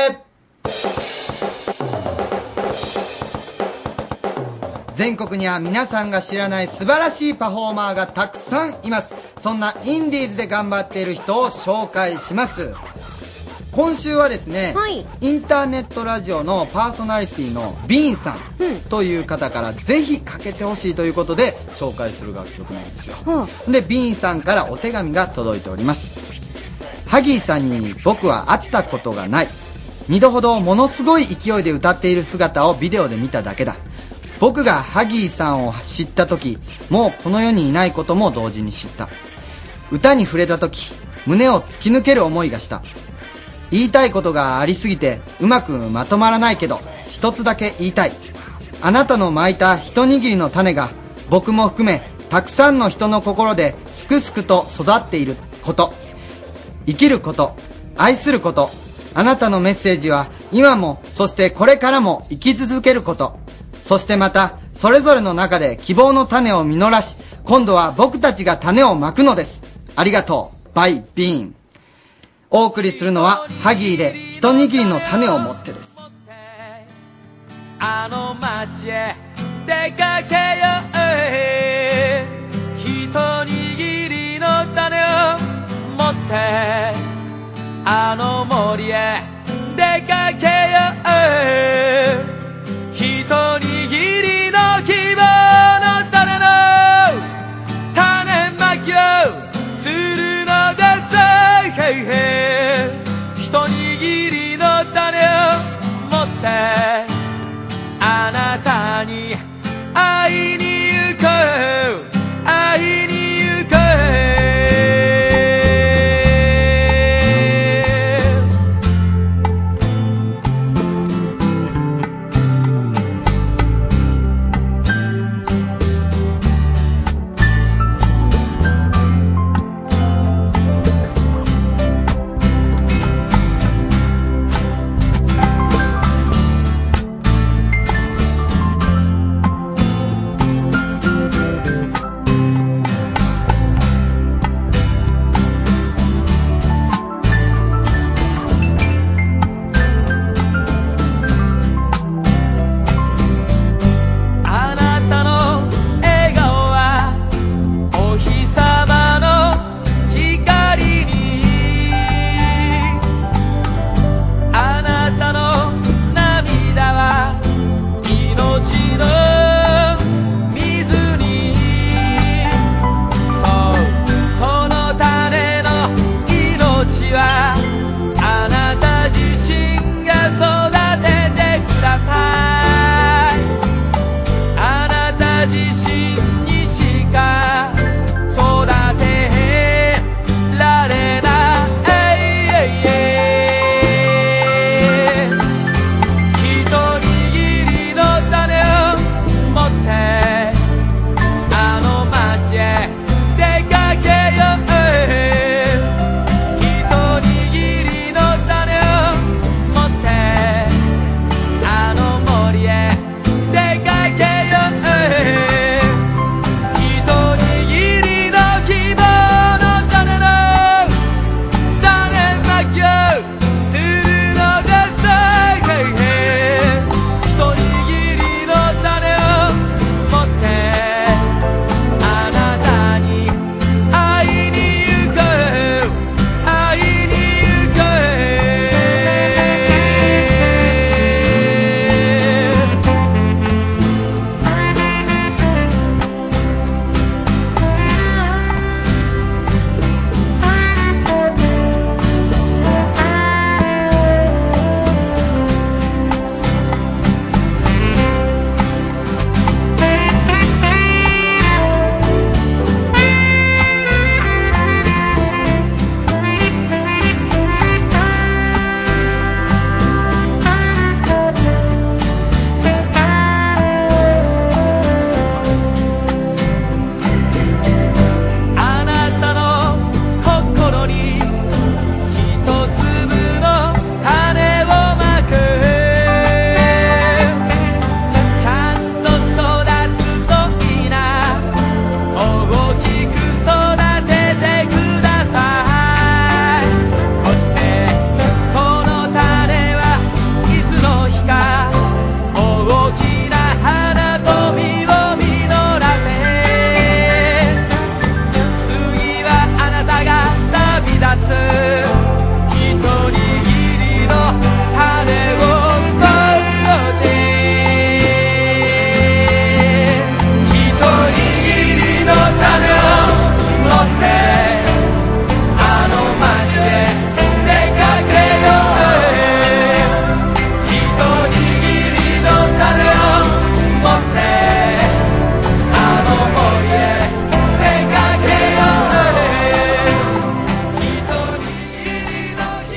[SPEAKER 2] 全国には皆さんが知らない素晴らしいパフォーマーがたくさんいますそんなインディーズで頑張っている人を紹介します今週はですね、インターネットラジオのパーソナリティのビーンさんという方からぜひかけてほしいということで紹介する楽曲なんですよ、でビーンさんからお手紙が届いておりますハギーさんに僕は会ったことがない二度ほどものすごい勢いで歌っている姿をビデオで見ただけだ僕がハギーさんを知った時もうこの世にいないことも同時に知った歌に触れた時胸を突き抜ける思いがした言いたいことがありすぎてうまくまとまらないけど一つだけ言いたいあなたの巻いた一握りの種が僕も含めたくさんの人の心ですくすくと育っていること生きること愛することあなたのメッセージは今もそしてこれからも生き続けることそしてまたそれぞれの中で希望の種を実らし今度は僕たちが種をまくのですありがとうバイビーンお送りするのはハギーで一握りの種を持ってです
[SPEAKER 6] あの街へ出かけよう一握りの種を持ってあの森へ出かけよう一握りの希望の種の種まきをするのですへいへい一握りの種を持ってあなたに会いに行こう会いに行こう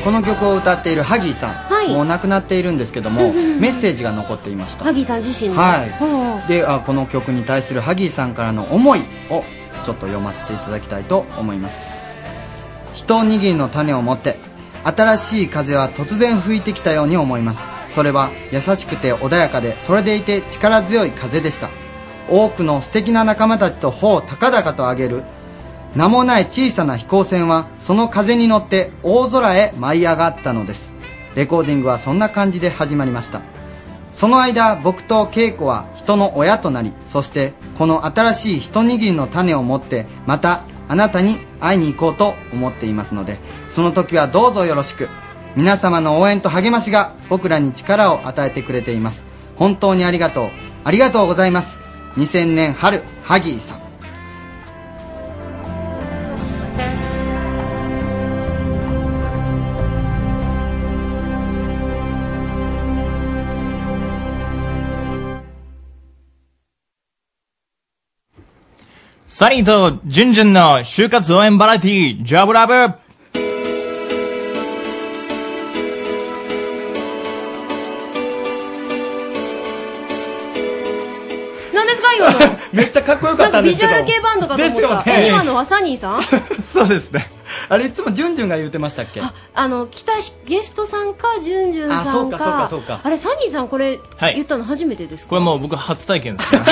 [SPEAKER 2] この曲を歌っているハギーさん、もう亡くなっているんですけど
[SPEAKER 3] う
[SPEAKER 2] も
[SPEAKER 3] んうんうん
[SPEAKER 2] メッセージが残っていました
[SPEAKER 3] ハギーさん自身の
[SPEAKER 2] は
[SPEAKER 3] ほ
[SPEAKER 2] い、であこの曲に対するハギーさんからの思いをちょっと読ませていただきたいと思います一握りの種を持って新しい風は突然吹いてきたように思いますそれは優しくて穏やかでそれでいて力強い風でした多くの素敵な仲間たちと帆を高々と上げる名もない小さな飛行船はその風に乗って大空へ舞い上がったのですレコーディングはそんな感じで始まりましたその間僕と恵子は人の親となりそしてこの新しい一握りの種を持ってまたあなたに会いに行こうと思っていますのでその時はどうぞよろしく皆様の応援と励ましが僕らに力を与えてくれています本当にありがとうありがとうございます2000年春ハギーさん
[SPEAKER 27] サリーとジュンジュンの就活応援バラエティー、ジャブラブ
[SPEAKER 3] 何ですか今の
[SPEAKER 12] めっちゃかっこよ
[SPEAKER 3] な
[SPEAKER 12] か
[SPEAKER 3] ん
[SPEAKER 12] った
[SPEAKER 3] か
[SPEAKER 12] んで
[SPEAKER 3] ビ
[SPEAKER 12] す
[SPEAKER 3] ジ
[SPEAKER 12] け
[SPEAKER 3] ュ
[SPEAKER 12] ど
[SPEAKER 3] アル系バンドかと思っ
[SPEAKER 2] ですよ
[SPEAKER 3] た
[SPEAKER 2] ね
[SPEAKER 3] え今のはサニーさん
[SPEAKER 2] そうですねあれいつもジュンジュンが言うてましたっけ
[SPEAKER 3] あの来たゲストさんかジュンジュンさんか
[SPEAKER 27] あそうかそうかそうか
[SPEAKER 3] あれサニーさんこれ
[SPEAKER 27] はい
[SPEAKER 3] 言ったの初めてですか、
[SPEAKER 27] これもう僕初体験ですね。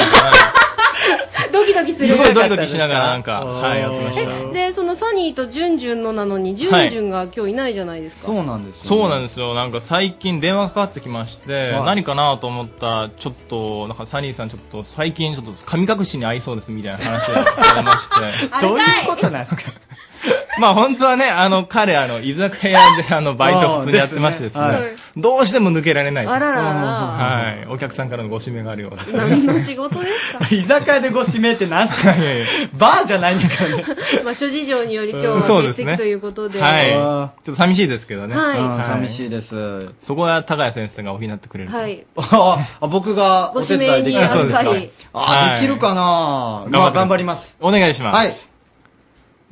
[SPEAKER 3] ドキドキする
[SPEAKER 27] すごいドキドキしながらなんか、はい、やってました。
[SPEAKER 3] えでそのサニーとジュンジュンのなのにジュンジュンが今日いないじゃないですか、
[SPEAKER 2] そうなんです。
[SPEAKER 27] そうなんですよ。なんか最近電話かかってきまして、
[SPEAKER 3] はい
[SPEAKER 27] 何かなと思ったら、ちょっと、なんかサニーさんちょっと最近ちょっと神隠しに合いそうですみたいな話がされまして
[SPEAKER 2] どういう
[SPEAKER 27] ことなんですかまあ本当はね、あの彼、あの、居酒屋であの、バイト普通にやってましてですね、
[SPEAKER 2] あーですね
[SPEAKER 27] どうしても抜けられないと。
[SPEAKER 3] あらららら
[SPEAKER 27] はい。お客さんからのご指名があるようです。
[SPEAKER 3] 何の仕事ですか
[SPEAKER 2] 居酒屋でご指名って 何すかバーじゃないんだからね
[SPEAKER 3] まあ諸事情により今日
[SPEAKER 27] うんそ
[SPEAKER 3] は
[SPEAKER 27] う
[SPEAKER 3] 欠
[SPEAKER 27] です
[SPEAKER 3] 席
[SPEAKER 27] ね
[SPEAKER 3] ということで
[SPEAKER 27] はい。ちょっと寂しいですけどね。
[SPEAKER 3] はいうん
[SPEAKER 2] 寂しいです。
[SPEAKER 27] そこは高谷先生が補ってくれる。
[SPEAKER 3] はい
[SPEAKER 2] あ僕がお手伝いできる
[SPEAKER 27] そうですか。
[SPEAKER 2] あ
[SPEAKER 27] はい
[SPEAKER 2] できるかな
[SPEAKER 27] 頑張ってくださ
[SPEAKER 2] まあ
[SPEAKER 27] い
[SPEAKER 2] 頑張ります
[SPEAKER 27] お願いします。
[SPEAKER 2] はい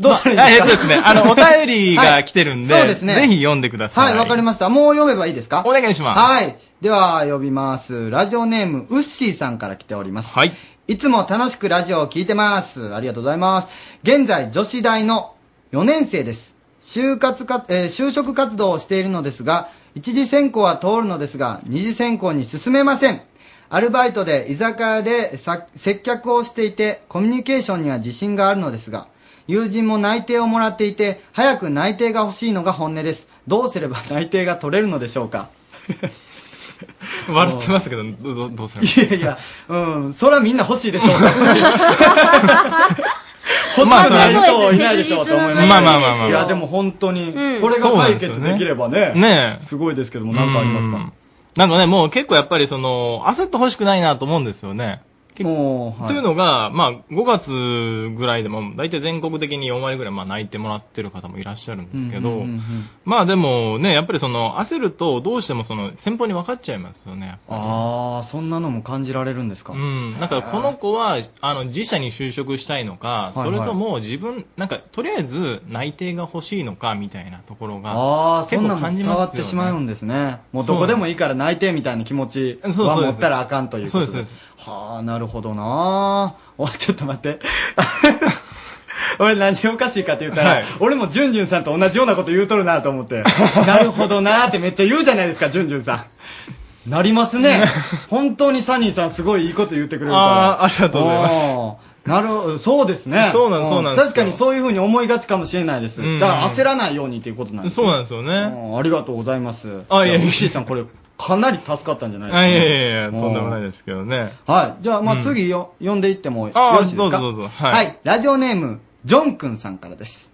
[SPEAKER 2] どうしたらいい
[SPEAKER 27] まあはい
[SPEAKER 2] ですか
[SPEAKER 27] そうですね。あ の、お便りが来てるんで、
[SPEAKER 2] はいそうですね
[SPEAKER 27] ぜひ読んでください。
[SPEAKER 2] はい、わかりました。もう読めばいいですかお
[SPEAKER 27] 願いします
[SPEAKER 2] はい。では、呼びます。ラジオネーム、ウッシーさんから来ております。はい。いつも楽しくラジオを聞いてます。ありがとうございます。現在、女子大の4年生です。就活か、えー就職活動をしているのですが、一次選考は通るのですが、二次選考に進めません。アルバイトで居酒屋でさ接客をしていて、コミュニケーションには自信があるのですが、友人も内定をもらっていて、早く内定が欲しいのが本音です。どうすれば内定が取れるのでしょうか
[SPEAKER 27] 笑ってますけど、どどどうされます
[SPEAKER 2] いやいや、うん、それはみんな欲し いでしょうか。欲しく
[SPEAKER 27] まあ
[SPEAKER 2] ない人はいないでしょうと思います。
[SPEAKER 27] まあまあまあまあ
[SPEAKER 2] いや、でも本当に、
[SPEAKER 27] うん
[SPEAKER 2] これが解決できればね、
[SPEAKER 27] ねえ。
[SPEAKER 2] すごいですけども、なんかあります
[SPEAKER 27] うん
[SPEAKER 2] か
[SPEAKER 27] なんかね、もう結構やっぱりその、焦ってほしくないなと思うんですよね。
[SPEAKER 2] もう、はい
[SPEAKER 27] というのが、まあ、5月ぐらいでも、大体全国的に4割ぐらい、まあ、泣いてもらってる方もいらっしゃるんですけど、
[SPEAKER 2] うんうんうんうん
[SPEAKER 27] まあでもね、やっぱりその、焦ると、どうしてもその、先方に分かっちゃいますよね。
[SPEAKER 2] ああ、そんなのも感じられるんですか。
[SPEAKER 27] うん、なんかこの子はあの自社に就職したいのか、
[SPEAKER 2] いはい
[SPEAKER 27] それとも自分なんかとりあえず内定が欲しいのかみたいなところが
[SPEAKER 2] ああ、そ
[SPEAKER 27] 結
[SPEAKER 2] んな
[SPEAKER 27] 構
[SPEAKER 2] のも
[SPEAKER 27] 感じ
[SPEAKER 2] 伝
[SPEAKER 27] ますよね
[SPEAKER 2] わってしまうんですね。もうどこでもいいから泣いてみたいな気持ちは
[SPEAKER 27] そうです
[SPEAKER 2] 持ったらあかんということ
[SPEAKER 27] そうですそう
[SPEAKER 2] はあ、なるほどな お、ちょっと待って。 俺何でおかしいかって言ったら、
[SPEAKER 27] はい
[SPEAKER 2] 俺もジュンジュンさんと同じようなこと言うとるなと 思って、なるほどなーってめっちゃ言うじゃないですか、ジュンジュンさん。なりますね。本当にサニーさんすごいいいこと言ってくれるから。
[SPEAKER 27] あーありがとうございます
[SPEAKER 2] す。なるほど、そうですね。
[SPEAKER 27] そうなんですそうなんですよ
[SPEAKER 2] 確かにそういうふうに思いがちかもしれないです。
[SPEAKER 27] うん
[SPEAKER 2] だから焦らないようにっていうことなんですね
[SPEAKER 27] そうなんですよね
[SPEAKER 2] うんありがとうございます。
[SPEAKER 27] あいやいや
[SPEAKER 2] や、シーさん、これ、かなり助かったんじゃないですか、
[SPEAKER 27] あいやいやいやとんでもない
[SPEAKER 2] い。
[SPEAKER 27] ですけどね
[SPEAKER 2] はい。じゃあ、ま
[SPEAKER 27] う
[SPEAKER 2] あ、
[SPEAKER 27] ん
[SPEAKER 2] 次よ、読んでいってもよ
[SPEAKER 27] あ
[SPEAKER 2] ろしいです
[SPEAKER 27] ど
[SPEAKER 2] か
[SPEAKER 27] うぞどうぞ
[SPEAKER 2] は。
[SPEAKER 27] はいい
[SPEAKER 2] ラジオネーム、ジョンくんさんからです。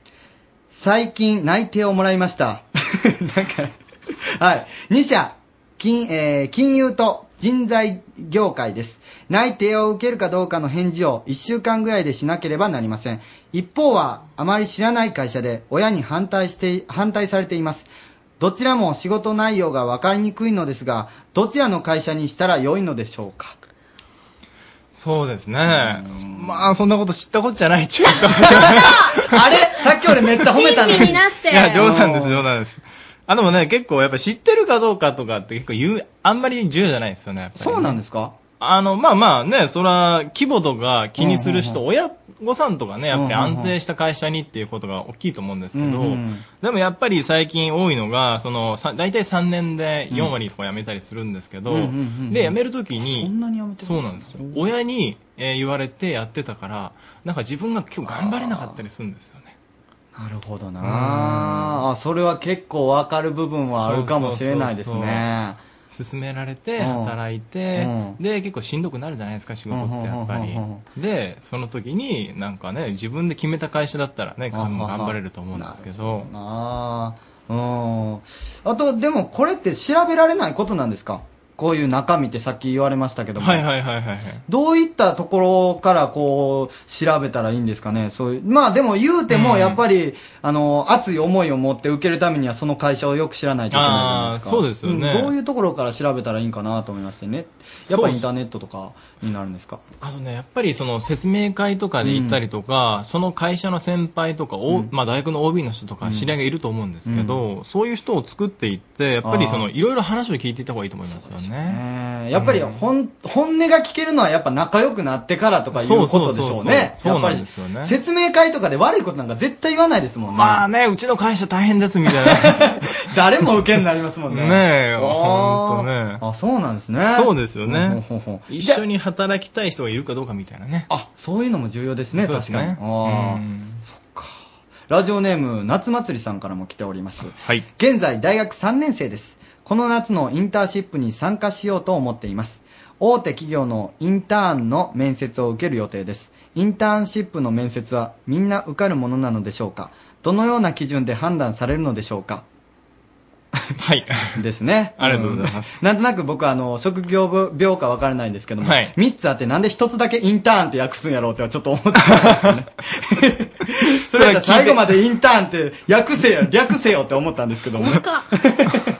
[SPEAKER 2] 最近、内定をもらいました。 なんか、はい。2社、金、えー金融と人材業界です。内定を受けるかどうかの返事を1週間ぐらいでしなければなりません。一方は、あまり知らない会社で、親に反対して、反対されています。どちらも仕事内容が分かりにくいのですが、どちらの会社にしたら良いのでしょうか
[SPEAKER 27] そうですねまあそんなこと知ったことじゃないっ ちゅう人
[SPEAKER 2] あれさっき俺めっちゃ褒めたの
[SPEAKER 27] いや冗談です冗談ですあ、でもね、結構やっぱ知ってるかどうかとかって結構言う、あんまり重要じゃないですよね、やっぱりね
[SPEAKER 2] そうなんですか
[SPEAKER 27] あの、まあまあね、そら、規模とか気にする人、親御さんとかね、やっぱり
[SPEAKER 2] うんうんうん
[SPEAKER 27] 安定した会社にっていうことが大きいと思うんですけど、
[SPEAKER 2] うんうん
[SPEAKER 27] でもやっぱり最近多いのが、その、さ大体3年で4割とか辞めたりするんですけど、
[SPEAKER 2] うんうんうんうん
[SPEAKER 27] で、辞めるときに、
[SPEAKER 2] そんなに辞めてる
[SPEAKER 27] そうなんですよ。親に、えー言われてやってたから、なんか自分が結構頑張れなかったりするんですよね。
[SPEAKER 2] なるほどなああ、それは結構わかる部分はあるかもしれないです
[SPEAKER 27] そうそう
[SPEAKER 2] ね。
[SPEAKER 27] そう勧められて
[SPEAKER 2] うん
[SPEAKER 27] 働いて、で結構しんどくなるじゃないですか仕事ってやっぱり、
[SPEAKER 2] うんうんうんうん
[SPEAKER 27] でその時になんかね自分で決めた会社だったらね
[SPEAKER 2] うんうん
[SPEAKER 27] 頑
[SPEAKER 2] うん
[SPEAKER 27] 頑張れると思うんですけど
[SPEAKER 2] ああ、うん。あと、でもこれって調べられないことなんですかこういう中身ってさっき言われましたけども。
[SPEAKER 27] はいはいはいはいはい
[SPEAKER 2] どういったところからこう、調べたらいいんですかねそういう。まあでも言うても、やっぱり、あの、熱い思いを持って受けるためにはその会社をよく知らないといけないじゃないですか。
[SPEAKER 27] あーそうですよね
[SPEAKER 2] んどういうところから調べたらいいんかなと思いましてね。やっぱインターネットとかになるんですか
[SPEAKER 27] あとねやっぱりその説明会とかで行ったりとか、その会社の先輩とか、お
[SPEAKER 2] うん
[SPEAKER 27] まあ、大学の OB の人とか知り合いがいると思うんですけど、そういう人を作っていってやっぱりそ
[SPEAKER 2] あ
[SPEAKER 27] の
[SPEAKER 2] ー
[SPEAKER 27] いろいろ話を聞いていった方がいいと思いますよね。
[SPEAKER 2] えーやっぱり本,、本音が聞けるのはやっぱ仲良くなってからとかいう
[SPEAKER 27] そう
[SPEAKER 2] こ
[SPEAKER 27] そう
[SPEAKER 2] と
[SPEAKER 27] そう
[SPEAKER 2] で
[SPEAKER 27] そう
[SPEAKER 2] しょうね。
[SPEAKER 27] そうなんですよね
[SPEAKER 2] やっぱり説明会とかで悪いことなんか絶対言わないですもんね。ま
[SPEAKER 27] あね、うちの会社大変ですみたいな。
[SPEAKER 2] 誰も受けになりますもんね。
[SPEAKER 27] ねえ
[SPEAKER 2] あー
[SPEAKER 27] ほんとね
[SPEAKER 2] あ、そうなんですね。
[SPEAKER 27] そうですよね
[SPEAKER 2] ほんほんほんほん
[SPEAKER 27] 一緒に働きたい人がいるかどうかみたいなね。
[SPEAKER 2] あ、そういうのも重要ですね、
[SPEAKER 27] そうです
[SPEAKER 2] 確
[SPEAKER 27] ね
[SPEAKER 2] かに。あーそっか。ラジオネーム、夏祭りさんからも来ております。
[SPEAKER 27] はい。
[SPEAKER 2] 現在、大学3年生です。この夏のインターンシップに参加しようと思っています。大手企業のインターンの面接を受ける予定です。インターンシップの面接はみんな受かるものなのでしょうかどのような基準で判断されるのでしょうか
[SPEAKER 27] はい。
[SPEAKER 2] ですね。
[SPEAKER 27] ありがとうございます。
[SPEAKER 2] なんとなく僕はあの、職業病かわからないんですけども、
[SPEAKER 27] はい
[SPEAKER 2] 3つあってなんで1つだけインターンって訳すんやろうってはちょっと思ってたんですよね。それやったら最後までインターンって訳せよ、略せよって思ったんですけど も。
[SPEAKER 27] それ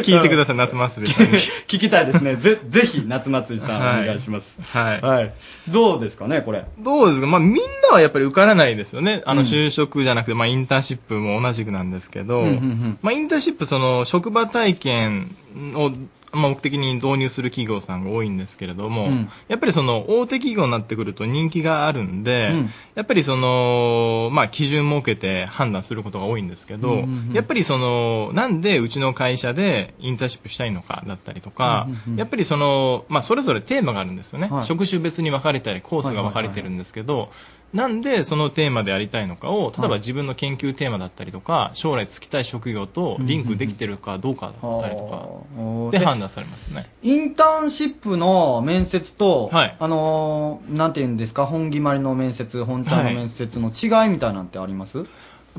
[SPEAKER 27] 聞いてください、夏祭りさんに。
[SPEAKER 2] 聞きたいですね。ぜ、ぜひ、夏祭りさん、お願いします。
[SPEAKER 27] はい。
[SPEAKER 2] どうですかね、これ。
[SPEAKER 27] どうですかまあみんなはやっぱり受からないですよね。あの
[SPEAKER 2] うん
[SPEAKER 27] 就職じゃなくて、まあインターンシップも同じくなんですけど、
[SPEAKER 2] うんうんうん
[SPEAKER 27] まあインターンシップその職場体験を、まあ、目的に導入する企業さんが多いんですけれども、
[SPEAKER 2] うん
[SPEAKER 27] やっぱりその大手企業になってくると人気があるんで、
[SPEAKER 2] うん
[SPEAKER 27] やっぱりその、まあ基準設けて判断することが多いんですけど、
[SPEAKER 2] うんうんうん
[SPEAKER 27] やっぱりその、なんでうちの会社でインターンシップしたいのかだったりとか、
[SPEAKER 2] うんうんうん
[SPEAKER 27] やっぱりその、まあそれぞれテーマがあるんですよね。
[SPEAKER 2] はい
[SPEAKER 27] 職種別に分かれたり、コースが分かれてるんですけど、なんでそのテーマでやりたいのかを、例えば自分の研究テーマだったりとか、将来就きたい職業とリンクできてるかどうかだったりとか、で
[SPEAKER 2] で
[SPEAKER 27] 判断されますよね。
[SPEAKER 2] インターンシップの面接と、
[SPEAKER 27] はい
[SPEAKER 2] あのーなんて言うんですか、本決まりの面接、本ちゃんの面接の違いみたいなんてあります、
[SPEAKER 27] やっ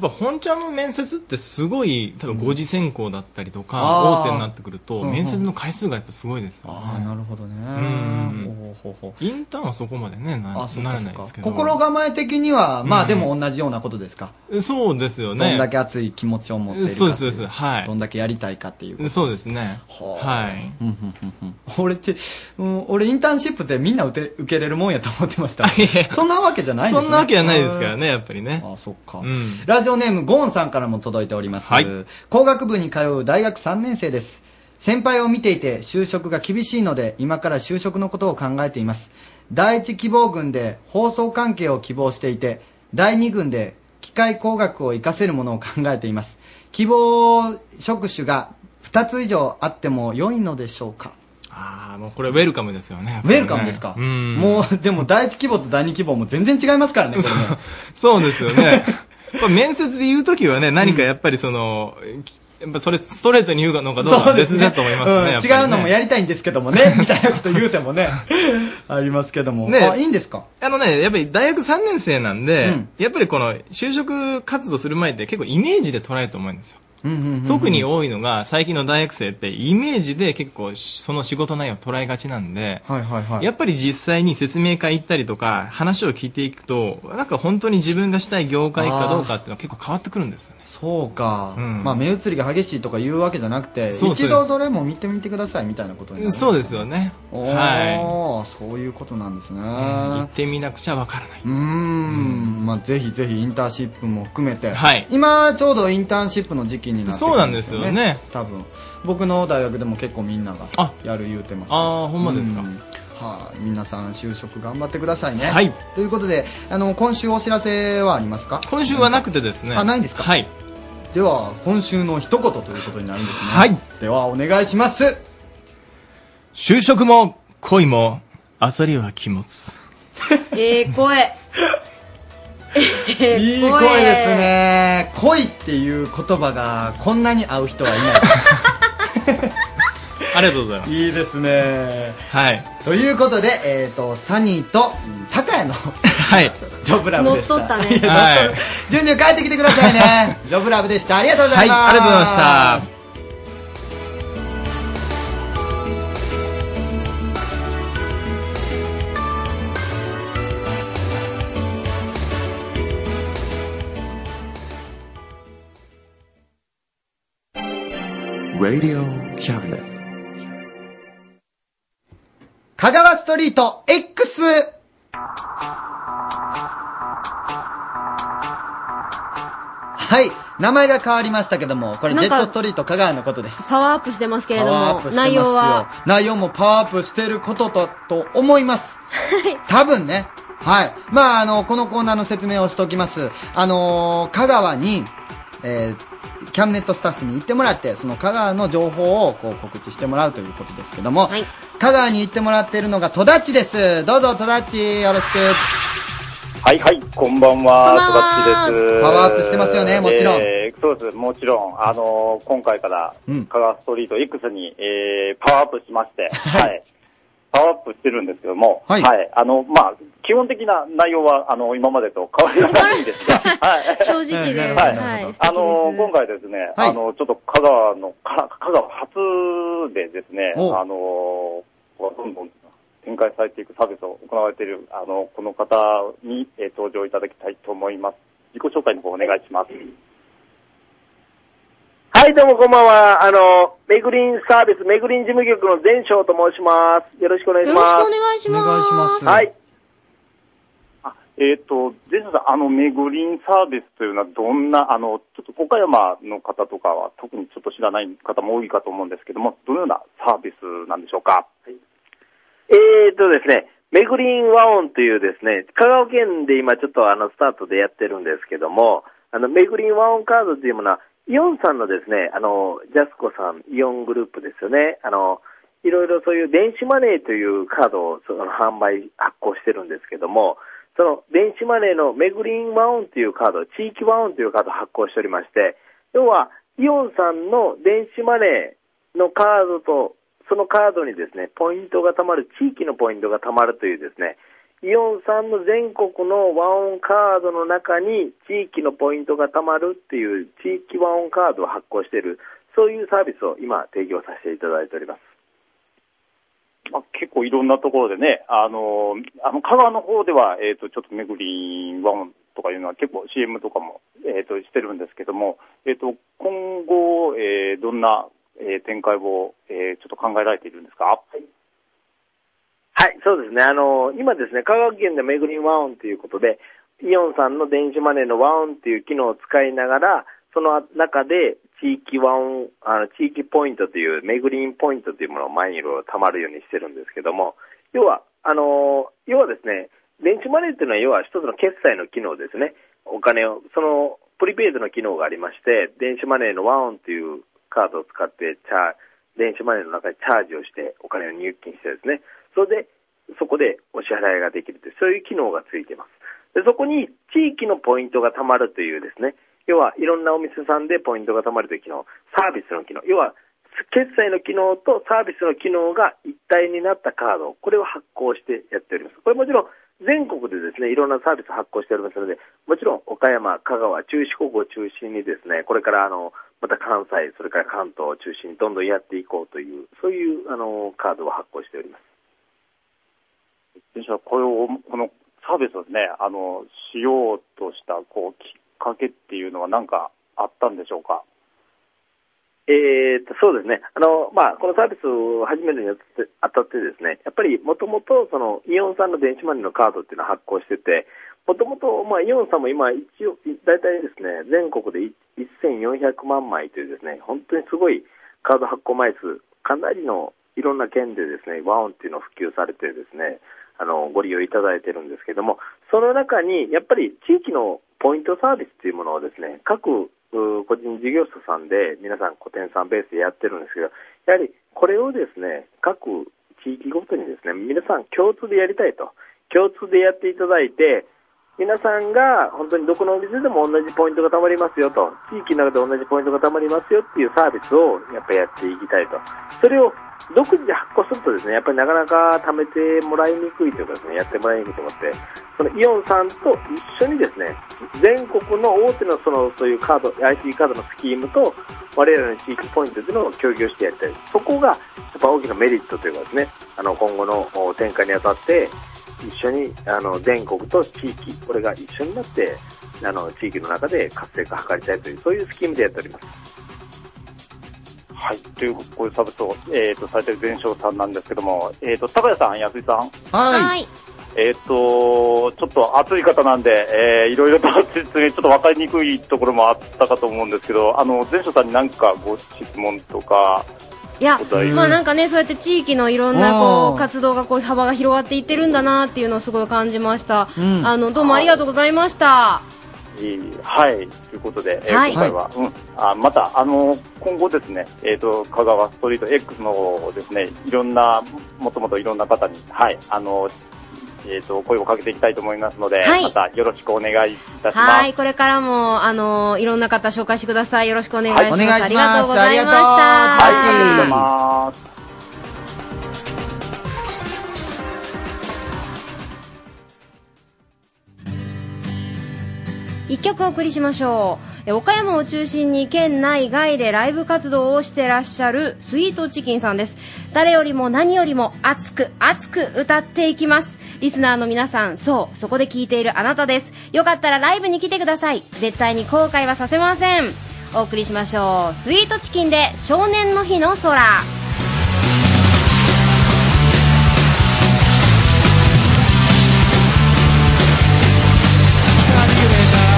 [SPEAKER 27] ぱ本ちゃんの面接ってすごい、多分5次選考だったりとか、
[SPEAKER 2] あー
[SPEAKER 27] 大手になってくると、
[SPEAKER 2] うんうん
[SPEAKER 27] 面接の回数がやっぱすごいですよね。
[SPEAKER 2] ああ、なるほどね。
[SPEAKER 27] うん
[SPEAKER 2] ほうほうほ
[SPEAKER 27] インターンはそこまでね、な
[SPEAKER 2] あそうか
[SPEAKER 27] ならないですけど。
[SPEAKER 2] 心構え的には、まあ
[SPEAKER 27] うん
[SPEAKER 2] でも同じようなことですか。
[SPEAKER 27] そうですよね。
[SPEAKER 2] どんだけ熱い気持ちを持っているかって
[SPEAKER 27] そう
[SPEAKER 2] い
[SPEAKER 27] ですそうですはい
[SPEAKER 2] どんだけやりたいかっていうこと。
[SPEAKER 27] そうですね。はい。
[SPEAKER 2] 俺って、うん、俺インターンシップってみんな受け受けれるもんやと思ってま した。そんなわけじゃないですね。
[SPEAKER 27] そんなわけじゃないですからね、やっぱりね。
[SPEAKER 2] あ、そっか。
[SPEAKER 27] うん。
[SPEAKER 2] ラジオネーム、ゴーンさんからも届いております。工学部に通う大学3年生です。先輩を見ていて就職が厳しいので、今から就職のことを考えています。第一希望群で放送関係を希望していて、第二群で機械工学を活かせるものを考えています。希望職種が2つ以上あっても良いのでしょうか
[SPEAKER 27] ああ、もうこれウェルカムですよね。やっぱ
[SPEAKER 2] ウ
[SPEAKER 27] りね
[SPEAKER 2] ェルカムですか、
[SPEAKER 27] うん。
[SPEAKER 2] もう、でも第一希望と第二希望も全然違いますからね、これね。
[SPEAKER 27] そうですよね。これ面接で言うときはね、何かやっぱりその、きやっぱそれストレートに言うのかどうかは別だと思いますね。やっぱりね
[SPEAKER 2] うん違うのもやりたいんですけども ね、みたいなこと言うてもね、ありますけども。
[SPEAKER 27] ね
[SPEAKER 2] あ、いいんですか
[SPEAKER 27] あのね、やっぱり大学3年生なんで、やっぱりこの就職活動する前って結構イメージで捉えると思うんですよ。特に多いのが最近の大学生ってイメージで結構その仕事内容を捉えがちなんで、
[SPEAKER 2] はいはいはい。
[SPEAKER 27] やっぱり実際に説明会行ったりとか話を聞いていくとなんか本当に自分がしたい業界かどうかっていうのは結構変わってくるんですよね
[SPEAKER 2] そうか、まあ目移りが激しいとか言うわけじゃなくて、
[SPEAKER 27] そうです
[SPEAKER 2] 一度どれも見てみてくださいみたいなことになる。
[SPEAKER 27] そうですよね
[SPEAKER 2] お
[SPEAKER 27] は
[SPEAKER 2] ー、そういうことなんですね。
[SPEAKER 27] い、うん行ってみなくちゃわからないう
[SPEAKER 2] ーん、まあぜひぜひインターンシップも含めて、
[SPEAKER 27] はい
[SPEAKER 2] 今ちょうどインターンシップの時期になってく
[SPEAKER 27] そう
[SPEAKER 2] る
[SPEAKER 27] なんですよね
[SPEAKER 2] 多分僕の大学でも結構みんながやる言うてます
[SPEAKER 27] ああほんまですか
[SPEAKER 2] うんはい、皆さん就職頑張ってくださいね、
[SPEAKER 27] はい
[SPEAKER 2] ということであの今週お知らせはありますか
[SPEAKER 27] 今週はなくてですね
[SPEAKER 2] あないんですか
[SPEAKER 27] はい
[SPEAKER 2] では今週の一言ということになるんですねはいではお願いします
[SPEAKER 27] 就職も恋も焦りは気持つ
[SPEAKER 3] ええ声。ええ声。
[SPEAKER 2] いい声です。ね 恋っていう言葉がこんなに合う人はいない
[SPEAKER 27] ありがとうございます
[SPEAKER 2] いいですね
[SPEAKER 27] はい
[SPEAKER 2] ということで、えー、とサニーとうん高谷 の
[SPEAKER 27] はい
[SPEAKER 2] ジョブラブでした
[SPEAKER 3] 乗っ取ったね
[SPEAKER 2] いや乗っ取る 順々帰ってきてください ねジョブラブでしたありがとうございます、
[SPEAKER 27] はいありがとうございました
[SPEAKER 6] Radio Cabinet.
[SPEAKER 2] 香川ストリート X はい名前が変わりましたけどもこれジ
[SPEAKER 3] な
[SPEAKER 2] ェ
[SPEAKER 3] ん
[SPEAKER 2] ッ
[SPEAKER 3] か
[SPEAKER 2] トストリート香川のことです
[SPEAKER 3] パワーアップしてますけれ
[SPEAKER 2] パ
[SPEAKER 3] ど
[SPEAKER 2] ワーア
[SPEAKER 3] も
[SPEAKER 2] ップしてま、すよ
[SPEAKER 3] 内容は、
[SPEAKER 2] 内容もパワーアップしてることだと思います多分ねはいまああのこのコーナーの説明をしておきますあのー香川にえーキャンネットスタッフに行ってもらって、その香川の情報をこう告知してもらうということですけども、香川に行ってもらっているのが戸田っちです。どうぞ戸田っち、よろしく。
[SPEAKER 1] はいはい、こんば
[SPEAKER 2] こ
[SPEAKER 1] んは、
[SPEAKER 2] んばんは
[SPEAKER 1] 戸田っちです。
[SPEAKER 2] パワーアップしてますよねもちろん
[SPEAKER 1] えーそうです、もちろん。あのー今回から、
[SPEAKER 2] うん
[SPEAKER 1] 香川ストリート X に、えーパワーアップしま して、はい。パワーアップしてるんですけども、はい。あの、まあ、基本的な内容は、あの、今までと変わりはないんです が、はい。
[SPEAKER 3] 正直で
[SPEAKER 1] は
[SPEAKER 3] はい
[SPEAKER 1] い。
[SPEAKER 3] 素敵です
[SPEAKER 1] あのー今回ですね、あの、ちょっと香川の、か香川初でですね、あ
[SPEAKER 2] お
[SPEAKER 1] のーどんどん展開されていくサービスを行われている、あの、この方に、えー登場いただきたいと思います。自己紹介の方お願いします。
[SPEAKER 14] はい、どうもこんばんは。あの、めぐりんサービス、めぐりん事務局の全翔と申します。よろしくお願いします。
[SPEAKER 3] 願いします。
[SPEAKER 2] お願いしま
[SPEAKER 1] はい。えっ、と、ジェスさん、あの、めぐりんサービスというのはどんな、あの、ちょっと岡山の方とかは特にちょっと知らない方も多いかと思うんですけども、どのようなサービスなんでしょうか
[SPEAKER 14] えーとですね、めぐりん和音というですね、香川県で今ちょっとあの、スタートでやってるんですけども、あの、めぐりん和音カードというものは、イオンさんのですね、あの、ジャスコさん、イオングループですよね、あの、いろいろそういう電子マネーというカードをその販売、発行してるんですけども、その電子マネーのめぐりん和音というカード、地域和音というカードを発行しておりまして、要は、イオンさんの電子マネーのカードと、そのカードにですね、ポイントが貯まる、地域のポイントが貯まるというですね、イオンさんの全国の和音カードの中に地域のポイントが貯まるっていう地域和音カードを発行している、そういうサービスを今提供させていただいております。
[SPEAKER 1] まあ、結構いろんなところでね、あの、あの、香川の方では、えっ、と、ちょっとめぐりんワンとかいうのは結構 CM とかも、えっ、と、してるんですけども、えっ、と、今後、えーどんな、えー展開を、えーちょっと考えられているんですか、
[SPEAKER 14] はい、そうですね。あの、今ですね、香川県でめぐりん和音ということで、イオンさんの電子マネーの和音っていう機能を使いながら、その中で地域和音、あの、地域ポイントという、めぐりんポイントというものを毎日貯まるようにしてるんですけども、要は、あの、要はですね、電子マネーっていうのは要は一つの決済の機能ですね。お金を、その、プリペイドの機能がありまして、電子マネーの和音というカードを使って、チャー電子マネーの中にチャージをして、お金を入金してですね、それで、そこでお支払いができるという、そういう機能がついています。でそこに地域のポイントが貯まるというですね、要はいろんなお店さんでポイントが貯まるという機能、サービスの機能、要は決済の機能とサービスの機能が一体になったカード、これを発行してやっております。これもちろん全国でですね、いろんなサービス発行しておりますので、もちろん岡山、香川、中四国を中心にですね、これからあの、また関西、それから関東を中心にどんどんやっていこうという、そういうあの、カードを発行しております。
[SPEAKER 1] 私はこれを、このサービスをですね、あの、しようとした、こう、きっかけっていうのは何かあったんでしょうか
[SPEAKER 14] えー、とそうですねあの、まあ、このサービスを始めるにあたってあたってですねやっぱりもともとイオンさんの電子マネーのカードっていうのを発行しててもともと、まあ、イオンさんも今、一応、大体ですね、全国でい1400万枚というですね、本当にすごいカード発行枚数、かなりのいろんな県でですね、和音っていうのを普及されてですね、あの、ご利用いただいてるんですけども、その中に、やっぱり地域のポイントサービスというものをですね、各う個人事業者さんで、皆さん個展さんベースでやってるんですけど、やはりこれをですね、各地域ごとにですね、皆さん共通でやりたいと。共通でやっていただいて、皆さんが本当にどこのお店でも同じポイントが貯まりますよと、地域の中で同じポイントが貯まりますよっていうサービスをやっぱやっていきたいと。それを独自で発行するとですね、やっぱりなかなか貯めてもらいにくいというかですね、やってもらいにくいと思って、そのイオンさんと一緒にですね、全国の大手のその、そういうカード、IT カードのスキームと、我々の地域ポイントでのを協業してやりたい。そこが、やっぱ大きなメリットというかですね、あの、今後のお展開にあたって、一緒にあの全国と地域、これが一緒になってあの地域の中で活性化を図りたいという、そういうスキームでやっております。
[SPEAKER 1] はい、というこういうサブと、えっ、と、されてる全商さんなんですけども、えっ、と、高谷さん、安井さん。
[SPEAKER 2] はい。
[SPEAKER 1] えっ、と、ちょっと暑い方なんで、えー、いろいろと説明、ちょっと分かりにくいところもあったかと思うんですけど、あの、全商さんに何かご質問とか、
[SPEAKER 3] いや
[SPEAKER 1] お題、
[SPEAKER 3] まあなんかね、そうやって地域のいろんな
[SPEAKER 1] あ
[SPEAKER 3] こ
[SPEAKER 1] ー
[SPEAKER 3] う活動がこう幅が広がっていってるんだなっていうのをすごい感じました。
[SPEAKER 1] うん
[SPEAKER 3] あの、どうもありがとうございました。
[SPEAKER 1] えーはい、ということで、えー
[SPEAKER 3] はい
[SPEAKER 1] 今回は、うん、あまた、あの今後ですね、えー、と香川ストリート X の方をですね、いろんな、もともといろんな方に、はい、あのえー、と声をかけていきたいと思いますので、
[SPEAKER 3] はい
[SPEAKER 1] またよろしくお願いいたします。
[SPEAKER 3] はい、これからも、あの、いろんな方紹介してください。よろしくお願いします。
[SPEAKER 1] はいお願いします
[SPEAKER 3] ありがとうございました。
[SPEAKER 1] ありがとうはいありがとうございます。
[SPEAKER 3] 一曲お送りしましょうえ岡山を中心に県内外でライブ活動をしてらっしゃるスイートチキンさんです誰よりも何よりも熱く熱く歌っていきますリスナーの皆さんそうそこで聴いているあなたですよかったらライブに来てください絶対に後悔はさせませんお送りしましょうスイートチキンで少年の日の空
[SPEAKER 10] さびれたが乗れる必死で飛び越えてゆく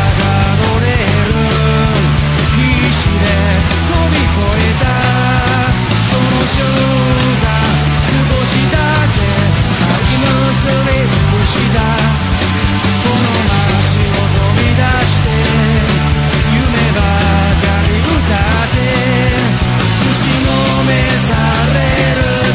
[SPEAKER 10] その瞬間少しだけ歩むすりむしたこの街を飛び出して夢ばかり歌って口の目覚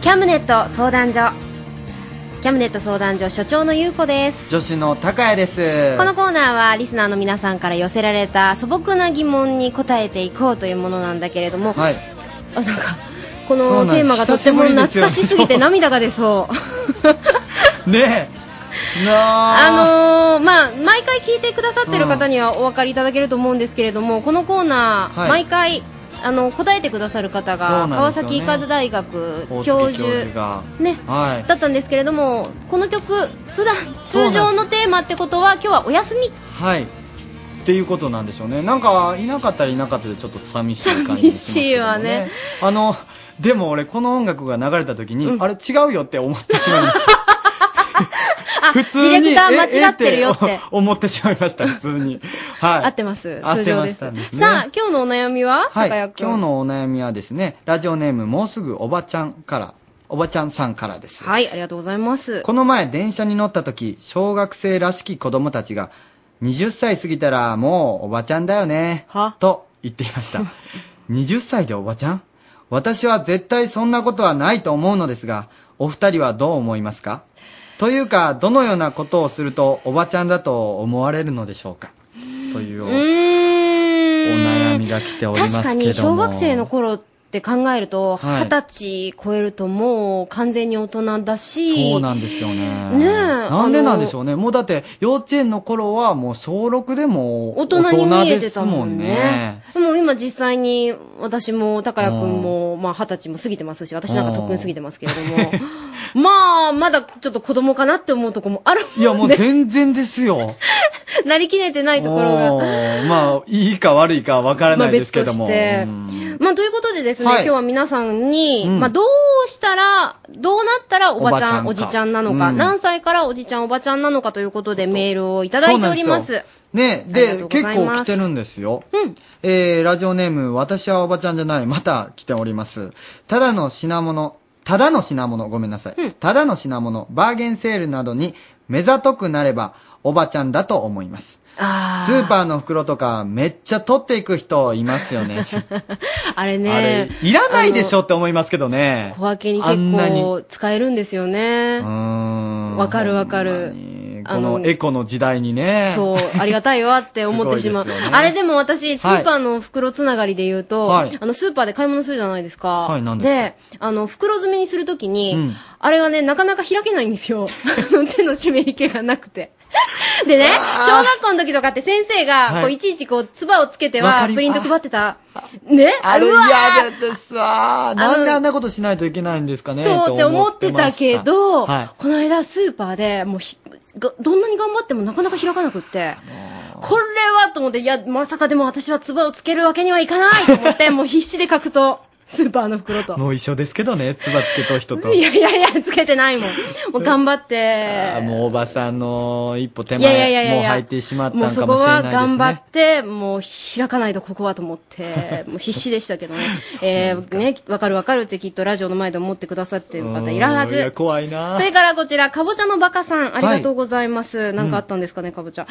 [SPEAKER 3] キャムネット相談所キャムネット相談所所長の優子です
[SPEAKER 2] 女子の高谷です
[SPEAKER 3] このコーナーはリスナーの皆さんから寄せられた素朴な疑問に答えていこうというものなんだけれども、
[SPEAKER 2] はい
[SPEAKER 3] あなんかこ
[SPEAKER 2] そ
[SPEAKER 3] の
[SPEAKER 2] うなん
[SPEAKER 3] テ
[SPEAKER 2] です
[SPEAKER 3] ーマがとても
[SPEAKER 2] 久しぶりです
[SPEAKER 3] 懐
[SPEAKER 2] よ
[SPEAKER 3] かしすぎて涙が出そう
[SPEAKER 2] ねえな
[SPEAKER 3] あのーまあ毎回聞いてくださってる方にはお分かりいただけると思うんですけれどもこのコーナー、
[SPEAKER 2] はい
[SPEAKER 3] 毎回あの答えてくださる方
[SPEAKER 2] そ
[SPEAKER 3] が、
[SPEAKER 2] うなん
[SPEAKER 3] 川
[SPEAKER 2] ですよね
[SPEAKER 3] 崎医科大学
[SPEAKER 2] 大
[SPEAKER 3] 教
[SPEAKER 2] 月教
[SPEAKER 3] 授
[SPEAKER 2] 授が
[SPEAKER 3] ね
[SPEAKER 2] はい
[SPEAKER 3] だったんですけれどもこの曲普段通常のテーマってことは今日はお休み
[SPEAKER 2] はいっていうことなんでしょうねなんかいなかったらいなかったでちょっと寂しい感じ
[SPEAKER 3] 寂
[SPEAKER 2] ですね
[SPEAKER 3] しいわね
[SPEAKER 2] あのでも俺この音楽が流れた時に、あれ違うよって思ってしまいました
[SPEAKER 3] デ
[SPEAKER 2] 普
[SPEAKER 3] ィレクター間違ってるよって
[SPEAKER 2] ええお思ってしまいました普通にはい
[SPEAKER 3] 合ってます
[SPEAKER 2] 合
[SPEAKER 3] 通
[SPEAKER 2] って
[SPEAKER 3] 常
[SPEAKER 2] ま
[SPEAKER 3] で
[SPEAKER 2] し
[SPEAKER 3] す
[SPEAKER 2] たんですね
[SPEAKER 3] さあ今日のお悩みは、
[SPEAKER 2] はい、
[SPEAKER 3] 高谷君
[SPEAKER 2] 今日のお悩みはですね、ラジオネームもうすぐおばちゃんから、おばちゃんさんからです。
[SPEAKER 3] はいありがとうございます
[SPEAKER 2] この前電車に乗った時、小学生らしき子供たちが、20歳過ぎたらもうおばちゃんだよね、と言ってい ました。20歳でおばちゃん私は絶対そんなことはないと思うのですが、お二人はどう思いますかというか、どのようなことをするとおばちゃんだと思われるのでしょうかというおお悩みが来ておりますけ
[SPEAKER 3] 確か
[SPEAKER 2] ども。
[SPEAKER 3] に小学生の頃って考えると
[SPEAKER 2] はい
[SPEAKER 3] 二十、歳超えるともう完全に大人だし
[SPEAKER 2] そうなんですよね。
[SPEAKER 3] ねえ
[SPEAKER 2] なんでなんでしょうね。もうだって、幼稚園の頃はもう小6でも
[SPEAKER 3] 大人に見えてた
[SPEAKER 2] 大人ですも
[SPEAKER 3] も
[SPEAKER 2] ん
[SPEAKER 3] ん
[SPEAKER 2] ね
[SPEAKER 3] ね。でも今実際に私も高谷君もまあ二十歳も過ぎてますし私なんか特に過ぎてますけれども まあまだちょっと子供かなって思うとこもある
[SPEAKER 2] いや、もう全然ですよ。
[SPEAKER 3] なりきれて ないところ
[SPEAKER 2] お
[SPEAKER 3] が。
[SPEAKER 2] ーまあ、いいか悪いかはわからないですけども。
[SPEAKER 3] まあ別とまあ、ということでですね、
[SPEAKER 2] はい
[SPEAKER 3] 今日は皆さんに、
[SPEAKER 2] うん
[SPEAKER 3] まあ、どうしたら、どうなったらおばちゃん、
[SPEAKER 2] おばちゃんか
[SPEAKER 3] おじちゃんなのか、
[SPEAKER 2] うん
[SPEAKER 3] 何歳からおじちゃん、おばちゃんなのかということでメールをいただいておりま
[SPEAKER 2] そうな
[SPEAKER 3] す
[SPEAKER 2] ん。ですよねで、
[SPEAKER 3] あり
[SPEAKER 2] 結
[SPEAKER 3] がとうござい
[SPEAKER 2] 構
[SPEAKER 3] ます
[SPEAKER 2] 来てるんですよ。えー、ラジオネーム、私はおばちゃんじゃない、また来ております。ただの品物、ただの品物、ごめんなさい。ただの品物、バーゲンセールなどに目ざとくなれば、おばちゃんだと思います。スーパーの袋とか、めっちゃ取っていく人いますよね。
[SPEAKER 3] あれ
[SPEAKER 2] あ れ
[SPEAKER 3] ね、、
[SPEAKER 2] いらないでしょって思いますけどね。
[SPEAKER 3] 小分けに
[SPEAKER 2] あんな
[SPEAKER 3] 結
[SPEAKER 2] に
[SPEAKER 3] 構使えるんですよね。わかるわかる。
[SPEAKER 2] このエコの時代にね。
[SPEAKER 3] そう、ありがたいわって思ってしまう。
[SPEAKER 2] すごいですよね
[SPEAKER 3] あれでも私、スーパーの袋つながりで言うと、
[SPEAKER 2] はい
[SPEAKER 3] あの、スーパーで買い物するじゃないですか。
[SPEAKER 2] はい何ですか
[SPEAKER 3] あの、袋詰めにするときに、
[SPEAKER 2] うん
[SPEAKER 3] あれがね、なかなか開けないんですよ。 あの手の湿り気がなくて。でね、小学校の時とかって先生
[SPEAKER 2] はい
[SPEAKER 3] が、こう、いちいちこう、唾をつけて
[SPEAKER 2] わか
[SPEAKER 3] は、
[SPEAKER 2] り
[SPEAKER 3] プリント配ってた。ね
[SPEAKER 2] あれ
[SPEAKER 3] うわー
[SPEAKER 2] 嫌ですわー。なんであんなことしないといけないんですかね
[SPEAKER 3] そうって思って
[SPEAKER 2] ま
[SPEAKER 3] た
[SPEAKER 2] した
[SPEAKER 3] けど、
[SPEAKER 2] はい
[SPEAKER 3] この間スーパーで、もうひ、がどんなに頑張ってもなかなか開かなくって、これはと思って、いや、まさかでも私は唾をつけるわけにはいかないと思 って、もう必死で書くと、スーパーの袋と。
[SPEAKER 2] もう一緒ですけどね、つばつけと人と。
[SPEAKER 3] いやいやいや、つけてないもん。もう頑張って、
[SPEAKER 2] あーもうおばさんの一歩手
[SPEAKER 3] いやいやいやい
[SPEAKER 2] 前、
[SPEAKER 3] や
[SPEAKER 2] もう入ってしまったん
[SPEAKER 3] もうそ
[SPEAKER 2] か
[SPEAKER 3] こ
[SPEAKER 2] もしれない
[SPEAKER 3] は
[SPEAKER 2] ですね。
[SPEAKER 3] 頑張って、もう開かないとここはと思 って、もう必死でしたけどね。えー、ね、わかるわかるってきっとラジオの前で思ってくださってる方いらは
[SPEAKER 2] うーんいや
[SPEAKER 3] ず。
[SPEAKER 2] 怖い な
[SPEAKER 3] それからこちら、かぼちゃのバカさん、ありがとうございます。なんかあったんですかね、かぼちゃ。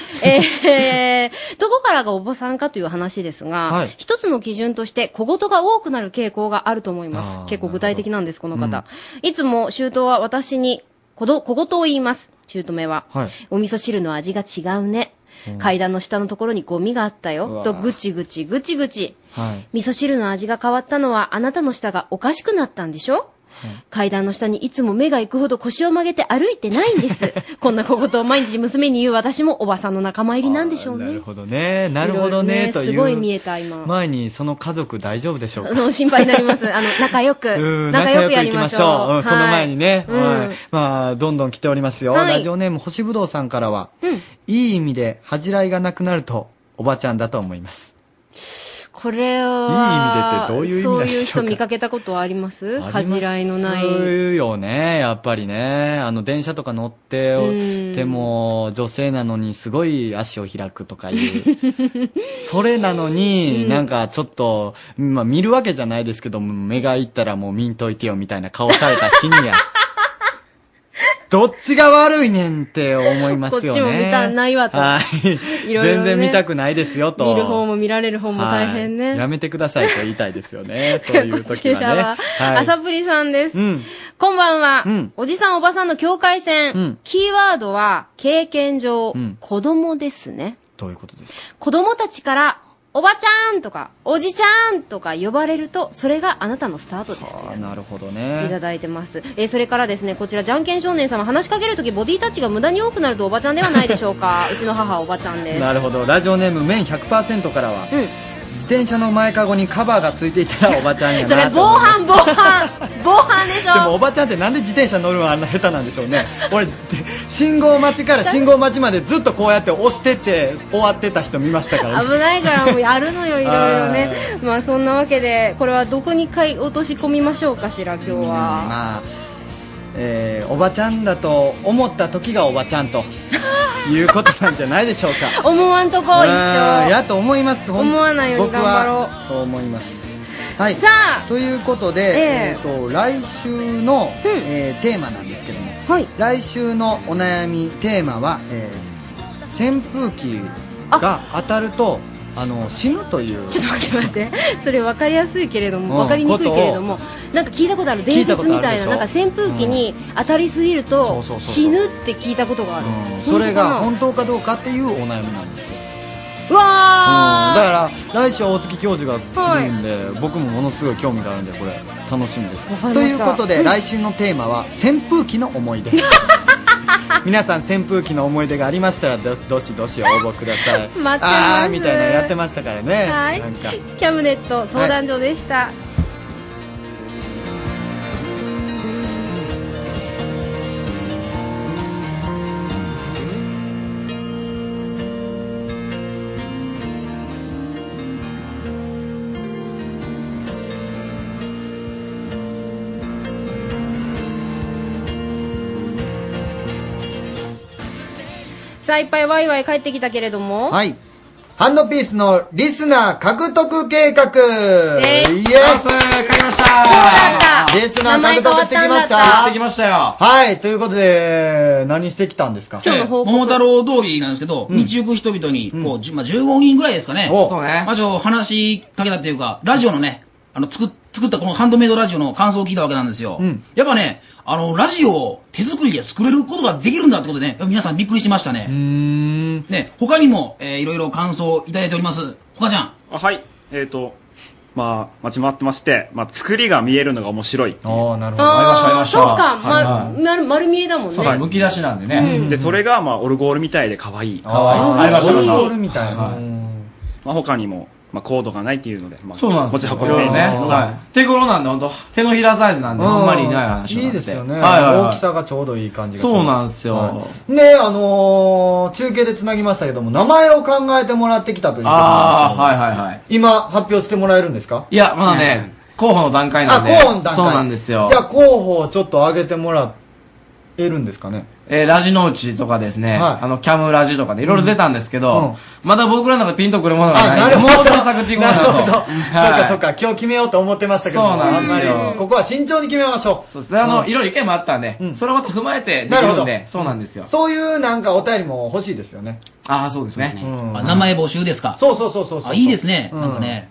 [SPEAKER 3] えー、 どこからがおばさんかという話ですが、
[SPEAKER 15] はい
[SPEAKER 3] 一つの基準として、小言が多くなる傾向があると思いま
[SPEAKER 15] あー
[SPEAKER 3] す。結構具体的なんです、この方。いつも、周到は私に、こど小言を言います。中止めは。
[SPEAKER 15] はい
[SPEAKER 3] お味噌汁の味が違うね。
[SPEAKER 15] うん
[SPEAKER 3] 階段の下のところにゴミがあった
[SPEAKER 15] う
[SPEAKER 3] よ。
[SPEAKER 15] わ
[SPEAKER 3] と、ぐちぐちぐちぐち。
[SPEAKER 15] はい。
[SPEAKER 3] 味噌汁の味が変わったのはあなたの舌がおかしくなったんでしょ階段の下にいつも目が行くほど腰を曲げて歩いてないん です。こんな小言を毎日娘に言う私もおばさんの仲間入りなんでしょう
[SPEAKER 2] な
[SPEAKER 3] ね
[SPEAKER 2] る。ほどね、なるほどね、
[SPEAKER 3] い
[SPEAKER 2] と
[SPEAKER 3] ろいろ
[SPEAKER 2] いう。
[SPEAKER 3] すごい見えた、今。
[SPEAKER 2] 前にその家族大丈夫でしょうか
[SPEAKER 3] その心配になります。あの、仲良く
[SPEAKER 2] うん、
[SPEAKER 3] 仲良くやりましょう。
[SPEAKER 2] 仲良く行きましょうんその前にね、
[SPEAKER 3] はい
[SPEAKER 2] はい
[SPEAKER 3] うん
[SPEAKER 2] まあ、どんどん来ておりますよ。
[SPEAKER 3] はい
[SPEAKER 2] ラジオネーム、星ぶどうさんからは、
[SPEAKER 3] うん
[SPEAKER 2] いい意味で恥じらいがなくなると、おばちゃんだと思います。
[SPEAKER 3] これは、
[SPEAKER 2] いい意味でってどう いう意味なんでしょうか
[SPEAKER 3] そういう人見かけたことはあります
[SPEAKER 2] あります
[SPEAKER 3] 恥じらいのない。
[SPEAKER 2] そういうよね、やっぱりね。あの、電車とか乗って
[SPEAKER 3] うん
[SPEAKER 2] ても、女性なのにすごい足を開くとかいう。 それなのに、
[SPEAKER 3] うん
[SPEAKER 2] なんかちょっと、まあ見るわけじゃないですけど、目がいったらもう見んといてよみたいな顔された日にや。 どっちが悪いねんって思いますよね。
[SPEAKER 3] こっちも見たないわと
[SPEAKER 2] はい。
[SPEAKER 3] いろいろね
[SPEAKER 2] 全然見たくないですよと。
[SPEAKER 3] 見る方も見られる方も大変
[SPEAKER 2] はい
[SPEAKER 3] ね。
[SPEAKER 2] やめてくださいと言いたいですよね。そういう時はね。
[SPEAKER 3] こちらは、
[SPEAKER 2] はい
[SPEAKER 3] 朝プリさんです。
[SPEAKER 2] うん。
[SPEAKER 3] こんばんは、
[SPEAKER 2] うん
[SPEAKER 3] おじさんおばさんの境界線。
[SPEAKER 2] うん
[SPEAKER 3] キーワードは、経験上、
[SPEAKER 2] うん
[SPEAKER 3] 子供ですね。
[SPEAKER 2] どういうことですか
[SPEAKER 3] 子供たちから、おばちゃんとか、おじちゃんとか呼ばれると、それがあなたのスタートです。
[SPEAKER 2] あーなるほど
[SPEAKER 3] いた
[SPEAKER 2] ね。
[SPEAKER 3] だいてます、えーそれからですねこちらじゃんけん少年様話しかけるときボディタッチが無駄に多くなるとおばちゃんではないでしょうかうちの母はおばちゃんです
[SPEAKER 2] なるほど。ラジオネーム麺100%からは、自転車の前かごにカバーがついていたらおばちゃんや な
[SPEAKER 3] それ
[SPEAKER 2] と
[SPEAKER 3] 防
[SPEAKER 2] 思います
[SPEAKER 3] 犯防犯防犯でし
[SPEAKER 2] でもお
[SPEAKER 3] ょ
[SPEAKER 2] ばちゃんってなんで自転車乗るのあんな下手なんでしょう ね俺で信号待ちから信号待ちまでずっとこうやって押してって終わってた人見ましたからね
[SPEAKER 3] 危ないからもうやるの よいろいろねまあそんなわけでこれはどこにかい落とし込みましょうかしら今日は
[SPEAKER 2] まあ、えーおばちゃんだと思った時がおばちゃ んということなんじゃないでしょうか
[SPEAKER 3] 思わんとこ一
[SPEAKER 2] うん
[SPEAKER 3] 緒
[SPEAKER 2] やと思いますほん
[SPEAKER 3] 思わないように頑張ろう
[SPEAKER 2] 僕はそう思いますはい、
[SPEAKER 3] さあ
[SPEAKER 2] ということで、え
[SPEAKER 3] ええ
[SPEAKER 2] ーと来週の、えーテーマなんですけども、来週のお悩みテーマは、えー扇風機が当たるとあの死ぬという
[SPEAKER 3] ちょっと待って待ってそれ分かりやすいけれど
[SPEAKER 2] う
[SPEAKER 3] も
[SPEAKER 2] ん
[SPEAKER 3] 分かりにくいけれどもなんか聞いたことある
[SPEAKER 2] 聞
[SPEAKER 3] 伝
[SPEAKER 2] いたこ
[SPEAKER 3] 説
[SPEAKER 2] とあ
[SPEAKER 3] みた
[SPEAKER 2] る
[SPEAKER 3] い
[SPEAKER 2] で
[SPEAKER 3] な
[SPEAKER 2] しょ
[SPEAKER 3] なんか扇風機に当たりすぎる
[SPEAKER 2] そ
[SPEAKER 3] と
[SPEAKER 2] うそうそうそう
[SPEAKER 3] 死ぬって聞いたことがある
[SPEAKER 2] それが
[SPEAKER 3] 本
[SPEAKER 2] 本当かどうかっていうお悩みなんですよ、うん、
[SPEAKER 3] 当かなうわー
[SPEAKER 2] だから来週大月教授が来るんで、僕もものすごい興味があるんでこれ楽しみです
[SPEAKER 3] わかり
[SPEAKER 2] と
[SPEAKER 3] ま
[SPEAKER 2] い
[SPEAKER 3] し
[SPEAKER 2] う
[SPEAKER 3] た
[SPEAKER 2] ことで、
[SPEAKER 3] うん
[SPEAKER 2] 来週のテーマは扇風機の思 い出皆さん扇風機の思い出がありましたらどどしどし応募ください
[SPEAKER 3] 待ってます
[SPEAKER 2] あーみたいなのやってましたからね
[SPEAKER 3] はい
[SPEAKER 2] なんか
[SPEAKER 3] キャムネット相談所でした、さあいっぱいワイワイ帰ってきたけれども
[SPEAKER 2] はいハンドピースのリスナー獲得計画、
[SPEAKER 3] えい
[SPEAKER 2] イエス買いましたリスナー獲得してきまし
[SPEAKER 3] 名前変わった
[SPEAKER 2] た
[SPEAKER 15] ってきましたよ。
[SPEAKER 2] はい、ということで、何してきたんですか
[SPEAKER 15] ええ桃太郎通りなんですけど、道行く人々に、こう、じゅまあ、15人ぐらいですかね。そうね。まあ、ちょっと話しかけたっていうか、ラジオのね、あの、作っ、作ったこのハンドメイドラジオの感想を聞いたわけなんですよ。やっぱね、あの、ラジオを手作りで作れることができるんだってことでね、皆さんびっくりしましたね。ね、他にも、えーいろいろ感想をいただいております。他ちゃん。
[SPEAKER 16] はい。えっ、と、まあ、待ち回ってまして、まあ、作りが見えるのが面白いっていう。ああ、なる
[SPEAKER 3] そうか、ま丸丸見えだもんね、
[SPEAKER 16] むき出しなんで
[SPEAKER 3] ねうん
[SPEAKER 16] で、それが、まあ、オルゴールみたいで可愛い。
[SPEAKER 2] あーありましたありましたオルゴール
[SPEAKER 16] みたいな。まあ、他にも、まあ、コードがないっていうので、まあ、
[SPEAKER 15] そうなんです
[SPEAKER 16] 持ち運べない
[SPEAKER 15] い
[SPEAKER 16] っ
[SPEAKER 15] ろい
[SPEAKER 16] ていう
[SPEAKER 15] ろ
[SPEAKER 16] の
[SPEAKER 15] ね。
[SPEAKER 16] が
[SPEAKER 15] はい。手頃なんで、本当手のひらサイズなんで、あんまりいない話
[SPEAKER 2] い
[SPEAKER 15] なん
[SPEAKER 2] い
[SPEAKER 15] で。
[SPEAKER 2] ですよね、
[SPEAKER 15] はいはいはい
[SPEAKER 2] 大きさがちょうどいい感じがします
[SPEAKER 15] そうなんですよ。
[SPEAKER 2] はいねあのー中継でつなぎましたけども名前を考えてもらってきたということなん
[SPEAKER 15] あ
[SPEAKER 2] で
[SPEAKER 15] あ、はいはいはい。
[SPEAKER 2] すけど今発表してもらえるんですか
[SPEAKER 15] いや、まだね、候補の段階なんで。
[SPEAKER 2] あ候補の段階
[SPEAKER 15] そうなんですよ。
[SPEAKER 2] じゃあ候補をちょっと上げてもらえるんですかね
[SPEAKER 15] えーラジノーチとかですね、あの、キャムラジとかね、いろいろ出たんですけど、まだ僕らの中でピンとくるものがない。もうちょっと探っていこうかなと。
[SPEAKER 2] なるほど
[SPEAKER 15] はい
[SPEAKER 2] そっかそっか今日決めようと思ってましたけども
[SPEAKER 15] そうなんですよ
[SPEAKER 2] あんまりここは慎重に決めましょうそうです
[SPEAKER 15] であの、いろいろ意見もあったんで、それをまた踏まえてでき
[SPEAKER 2] なる
[SPEAKER 15] る
[SPEAKER 2] ほ
[SPEAKER 15] ん
[SPEAKER 2] ど
[SPEAKER 15] で、そうなんですよ。
[SPEAKER 2] そういうなんかお便りも欲しいですよね
[SPEAKER 15] ああ、そうですね。
[SPEAKER 2] ん
[SPEAKER 15] あ
[SPEAKER 2] 名前
[SPEAKER 15] 募集ですか
[SPEAKER 2] そうそうそうそうそう
[SPEAKER 15] あいいですね
[SPEAKER 2] うん
[SPEAKER 15] なんかね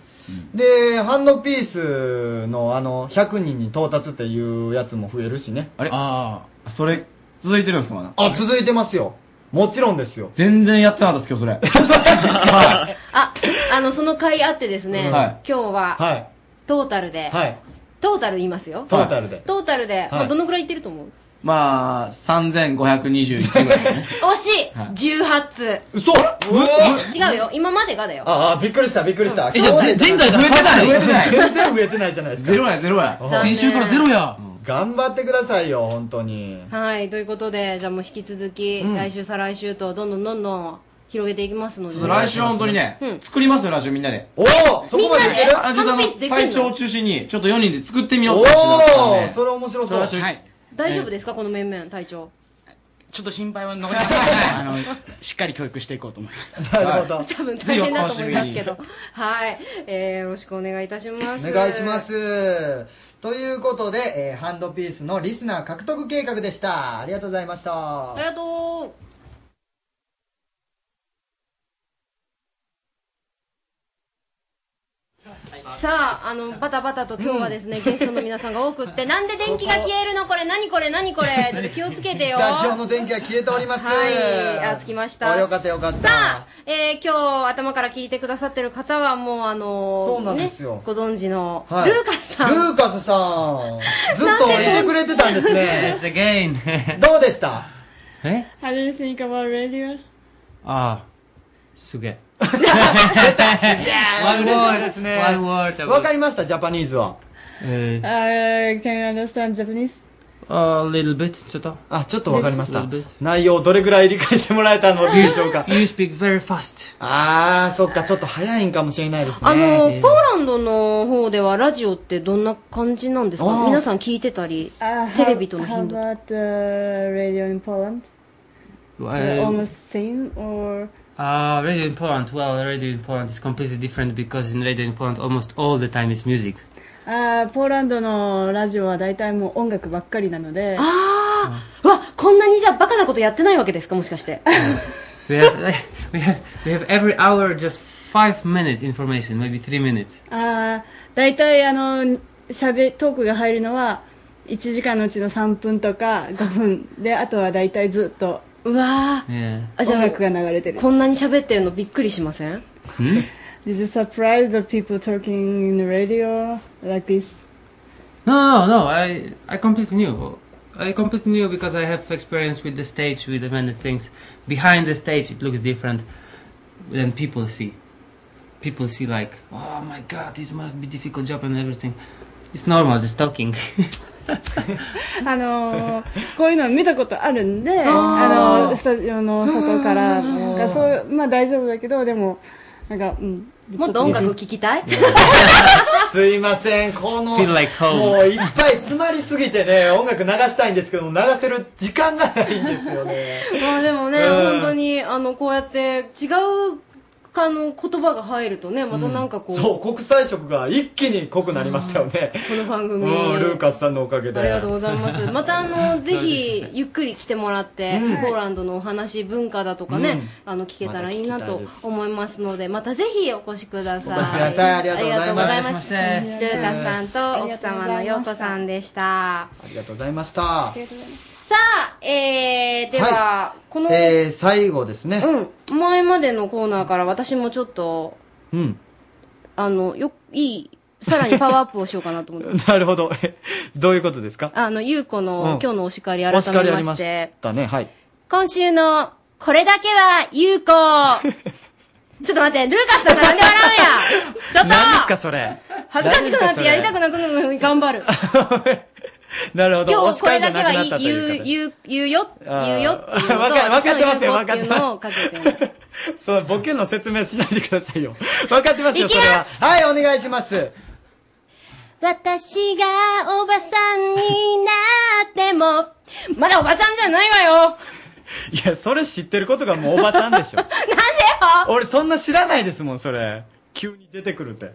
[SPEAKER 2] でハンドピースのあの100人に到達っていうやつも増えるしね
[SPEAKER 15] あれああ、それ、続いてるんですかまだ。
[SPEAKER 2] あ続いてますよもちろんですよ
[SPEAKER 15] 全然やってなかったです、今日それ。
[SPEAKER 3] あのその回あってですね、
[SPEAKER 15] はい
[SPEAKER 3] 今日は、
[SPEAKER 2] はい
[SPEAKER 3] トータルで、
[SPEAKER 2] はい
[SPEAKER 3] トータル言いますよ
[SPEAKER 15] トータルで
[SPEAKER 3] トータルで、まあ
[SPEAKER 15] はい
[SPEAKER 3] どのくらいいってると思う
[SPEAKER 15] まあ、3521ぐらい。
[SPEAKER 3] 惜しい、
[SPEAKER 15] はい
[SPEAKER 3] 18つ
[SPEAKER 2] 嘘
[SPEAKER 3] 違うよ今までがだよ
[SPEAKER 2] ああびっくりしたびっくりした
[SPEAKER 15] えじゃあ
[SPEAKER 2] 今日で
[SPEAKER 15] 前前回から
[SPEAKER 2] 増えてない
[SPEAKER 15] 増えてない
[SPEAKER 2] 全然増えてないじゃないですか
[SPEAKER 15] ゼロや、ゼロや。
[SPEAKER 2] 先週からゼ
[SPEAKER 15] ロや
[SPEAKER 2] 頑張ってくださいよ本当に
[SPEAKER 3] はいということでじゃあもう引き続き、
[SPEAKER 2] うん
[SPEAKER 3] 来週再来週とどんどんどんどん広げていきますので
[SPEAKER 15] そう来週は本当にね、作りますよ、ラジオみんなで。
[SPEAKER 2] おおそこまでいける
[SPEAKER 15] あじさんの体調を中心に、ちょっと4人で作ってみよう
[SPEAKER 2] お
[SPEAKER 15] って話になったん
[SPEAKER 2] お
[SPEAKER 15] で。
[SPEAKER 2] それ面白そう
[SPEAKER 15] それは
[SPEAKER 3] 大丈夫ですか、この面々体調
[SPEAKER 17] ちょっと心配は残りますがあのしっかり教育していこうと思います。
[SPEAKER 2] なるほど
[SPEAKER 3] 多分大変だと思いますけどはい、えー、よろしくお願いいたします
[SPEAKER 2] お願いしますということで、えーハンドピースのリスナー獲得計画でした。ありがとうございました。
[SPEAKER 3] ありがとう。さあ、あの、バタバタと今日はですね、ゲストの皆さんが多 くって、なんで電気が消えるのこれ、何これ、何これ、ちょっと気をつけて
[SPEAKER 2] ス
[SPEAKER 3] よ。
[SPEAKER 2] タジオの電気が消えております。
[SPEAKER 3] はいあつきました
[SPEAKER 2] あよかったよかった。
[SPEAKER 3] えー今日頭から聞いてくださってる方はもうあのー
[SPEAKER 2] そうなんですよ
[SPEAKER 3] ねご存知の、
[SPEAKER 2] はい
[SPEAKER 3] ルーカスさん
[SPEAKER 2] ルーカスさん、ずっといてくれてたんですね。どうでした
[SPEAKER 10] 初めて think about radio?
[SPEAKER 9] ああ、すげえ。
[SPEAKER 2] ワ
[SPEAKER 9] One word ですね One word
[SPEAKER 2] わかりました、ジャパニーズは。
[SPEAKER 9] え
[SPEAKER 10] Uh, can you understand Japanese?
[SPEAKER 9] あ、little bit ちょっと。
[SPEAKER 2] あ、ちょっとわかりました。内容どれぐらい理解してもらえたのでしょうか。
[SPEAKER 9] You speak very fast.
[SPEAKER 2] あー、そっか、ちょっと早いんかもしれないですね。
[SPEAKER 3] あのーポーランドの方ではラジオってどんな感じなんです
[SPEAKER 2] あ
[SPEAKER 3] か
[SPEAKER 2] ー
[SPEAKER 3] 皆さん聞いてたりテレビとの頻度
[SPEAKER 10] How about uh, radio in Poland? Uh, almost same or?
[SPEAKER 9] Uh, radio in Poland. Well, radio in Poland is completely different because in radio in Poland almost all the time is music.
[SPEAKER 10] あーポーランドのラジオは大体もう音楽ばっかりなので
[SPEAKER 3] うわこんなにじゃあバカなことやってないわけですかもしかして
[SPEAKER 9] We have like, we have we have every hour just five minutes information, maybe three minutes.
[SPEAKER 10] あー大体あのしゃべトークが入るのは1時間のうちの3分とか5分であとは大体ずっと
[SPEAKER 3] うわあじゃあ
[SPEAKER 10] 音楽が流れてる
[SPEAKER 3] こんなに喋ってるのびっくりしません
[SPEAKER 10] Did you surprise the people talking in the radio like this?
[SPEAKER 9] No, no, no. I I completely knew. I completely knew because I have experience with the stage, with the many things. Behind the stage, it looks different than people see. People see like, oh my god, this must be difficult job and everything. It's normal, just talking.
[SPEAKER 10] あのーこういうのを見たことあるん
[SPEAKER 9] あ
[SPEAKER 10] で、
[SPEAKER 9] ー
[SPEAKER 10] あのースタジオの外から、
[SPEAKER 3] あー
[SPEAKER 10] なんかそう、まあ大丈夫だけど、でも、なんか、うん。
[SPEAKER 3] もっと音楽聴きたい
[SPEAKER 2] すいません、この、
[SPEAKER 9] Feel like home.
[SPEAKER 2] もういっぱい詰まりすぎてね、音楽流したいんですけども、流せる時間がないんですよね。
[SPEAKER 3] まあでもね、
[SPEAKER 2] うん
[SPEAKER 3] 本当にあのこうやって違うあの言葉が入るとねまたなんかこう,、
[SPEAKER 2] そう、国際色が一気に濃くなりましたよね。
[SPEAKER 3] この番
[SPEAKER 2] うん、
[SPEAKER 3] 組
[SPEAKER 2] ルーカスさんのおかげで。
[SPEAKER 3] ありがとうございます。 またあの、ぜひ、ゆっくり来てもらって、
[SPEAKER 2] うん
[SPEAKER 3] ポーランドのお話、文化だとかね、
[SPEAKER 2] うん
[SPEAKER 3] あの、聞けたらいいな
[SPEAKER 2] また聞き
[SPEAKER 3] と
[SPEAKER 2] たいです
[SPEAKER 3] 思いますので、またぜひお越しください。
[SPEAKER 2] お越しくださいありがとうございま
[SPEAKER 3] ありがとうご
[SPEAKER 2] す
[SPEAKER 3] ざいますルーカスさんと奥様のようこさんでした。
[SPEAKER 2] ありがとうございました。
[SPEAKER 3] さあ、えー、では、この、
[SPEAKER 2] えー、最後ですね。
[SPEAKER 3] うん、前までのコーナーから私もちょっと、
[SPEAKER 2] うん。
[SPEAKER 3] あの、よ、いい、さらにパワーアップをしようかなと思って。
[SPEAKER 2] なるほど。えどういうことですか
[SPEAKER 3] あの、ゆうこの、
[SPEAKER 2] うん
[SPEAKER 3] 今日のお叱り改め
[SPEAKER 2] お叱りあ
[SPEAKER 3] ま
[SPEAKER 2] りま
[SPEAKER 3] し、
[SPEAKER 2] してたね。はい。
[SPEAKER 3] 今週の、これだけは、ゆ うこ。ちょっと待って、ルーカスさんなんで笑うんや。ちょっ
[SPEAKER 2] 何ですか、それ。
[SPEAKER 3] と、恥ずかしくなってやりたくなくなるのに頑張る。
[SPEAKER 2] なるほど。
[SPEAKER 3] 今
[SPEAKER 2] お
[SPEAKER 3] 日こ
[SPEAKER 2] 叱
[SPEAKER 3] れ
[SPEAKER 2] りじゃ
[SPEAKER 3] だけ
[SPEAKER 2] なくな
[SPEAKER 3] は
[SPEAKER 2] ったという
[SPEAKER 3] 言う、言う、言うよ、
[SPEAKER 2] あー
[SPEAKER 3] 言うよっていうのと、
[SPEAKER 2] わかわかってますよ
[SPEAKER 3] 私の言うこっていうのをかけて。
[SPEAKER 2] そう、ボケの説明しないでくださいよ。 分かってますよ、
[SPEAKER 3] いき
[SPEAKER 2] そ
[SPEAKER 3] ま
[SPEAKER 2] れ
[SPEAKER 3] す
[SPEAKER 2] は。はい、お願いします。
[SPEAKER 3] 私がおばさんになっても、 まだおばちゃんじゃないわよ。
[SPEAKER 2] いや、それ知ってることがもうおばちゃんでしょ。なんでよ俺そんな知らないですもん、それ。急に出てくるって。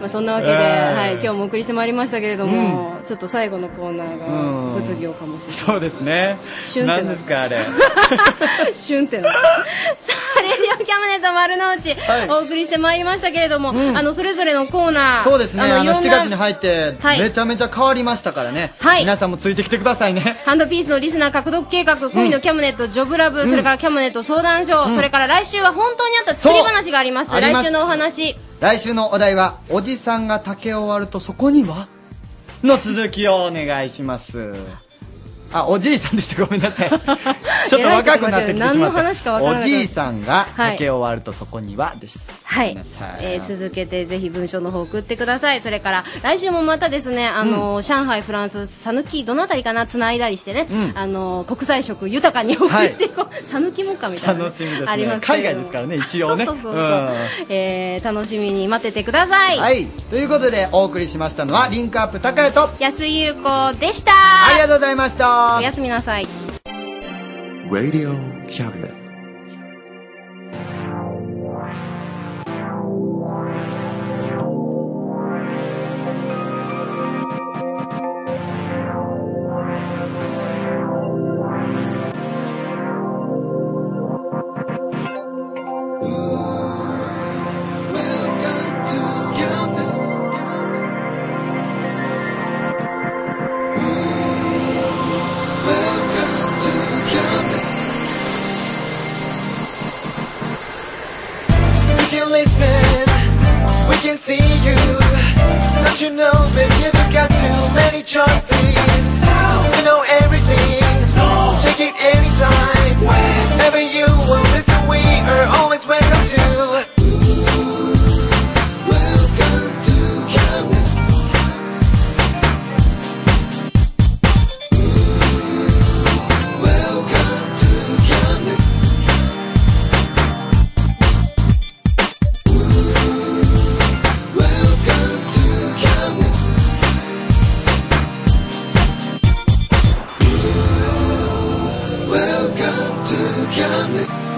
[SPEAKER 3] まあそんなわけで、
[SPEAKER 2] えー
[SPEAKER 3] はい、今日もお送りしてまいりましたけれども、ちょっと最後のコーナーが
[SPEAKER 2] うん
[SPEAKER 3] 物議を醸し
[SPEAKER 2] そうですね
[SPEAKER 3] シュ。ンってなる
[SPEAKER 2] 何ですか、あれ。
[SPEAKER 3] シュンってなさあレディオキャムネと丸の内、お送りしてまいりましたけれども、あのそれぞれのコーナー
[SPEAKER 2] そうですね、あの、
[SPEAKER 3] いろん
[SPEAKER 2] 7
[SPEAKER 3] な
[SPEAKER 2] 月に入って、
[SPEAKER 3] はい
[SPEAKER 2] めちゃめちゃ変わりましたからね。
[SPEAKER 3] はい
[SPEAKER 2] 皆さんもついてきてくださいね。
[SPEAKER 3] ハンドピースのリスナー獲得計画、恋のキャムネット、ジョブラブ、それからキャムネット相談所、
[SPEAKER 2] うん
[SPEAKER 3] それから来週は本当にあった作り話があります。
[SPEAKER 2] そうありま
[SPEAKER 3] 来
[SPEAKER 2] す
[SPEAKER 3] 週のお話。
[SPEAKER 2] 来週のお題は、おじさんが竹を割るとそこにはの続きをお願いします。あ、おじいさんでした。ごめんな さい。ちょっと若くなってきてしまった。
[SPEAKER 3] 何の話かわからなか
[SPEAKER 2] お
[SPEAKER 3] った
[SPEAKER 2] じいさんが
[SPEAKER 3] はい
[SPEAKER 2] 竹を割るとそこにはです。
[SPEAKER 3] はい、
[SPEAKER 2] い
[SPEAKER 3] えー続けてぜひ文章の方送ってくださいそれから来週もまたですねあのー、上海フランスさぬきどのあたりかなつないだりしてね、あのー国際色豊かにお送りしていこうさぬきもかみたいなね、
[SPEAKER 2] 楽しみです
[SPEAKER 3] あり
[SPEAKER 2] ね
[SPEAKER 3] ま。すけ
[SPEAKER 2] 海
[SPEAKER 3] れど
[SPEAKER 2] 外で
[SPEAKER 3] も
[SPEAKER 2] すからね、一応ね。
[SPEAKER 3] そうそうそうそう
[SPEAKER 2] うん
[SPEAKER 3] えー楽しみに待っててください、
[SPEAKER 2] はい。ということで、お送りしましたのは、リンクアップ高谷と、
[SPEAKER 3] 安井優子でした
[SPEAKER 2] ありがとうございました。
[SPEAKER 3] おやすみなさい
[SPEAKER 6] Radio Cabinet. ね